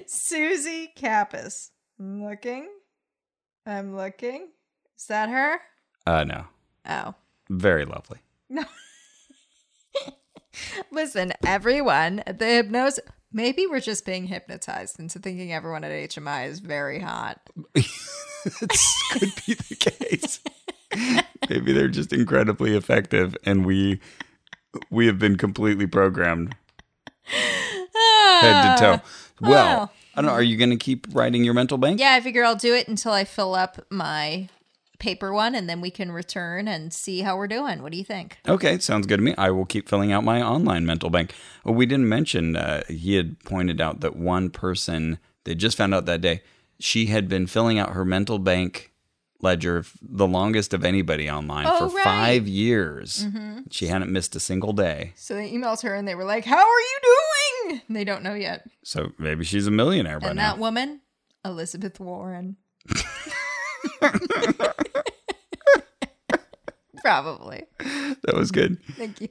Speaker 2: Susie Kappas. I'm looking. I'm looking. Is that her?
Speaker 1: Uh, no.
Speaker 2: Oh.
Speaker 1: Very lovely. (laughs)
Speaker 2: Listen, everyone, the hypnosis. Maybe we're just being hypnotized into thinking everyone at HMI is very hot.
Speaker 1: It could be the
Speaker 2: (laughs)
Speaker 1: case. Maybe they're just incredibly effective, and we we have been completely programmed head to toe.
Speaker 2: Ah.
Speaker 1: Well,
Speaker 2: well.
Speaker 1: I don't know. Are you going to keep writing your mental bank?
Speaker 2: Yeah, I figure I'll do it until I fill up my paper one and then we can return and see how we're doing. What do you think?
Speaker 1: Okay, sounds good to me. I will keep filling out my online mental bank. Oh, we didn't mention uh, he had pointed out that one person they just found out that day she had been filling out her mental bank ledger f- the longest of anybody online
Speaker 2: Oh,
Speaker 1: for
Speaker 2: right. Mm-hmm.
Speaker 1: five years. She hadn't missed a single day.
Speaker 2: So they emailed her and they were like, How are you doing? They don't know yet.
Speaker 1: So maybe she's a millionaire by
Speaker 2: and
Speaker 1: now.
Speaker 2: that woman,
Speaker 1: (laughs)
Speaker 2: Elizabeth Warren. Probably.
Speaker 1: (laughs) that was good.
Speaker 2: Thank you.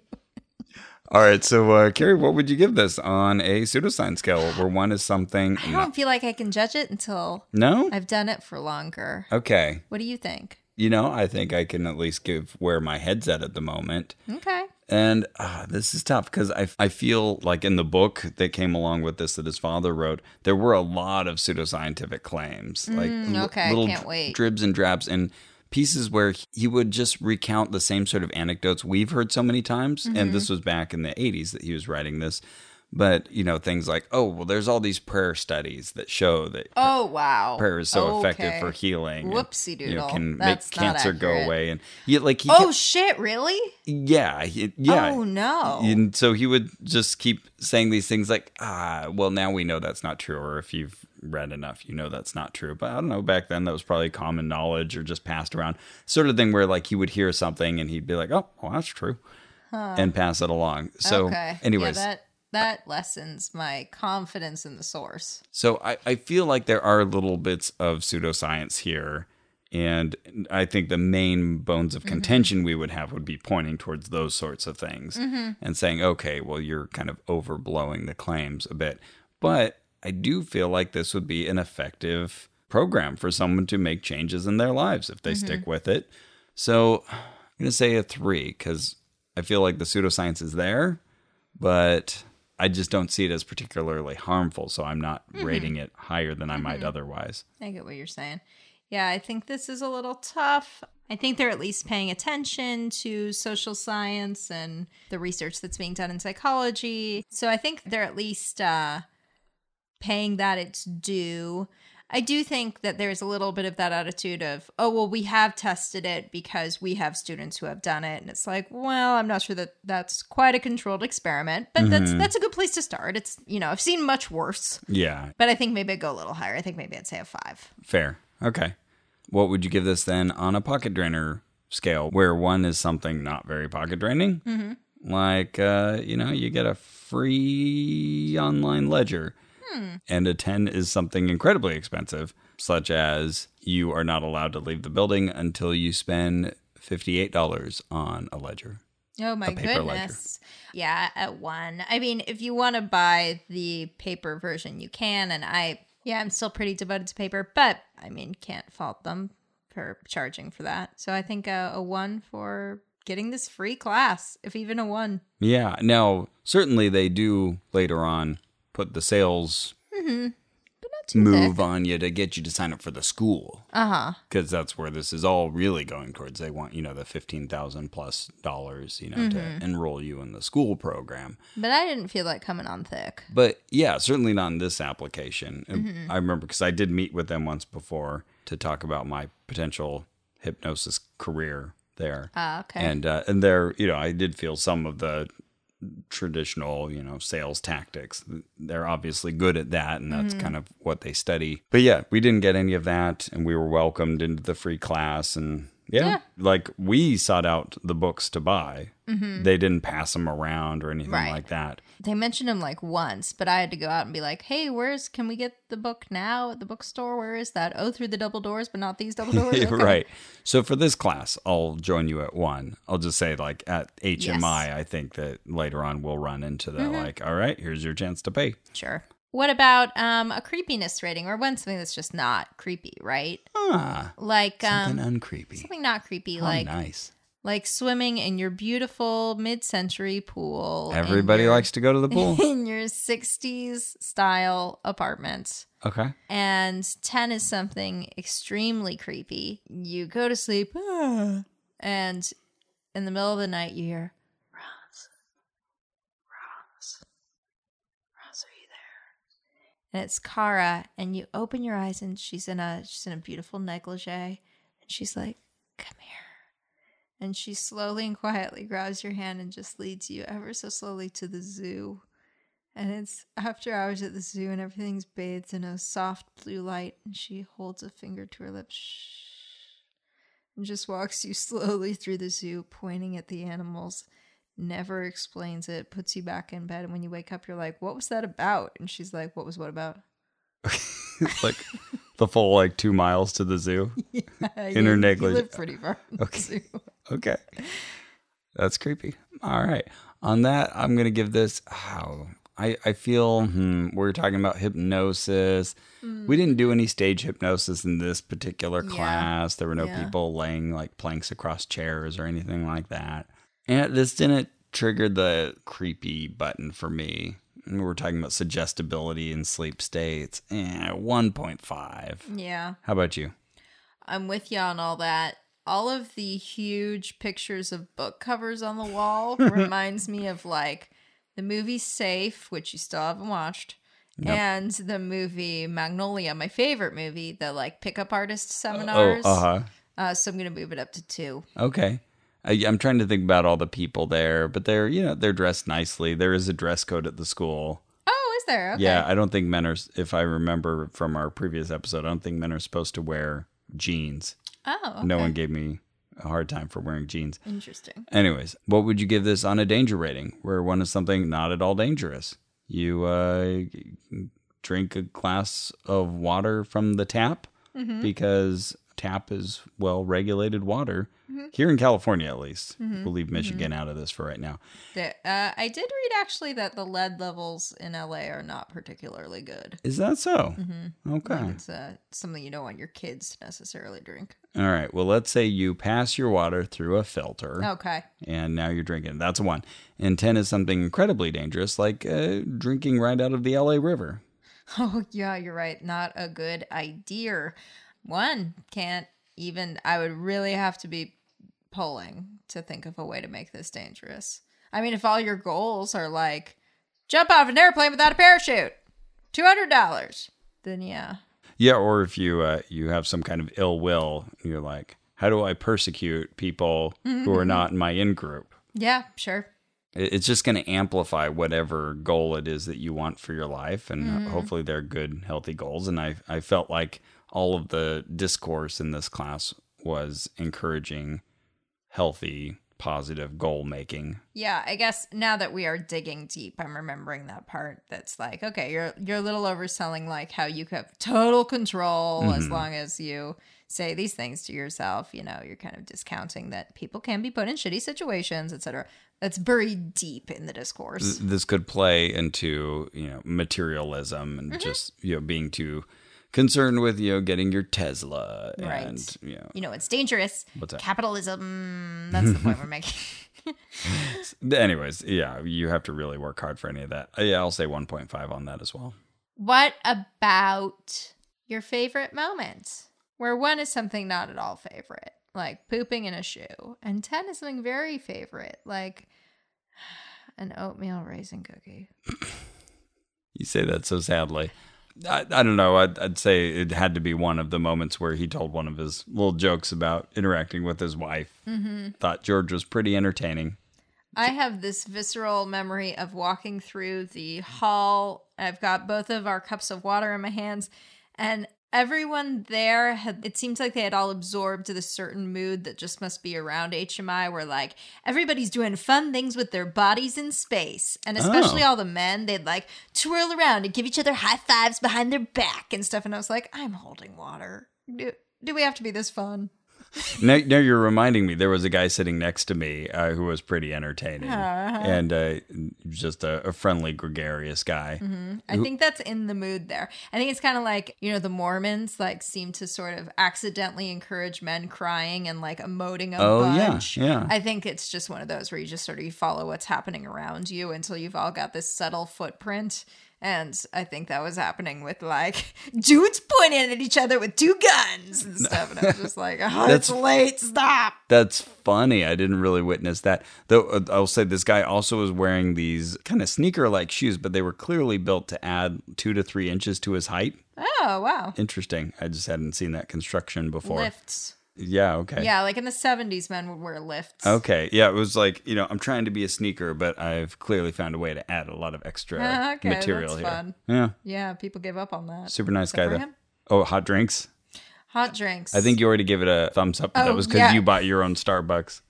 Speaker 1: All right, so uh, Carrie, what would you give this on a pseudoscience scale where one is something?
Speaker 2: I don't feel like I can judge it until
Speaker 1: No?
Speaker 2: I've done it for longer.
Speaker 1: Okay.
Speaker 2: What do you think?
Speaker 1: you know, I think I can at least give where my head's at at the moment.
Speaker 2: Okay.
Speaker 1: And ah, this is tough because I, I feel like in the book that came along with this that his father wrote, there were a lot of pseudoscientific claims, like li-
Speaker 2: Mm, okay, I
Speaker 1: little
Speaker 2: can't
Speaker 1: dr-
Speaker 2: wait.
Speaker 1: dribs and drabs and pieces where he would just recount the same sort of anecdotes we've heard so many times. And
Speaker 2: Mm-hmm.
Speaker 1: this was back in the 80s that he was writing this. But, you know, things like, oh, well, there's all these prayer studies that show that
Speaker 2: Oh, wow.
Speaker 1: prayer is so effective
Speaker 2: Okay.
Speaker 1: for healing. and,
Speaker 2: Whoopsie
Speaker 1: You know,
Speaker 2: doodle.
Speaker 1: can
Speaker 2: That's
Speaker 1: make
Speaker 2: not
Speaker 1: cancer go
Speaker 2: accurate.
Speaker 1: away. And yeah, like he,
Speaker 2: Oh,
Speaker 1: kept-
Speaker 2: shit. Really?
Speaker 1: yeah, he- yeah.
Speaker 2: Oh, no.
Speaker 1: And so he would just keep saying these things like, ah, well, now we know that's not true. Or if you've read enough, you know that's not true. But I don't know, back then that was probably common knowledge or just passed around sort of thing where like he would hear something and he'd be like, oh, well, that's true. And pass it along. So,
Speaker 2: okay.
Speaker 1: anyways,
Speaker 2: yeah, that that lessens my confidence in the source.
Speaker 1: so I, I feel like there are little bits of pseudoscience here. And I think the main bones of contention we would have would be pointing towards those sorts of things and saying, okay, well, you're kind of overblowing the claims a bit. But I do feel like this would be an effective program for someone to make changes in their lives if they stick with it. So I'm going to say a three because I feel like the pseudoscience is there but I just don't see it as particularly harmful. So I'm not rating it higher than I might otherwise.
Speaker 2: I get what you're saying. Yeah, I think this is a little tough. I think they're at least paying attention to social science and the research that's being done in psychology. So I think they're at least uh, paying that its due. I do think that there's a little bit of that attitude of, oh, well, we have tested it because we have students who have done it. And it's like, well, I'm not sure that that's quite a controlled experiment, but that's that's a good place to start. It's, you know, I've seen much worse,
Speaker 1: Yeah,
Speaker 2: but I think maybe I'd go a little higher. I think maybe I'd say a five.
Speaker 1: fair. Okay. What would you give this then on a pocket drainer scale where one is something not very pocket draining? Like, uh, you know, you get a free online ledger, and a 10 is something incredibly expensive, such as you are not allowed to leave the building until you spend $58 on a ledger.
Speaker 2: Oh my
Speaker 1: paper ledger.
Speaker 2: goodness. Yeah, at one. I mean, if you want to buy the paper version, you can. And I, yeah, I'm still pretty devoted to paper, but I mean, can't fault them for charging for that. So I think a, a one for getting this free class, if even a one.
Speaker 1: Yeah. Now, certainly they do later on put the sales move on you to get you to sign up for the school. Uh huh. Because that's where this is all really going towards. They want, you know, the 15000 plus dollars, you know, to enroll you in the school program.
Speaker 2: But I didn't feel that coming on thick.
Speaker 1: But yeah, certainly not in this application. And I remember because I did meet with them once before to talk about my potential hypnosis career there.
Speaker 2: Ah, okay.
Speaker 1: And uh, and there, you know, I did feel some of the traditional, you know, sales tactics. They're obviously good at that, and
Speaker 2: Mm-hmm.
Speaker 1: that's kind of what they study. But yeah, we didn't get any of that, and we were welcomed into the free class, and yeah, like we sought out the books to buy. They didn't pass them around or anything
Speaker 2: Mm-hmm. Right.
Speaker 1: like that.
Speaker 2: they mentioned him like once, but I had to go out and be like, "Hey, where's can we get the book now at the bookstore? Where is that? Oh, through the double doors, but not these double doors."
Speaker 1: Yeah,
Speaker 2: (laughs)
Speaker 1: (laughs)
Speaker 2: Okay.
Speaker 1: right. So for this class, I'll join you at one. I'll just say like at HMI, I think that later on we'll run into the
Speaker 2: Mm-hmm.
Speaker 1: like, all right, here's your chance to pay.
Speaker 2: Sure. What about um, a creepiness rating or one something that's just not creepy, right?
Speaker 1: Ah,
Speaker 2: Like um,
Speaker 1: something
Speaker 2: something,
Speaker 1: uncreepy.
Speaker 2: not creepy,
Speaker 1: How
Speaker 2: like
Speaker 1: nice.
Speaker 2: like swimming in your beautiful mid-century pool. in
Speaker 1: Everybody
Speaker 2: your- (laughs)
Speaker 1: likes to go to the pool.
Speaker 2: in your '60s style apartment.
Speaker 1: okay.
Speaker 2: And ten is something extremely creepy. You go to sleep, "Ah," and in the middle of the night, you hear
Speaker 3: Ross, are you there?
Speaker 2: and it's Kara, and you open your eyes and she's in a she's in a beautiful negligee, and she's like, "Come here," and she slowly and quietly grabs your hand and just leads you ever so slowly to the zoo, and it's after hours at the zoo, and everything's bathed in a soft blue light, and she holds a finger to her lips. Shh. And just walks you (laughs) slowly through the zoo, pointing at the animals, never explains it, puts you back in bed. And when you wake up, you're like, What was that about? And she's like, What was what about? (laughs)
Speaker 1: like the full like two miles to the zoo.
Speaker 2: You- you
Speaker 1: negligee.
Speaker 2: live pretty far. from the
Speaker 1: Okay.
Speaker 2: zoo. (laughs)
Speaker 1: Okay. That's creepy. All right. On that, I'm going to give this how I, I feel hmm, we're talking about hypnosis. We didn't do any stage hypnosis in this particular class. There were no
Speaker 2: Yeah.
Speaker 1: people laying like planks across chairs or anything like that. And this didn't trigger the creepy button for me. We were talking about suggestibility in sleep states. Eh, 1.5.
Speaker 2: Yeah,
Speaker 1: How about you?
Speaker 2: I'm with you on all that. All of the huge pictures of book covers on the
Speaker 1: (laughs)
Speaker 2: wall reminds me of like the movie Safe, which you still haven't watched, and the movie Magnolia, my favorite movie, the like pickup artist seminars.
Speaker 1: Oh, uh huh.
Speaker 2: Uh, so I'm gonna move it up to two.
Speaker 1: Okay. I, I'm trying to think about all the people there, but they're you know they're dressed nicely. There is a dress code at the school.
Speaker 2: Oh, is either. Okay.
Speaker 1: Yeah, I don't think men are. If I remember from our previous episode, I don't think men are supposed to wear jeans.
Speaker 2: Oh,
Speaker 1: No
Speaker 2: okay.
Speaker 1: one gave me a hard time for wearing jeans.
Speaker 2: Interesting.
Speaker 1: Anyways, what would you give this on a danger rating? Where one is something not at all dangerous. You uh, drink a glass of water from the tap because tap is well regulated water here in California, at least. We'll leave Michigan out of this for right now.
Speaker 2: There, uh, I did read actually that the lead levels in LA are not particularly good.
Speaker 1: Is that so? Okay.
Speaker 2: It's uh, something you don't want your kids to necessarily drink.
Speaker 1: All right. Well, let's say you pass your water through a filter.
Speaker 2: Okay.
Speaker 1: and now you're drinking. That's a one. And 10 is something incredibly dangerous, like uh, drinking right out of the LA River.
Speaker 2: (laughs) Oh, yeah, you're right. Not a good idea. One can't even, I would really have to be polling to think of a way to make this dangerous. I mean, if all your goals are like jump out of an airplane without a parachute, $200, then yeah.
Speaker 1: Yeah, or if you uh, you have some kind of ill will, you're like, how do I persecute people who are not in my in group?
Speaker 2: Yeah, sure.
Speaker 1: It's just going to amplify whatever goal it is that you want for your life, and hopefully they're good, healthy goals. And I I felt like all of the discourse in this class was encouraging healthy, positive goal making.
Speaker 2: Yeah, I guess now that we are digging deep, I'm remembering that part that's like, okay, you're you're a little overselling like how you have total control as long as you say these things to yourself, you know, you're kind of discounting that people can be put in shitty situations, etc. That's buried deep in the discourse.
Speaker 1: this could play into you know materialism and just you know being too concerned with you know getting your Tesla
Speaker 2: Right.
Speaker 1: and you know
Speaker 2: You know, it's dangerous.
Speaker 1: What's that?
Speaker 2: Capitalism. That's the point we're making. (laughs)
Speaker 1: anyways yeah you have to really work hard for any of that Uh, yeah I'll say 1.5 on that as well
Speaker 2: What about your favorite moment? Where one is something not at all favorite, like pooping in a shoe, and 10 is something very favorite, like (sighs) an oatmeal raisin cookie.
Speaker 1: you say that so sadly I, I don't know I'd, I'd say it had to be one of the moments where he told one of his little jokes about interacting with his wife thought George was pretty entertaining
Speaker 2: I have this visceral memory of walking through the hall. I've got both of our cups of water in my hands, and everyone there had it seems like they had all absorbed the certain mood that just must be around HMI where like everybody's doing fun things with their bodies in space. And especially
Speaker 1: Oh.
Speaker 2: all the men, they'd like twirl around and give each other high fives behind their back and stuff. And I was like, I'm holding water. Do, do we have to be this fun?
Speaker 1: now, now you're reminding me there was a guy sitting next to me uh, who was pretty entertaining
Speaker 2: Uh-huh.
Speaker 1: and uh, just a, a friendly gregarious guy
Speaker 2: I think that's in the mood there. I think it's kind of like, you know, the Mormons like seem to sort of accidentally encourage men crying and like emoting a
Speaker 1: Oh, yeah,
Speaker 2: bunch.
Speaker 1: yeah.
Speaker 2: I think it's just one of those where you just sort of you follow what's happening around you until you've all got this subtle footprint. And I think that was happening with like (laughs) dudes pointing at each other with two
Speaker 1: (laughs)
Speaker 2: guns and stuff. And I was just like, oh,
Speaker 1: That's-
Speaker 2: it's late, stop.
Speaker 1: that's funny i didn't really witness that though uh, i'll say this guy also was wearing these kind of sneaker like shoes but they were clearly built to add two to three inches to his height
Speaker 2: Oh, wow.
Speaker 1: interesting i just hadn't seen that construction before
Speaker 2: Lifts.
Speaker 1: yeah okay
Speaker 2: Yeah, like in the 70s, men would wear lifts.
Speaker 1: Okay. Yeah, it was like, you know, I'm trying to be a sneaker, but I've clearly found a way to add a lot of extra
Speaker 2: Ah, (laughs) okay,
Speaker 1: material
Speaker 2: that's
Speaker 1: here.
Speaker 2: fun.
Speaker 1: Yeah.
Speaker 2: Yeah, people give up on that.
Speaker 1: Super nice guy
Speaker 2: for
Speaker 1: though.
Speaker 2: him.
Speaker 1: Oh, hot drinks.
Speaker 2: Hot drinks.
Speaker 1: I think you already give it a thumbs up, but that
Speaker 2: Oh,
Speaker 1: was because
Speaker 2: yeah.
Speaker 1: you bought your own Starbucks.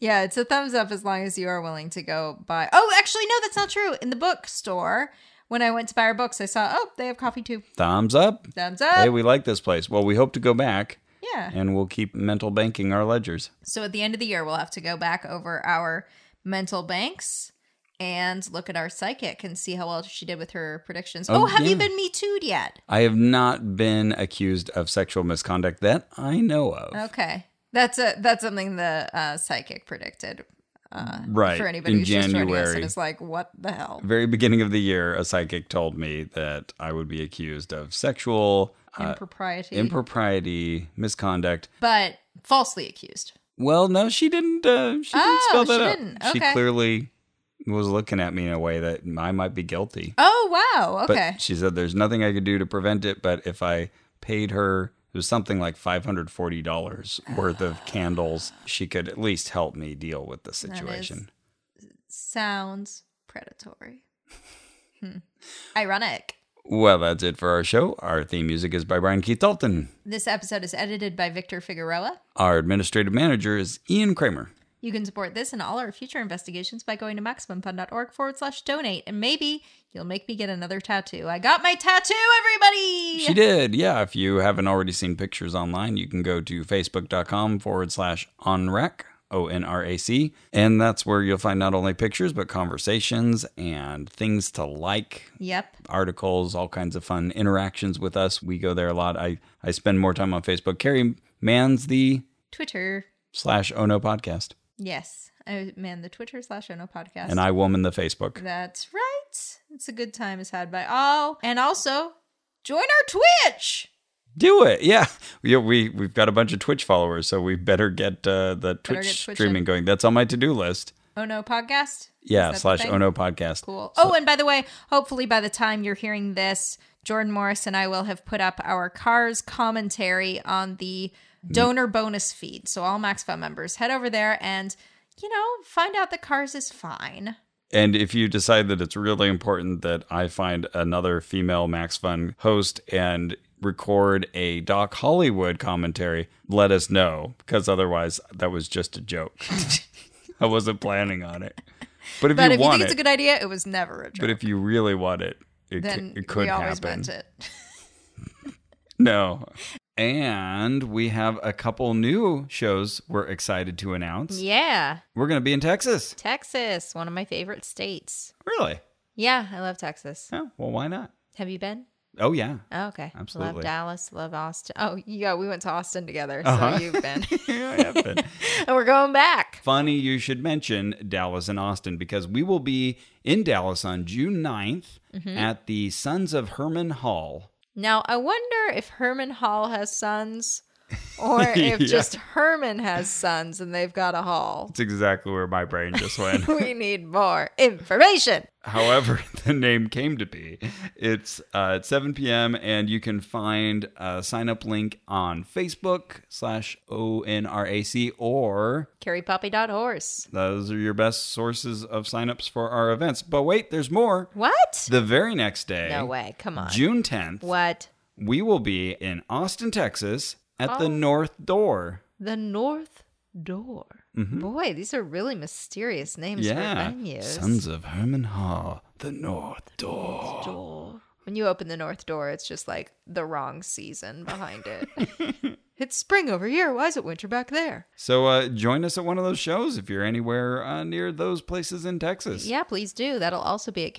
Speaker 2: Yeah, it's a thumbs up as long as you are willing to go buy. Oh, actually, no, that's not true. In the bookstore, when I went to buy our books, I saw, oh, they have coffee too.
Speaker 1: Thumbs up.
Speaker 2: Thumbs up.
Speaker 1: Hey, we like this place. Well, we hope to go back
Speaker 2: yeah.
Speaker 1: and we'll keep mental banking our ledgers.
Speaker 2: So at the end of the year, we'll have to go back over our mental banks and look at our psychic and see how well she did with her predictions. Oh,
Speaker 1: Oh,
Speaker 2: have you
Speaker 1: yeah.
Speaker 2: been Me Too'd yet?
Speaker 1: I have not been accused of sexual misconduct that I know of.
Speaker 2: Okay. That's a that's something the uh, psychic predicted. Uh,
Speaker 1: Right,
Speaker 2: For anybody
Speaker 1: in
Speaker 2: who's just joining us and
Speaker 1: January.
Speaker 2: is like, what the hell?
Speaker 1: Very beginning of the year, a psychic told me that I would be accused of sexual uh,
Speaker 2: Impropriety.
Speaker 1: impropriety, misconduct.
Speaker 2: but falsely accused.
Speaker 1: Well, no, she didn't. Uh, she didn't
Speaker 2: Oh,
Speaker 1: spell that
Speaker 2: she
Speaker 1: out.
Speaker 2: didn't.
Speaker 1: She
Speaker 2: Okay.
Speaker 1: clearly was looking at me in a way that I might be guilty.
Speaker 2: Oh wow.
Speaker 1: But
Speaker 2: Okay.
Speaker 1: she said there's nothing I could do to prevent it. But if I paid her, it was something like
Speaker 2: (sighs)
Speaker 1: $540 worth of candles, she could at least help me deal with the
Speaker 2: is-
Speaker 1: situation.
Speaker 2: Sounds predatory. Hmm. Ironic.
Speaker 1: Well, that's it for our show. Our theme music is by Brian Keith Dalton.
Speaker 2: This episode is edited by Victor Figueroa.
Speaker 1: Our administrative manager is Ian Kramer.
Speaker 2: You can support this and all our future investigations by going to MaximumFun.org forward slash donate, and maybe you'll make me get another tattoo. I got my tattoo, everybody!
Speaker 1: She did. Yeah. If you haven't already seen pictures online, you can go to facebook.com forward slash onrac, O N R A C. And that's where you'll find not only pictures, but conversations and things to like,
Speaker 2: Yep.
Speaker 1: articles, all kinds of fun interactions with us. We go there a lot. I, I spend more time on Facebook. Carrie mans the
Speaker 2: Twitter.
Speaker 1: slash oh no podcast,
Speaker 2: Yes. I man the Twitter slash Ono podcast.
Speaker 1: and I woman the Facebook.
Speaker 2: That's right. It's a good time is had by all. And also, join our Twitch!
Speaker 1: Do it, yeah. We, we we've got a bunch of Twitch followers, so we better get uh, the Twitch,
Speaker 2: get Twitch
Speaker 1: streaming
Speaker 2: in.
Speaker 1: going. That's on my to do list.
Speaker 2: Ono podcast?
Speaker 1: Yeah,
Speaker 2: Is that the
Speaker 1: slash
Speaker 2: thing?
Speaker 1: Ono podcast.
Speaker 2: Cool. oh, and by the way, hopefully by the time you're hearing this, Jordan Morris and I will have put up our Cars commentary on the donor bonus feed. So all Max Fun members head over there and, you know, find out that Cars is fine.
Speaker 1: And if you decide that it's really important that I find another female Max Fun host and record a Doc Hollywood commentary, let us know because otherwise that was just a joke.
Speaker 2: (laughs)
Speaker 1: I wasn't planning on it. But if
Speaker 2: But
Speaker 1: you
Speaker 2: if you
Speaker 1: want
Speaker 2: think it's a
Speaker 1: it,
Speaker 2: good idea, it was never a joke.
Speaker 1: but if you really want it, it, c-
Speaker 2: then
Speaker 1: it could
Speaker 2: we always
Speaker 1: happen.
Speaker 2: meant it. (laughs)
Speaker 1: No. And we have a couple new shows we're excited to announce.
Speaker 2: yeah.
Speaker 1: We're going to be in Texas.
Speaker 2: Texas, one of my favorite states.
Speaker 1: Really?
Speaker 2: Yeah, I love Texas.
Speaker 1: Yeah. Well, why not?
Speaker 2: Have you been?
Speaker 1: Oh, yeah.
Speaker 2: Oh, okay.
Speaker 1: Absolutely.
Speaker 2: Love Dallas, love Austin. Oh, yeah, we went to Austin together. So
Speaker 1: Uh-huh.
Speaker 2: you've been.
Speaker 1: (laughs) Yeah, I have been.
Speaker 2: and we're going back.
Speaker 1: Funny you should mention Dallas and Austin because we will be in Dallas on June 9th
Speaker 2: Mm-hmm.
Speaker 1: at the Sons of Herman Hall.
Speaker 2: Now, I wonder if Herman Hall has sons
Speaker 1: (laughs)
Speaker 2: or if
Speaker 1: Yeah.
Speaker 2: just Herman has sons and they've got a hall.
Speaker 1: It's exactly where my brain just went. (laughs)
Speaker 2: We need more information.
Speaker 1: however (laughs) the name came to be. It's uh, at 7 p.m. and you can find a sign up link on Facebook slash ONRAC or
Speaker 2: CarriePoppy.horse.
Speaker 1: those are your best sources of sign ups for our events. But wait, there's more.
Speaker 2: What?
Speaker 1: The very next day,
Speaker 2: No way. Come on.
Speaker 1: June 10th,
Speaker 2: What?
Speaker 1: we will be in Austin, Texas at the
Speaker 2: Oh,
Speaker 1: North Door.
Speaker 2: The North Door. Boy, these are really mysterious names
Speaker 1: Mm-hmm. Yeah.
Speaker 2: for venues.
Speaker 1: Sons of Herman Hall, the North Door.
Speaker 2: door. When you open the north door, it's just like the wrong season behind
Speaker 1: (laughs)
Speaker 2: it. it's spring over here. Why is it winter back there?
Speaker 1: So uh, join us at one of those shows if you're anywhere uh, near those places in Texas.
Speaker 2: Yeah, please do. That'll also be at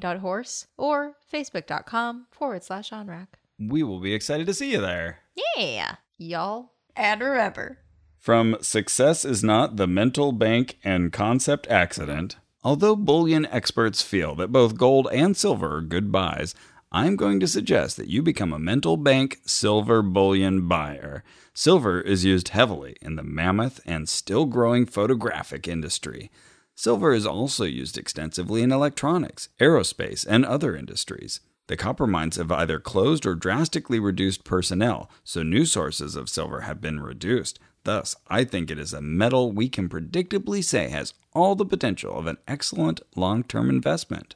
Speaker 2: carriepoppy.horse or facebook.com forward slash onrack.
Speaker 1: We will be excited to see you there.
Speaker 2: Yeah. Y'all. And remember.
Speaker 1: From Success is Not the Mental Bank and Concept Accident. Although bullion experts feel that both gold and silver are good buys, I'm going to suggest that you become a mental bank silver bullion buyer. Silver is used heavily in the mammoth and still growing photographic industry. Silver is also used extensively in electronics, aerospace, and other industries. The copper mines have either closed or drastically reduced personnel, so new sources of silver have been reduced. Thus, I think it is a metal we can predictably say has all the potential of an excellent long term investment.